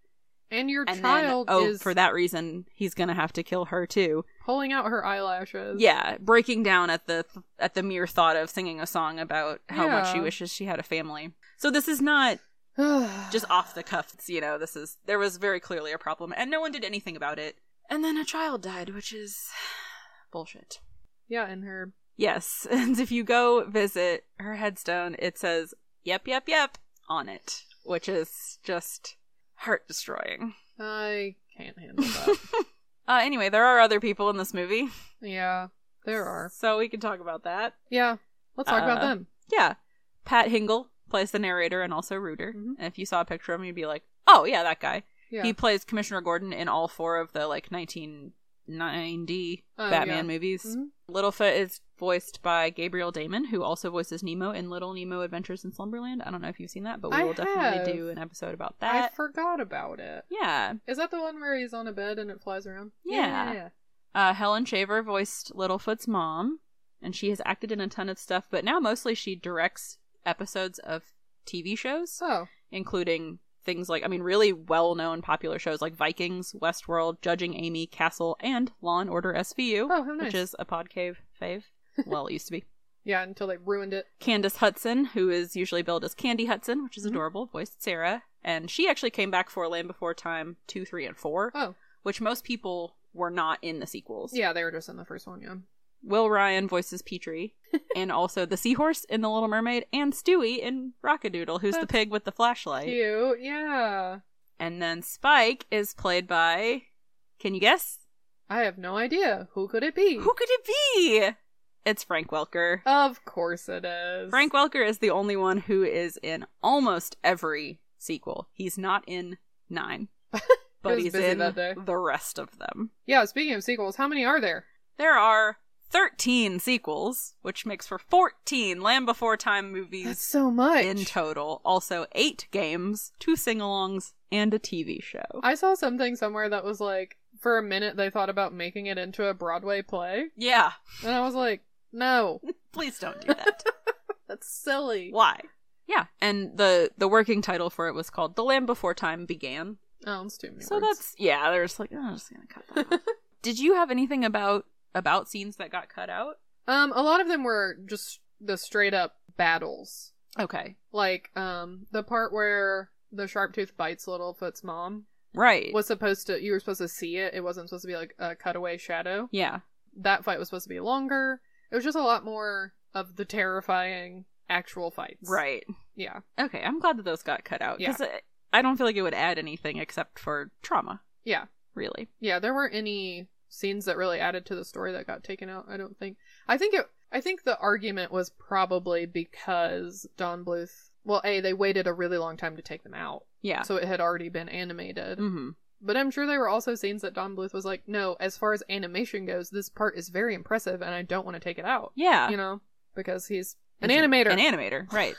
And your
and
child
then, oh,
is
for that reason, he's gonna have to kill her too.
pulling out her eyelashes.
Yeah, breaking down at the at the mere thought of singing a song about how much she
Yeah.
wishes she had a family. So this is not
just
just off the cuffs, you know. This is there was very clearly a problem, and no one did anything about it. And then a child died, which is bullshit.
yeah, and her
Yes, and if you go visit her headstone, it says "Yep, yep, yep" on it, which is just heart destroying.
I can't handle that.
Uh, anyway, there are other people in this movie.
yeah. There are.
so we can talk about that.
Yeah. Let's talk about
Uh,
them.
Yeah. Pat Hingle plays the narrator and also Rooter.
Mhm.
And if you saw a picture of him, you'd be like, oh, yeah, that guy.
Yeah.
He plays Commissioner Gordon in all four of the, like, 1990
Oh,
Batman
yeah.
movies.
Mhm.
Littlefoot is voiced by Gabriel Damon, who also voices Nemo in Little Nemo Adventures in Slumberland. I don't know if you've seen that, but we
I
will definitely
have.
do an episode about
I
that.
forgot about it.
yeah.
Is that the one where he's on a bed and it flies around?
Yeah. Uh, Helen Shaver voiced Littlefoot's mom, and she has acted in a ton of stuff, but now mostly she directs episodes of TV shows.
So
including things like I mean really well-known popular shows like Vikings, Westworld, Judging Amy, Castle, and Law and Order SVU,
Oh, how nice.
which is a Podcave fave. Well, it used to be.
yeah, until they ruined it.
Candace Hudson, who is usually billed as Candy Hudson, which is
Mhm.
adorable, voiced Sarah, and she actually came back for Land Before Time 2, 3, and 4,
Oh.
which most people were not in the sequels.
Yeah, they were just in the first one, yeah.
Will Ryan voices Petrie, and also the Seahorse in The Little Mermaid, and Stewie in Rockadoodle, who's the
That's
pig with the flashlight.
Cute, yeah.
And then Spike is played by. Can you guess?
I have no idea. Who could it be?
Who could it be? It's Frank Welker.
Of course it is.
Frank Welker is the only one who is in almost every sequel. He's not in nine, but
was
he's
busy
in
that day.
the rest of them.
Yeah, speaking of sequels, how many are there?
There are 13 sequels, which makes for 14 Land Before Time movies
so much.
in total. Also, eight games, two sing alongs, and a TV show.
I saw something somewhere that was like, for a minute they thought about making it into a Broadway play,
Yeah,
and I was like, no,
please don't do that.
that's silly.
why yeah and the the working title for it was called the land before time began
Oh, it's too many
so
words.
that's yeah they're just like oh, i'm just gonna cut that off. did you have anything about about scenes that got cut out
um, a lot of them were just the straight up battles,
okay
like um, the part where the Sharptooth bites Littlefoot's mom
right
was supposed to. You were supposed to see it. It wasn't supposed to be like a cutaway shadow.
yeah
that fight was supposed to be longer. It was just a lot more of the terrifying actual fights.
right
Yeah.
okay i'm glad that those got cut out because i don't feel like it would add anything except for trauma
Yeah.
really
Yeah, there weren't any scenes that really added to the story that got taken out, I don't think. I think it I think the argument was probably because Don Bluth well, A, they waited a really long time to take them out.
yeah
So it had already been animated.
mm-hmm.
But I'm sure there were also scenes that Don Bluth was like, No, as far as animation goes, this part is very impressive and I don't want to take it out.
yeah
You know? Because he's an
It's
animator.
an animator right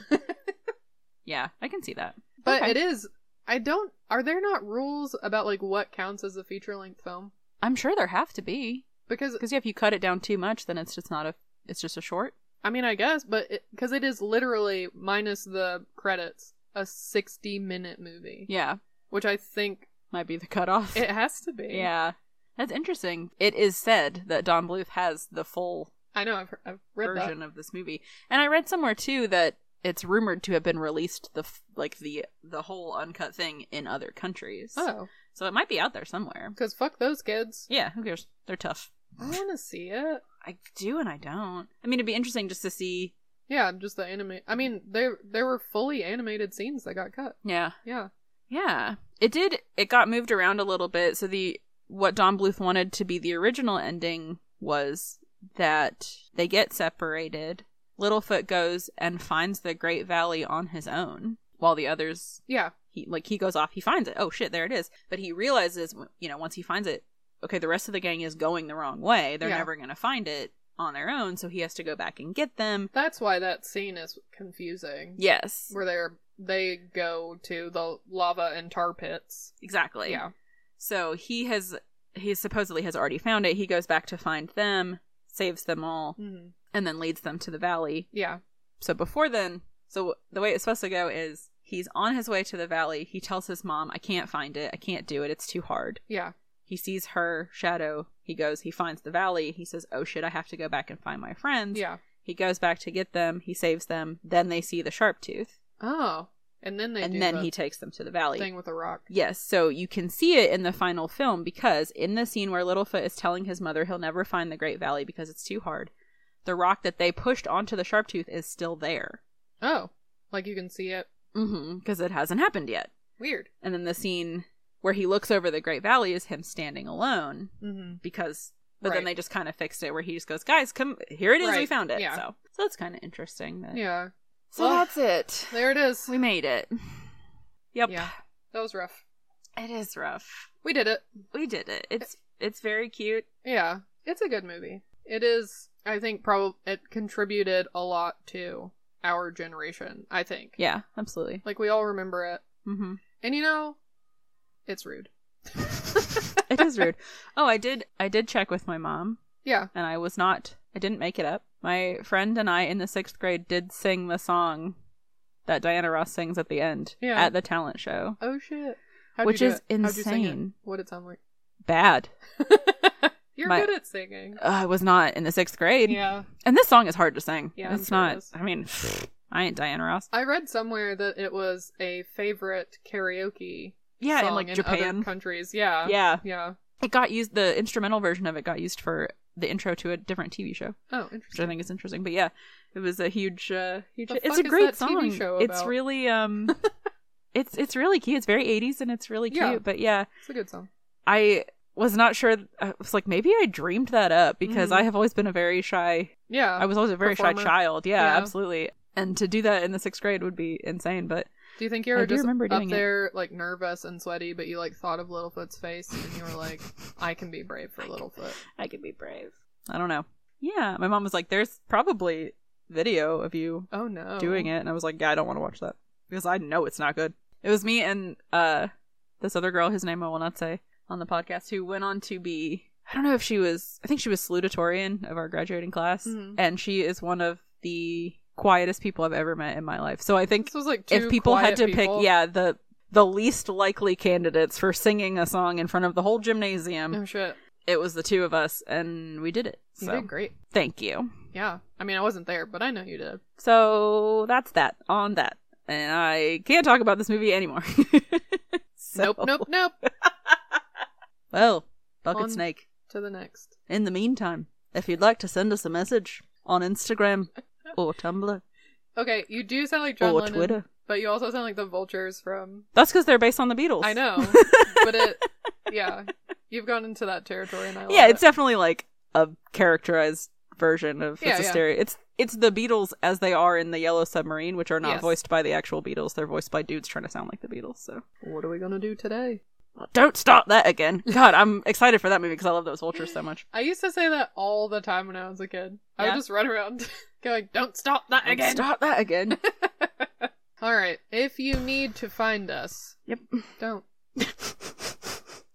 yeah i can see that
But
Okay.
it is. I don't. Are there not rules about like what counts as a feature length film?
i'm sure there have to be
Because
because if you cut it down too much then it's just not a it's just a short
I mean, I guess, but because it is literally minus the credits, a 60 minute movie,
Yeah,
which I think
might be the cutoff.
it has to be.
yeah, that's interesting. It is said that Don Bluth has the full
I know, I've, I've read
version of this movie, and I read somewhere too that it's rumored to have been released the f- like the the whole uncut thing in other countries.
that. Oh,
so it might be out there somewhere.
because fuck those kids.
Yeah, who cares? They're tough.
I want to see it.
I do and I don't. I mean, it'd be interesting just to see.
Yeah, just the anime. I mean, there there were fully animated scenes that got cut.
Yeah,
Yeah.
Yeah. It did it got moved around a little bit, so the what Don Bluth wanted to be the original ending was that they get separated. Littlefoot goes and finds the Great Valley on his own while the others
Yeah.
he like he goes off, he finds it. Oh shit, there it is. But he realizes you know, once he finds it, okay, the rest of the gang is going the wrong way. They're
Yeah.
never going to find it on their own, so he has to go back and get them.
That's why that scene is confusing.
Yes.
Where they're they go to the lava and tar pits.
Exactly.
Yeah.
So he has he supposedly has already found it. He goes back to find them, saves them all,
hmm
and then leads them to the valley.
Yeah.
So before then, so the way it's supposed to go is he's on his way to the valley. He tells his mom, "I can't find it. I can't do it. It's too hard."
Yeah.
He sees her shadow. He goes, he finds the valley. He says, "Oh shit, I have to go back and find my friends."
Yeah.
He goes back to get them. He saves them. Then they see the sharp tooth,
Oh. And then they do
and then
the
he takes them to the valley.
thing with a rock.
Yes, so you can see it in the final film because in the scene where Littlefoot is telling his mother he'll never find the Great Valley because it's too hard, the rock that they pushed onto the Sharptooth is still there.
Oh. Like you can see it.
Mm-hmm. Because it hasn't happened yet.
Weird.
And then the scene where he looks over the Great Valley is him standing alone
Mm-hmm.
because. But then
Right.
they just kind of fixed it where he just goes, guys, come here it is, we
Right,
found it.
yeah.
So, so that's kind of interesting. That...
Yeah.
So
Well,
that's it.
There it is.
We made it. Yep.
Yeah. That was rough.
It is rough.
We did it.
We did it. It's it's very cute.
Yeah. It's a good movie. It is. I think probably it contributed a lot to our generation. I think.
Yeah, absolutely.
Like we all remember it.
Mm-hmm.
And you know, it's rude.
it is rude. Oh, I did. I did check with my mom,
Yeah.
and I was not. I didn't make it up. My friend and I in the sixth grade did sing the song that Diana Ross sings at the end
Yeah.
at the talent show.
Oh shit. How'd
Which
you do
is
it? How'd you sing it?
insane.
What'd it sound like?
Bad.
You're
My-
good at singing.
Uh, I was not in the sixth grade.
Yeah.
And this song is hard to sing.
Yeah, I'm
it's
sure it
not.
is.
I mean, I ain't Diana Ross.
I read somewhere that it was a favorite karaoke
Yeah, in
song
like
in other
Japan.
countries. Yeah.
Yeah,
Yeah.
it got used. The instrumental version of it got used for the intro to a different TV show.
Oh,
which I
interesting.
think is interesting. But yeah, it was a huge, uh, huge.
The
hit. It's
fuck
a
is
great
that TV
song.
show
It's
about?
really, um, it's it's really cute. It's very '80s and it's really cute.
Yeah.
But yeah,
It's a good song.
I was not sure. I was like, maybe I dreamed that up because
Mhm.
I have always been a very shy.
Yeah.
I was always a very
performer.
shy child. Yeah,
Yeah.
absolutely. And to do that in the sixth grade would be insane. But
do you think you
I
were
do
just
remember
up
doing it.
there like nervous and sweaty, but you like thought of Littlefoot's face and you were like, I can be brave for Littlefoot.
I could be brave. I don't know. Yeah, my mom was like, "There's probably video of you
Oh no.
doing it and i was like yeah i don't want to watch that because i know it's not good it was me and uh this other girl whose name i will not say on the podcast who went on to be i don't know if she was i think she was salutatorian of our graduating class
Mhm.
and she is one of the quietest people i've ever met in my life so i think
This was like two
if people
quiet
had to
people.
pick yeah the the least likely candidates for singing a song in front of the whole gymnasium
Oh shit.
it was the two of us and we did it
You
so
did great.
thank you
Yeah. I mean, I wasn't there, but I know you did.
so that's that on that. And I can't talk about this movie anymore. So-
Nope, nope, nope.
Well, Bucket
On-
Snake,
to the next.
in the meantime, if you'd like to send us a message on Instagram or Tumblr
Okay, you do sound like John
or
Lennon,
Oh, Twitter,
but you also sound like the vultures from.
that's because they're based on the Beatles.
I know, but it, yeah, you've gone into that territory, and I love
yeah, it's
it.
definitely like a characterized version of
Yeah,
it's a
yeah.
stereo. It's it's the Beatles as they are in the Yellow Submarine, which are not
Yes.
voiced by the actual Beatles. They're voiced by dudes trying to sound like the Beatles. So.
what are we gonna do today?
Don't start that again. God, I'm excited for that movie because I love those vultures so much.
I used to say that all the time when I was a kid. I
Yeah.
would just run around going, "Don't stop that again."
Start that again.
All right, if you need to find us,
yep.
don't.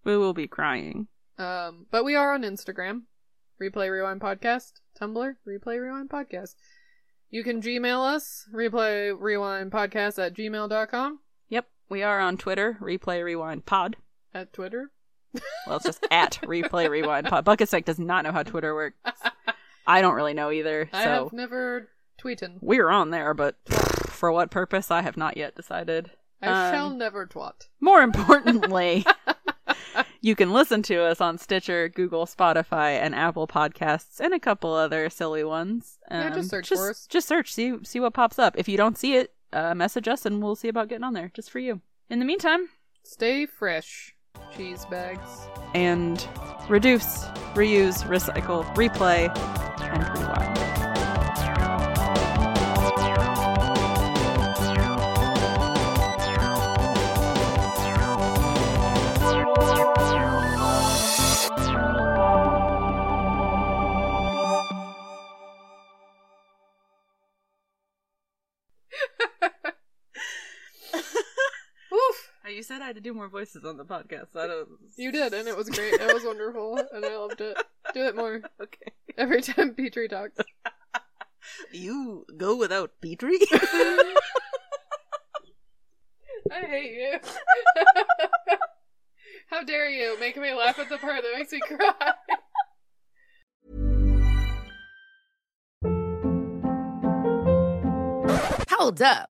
we will be crying.
Um, but we are on Instagram, Replay Rewind Podcast, Tumblr, Replay Rewind Podcast. You can Gmail us, replay rewind podcast at gmail.com,
Yep, we are on Twitter, Replay Rewind Pod.
at Twitter.
Well, it's just at Replay Rewind Pod. Bucket Snake does not know how Twitter works. I don't really know either.
I
So
have never tweeted.
we're on there, but for what purpose, I have not yet decided.
I
Um,
shall never twat.
More importantly, you can listen to us on Stitcher, Google, Spotify, and Apple Podcasts, and a couple other silly ones. Um,
Yeah, just search
just,
for us.
Just search, see see what pops up. If you don't see it, uh, message us, and we'll see about getting on there, just for you. In the meantime,
Stay fresh, cheese bags.
and reduce, reuse, recycle, replay, and rewind.
Oof!
You said I had to do more voices on the podcast. I don't.
You did, and it was great. It was wonderful, and I loved it. Do it more.
okay.
Every time Petrie talks.
You go without Petrie?
I hate you. How dare you make me laugh at the part that makes me cry?
Hold up.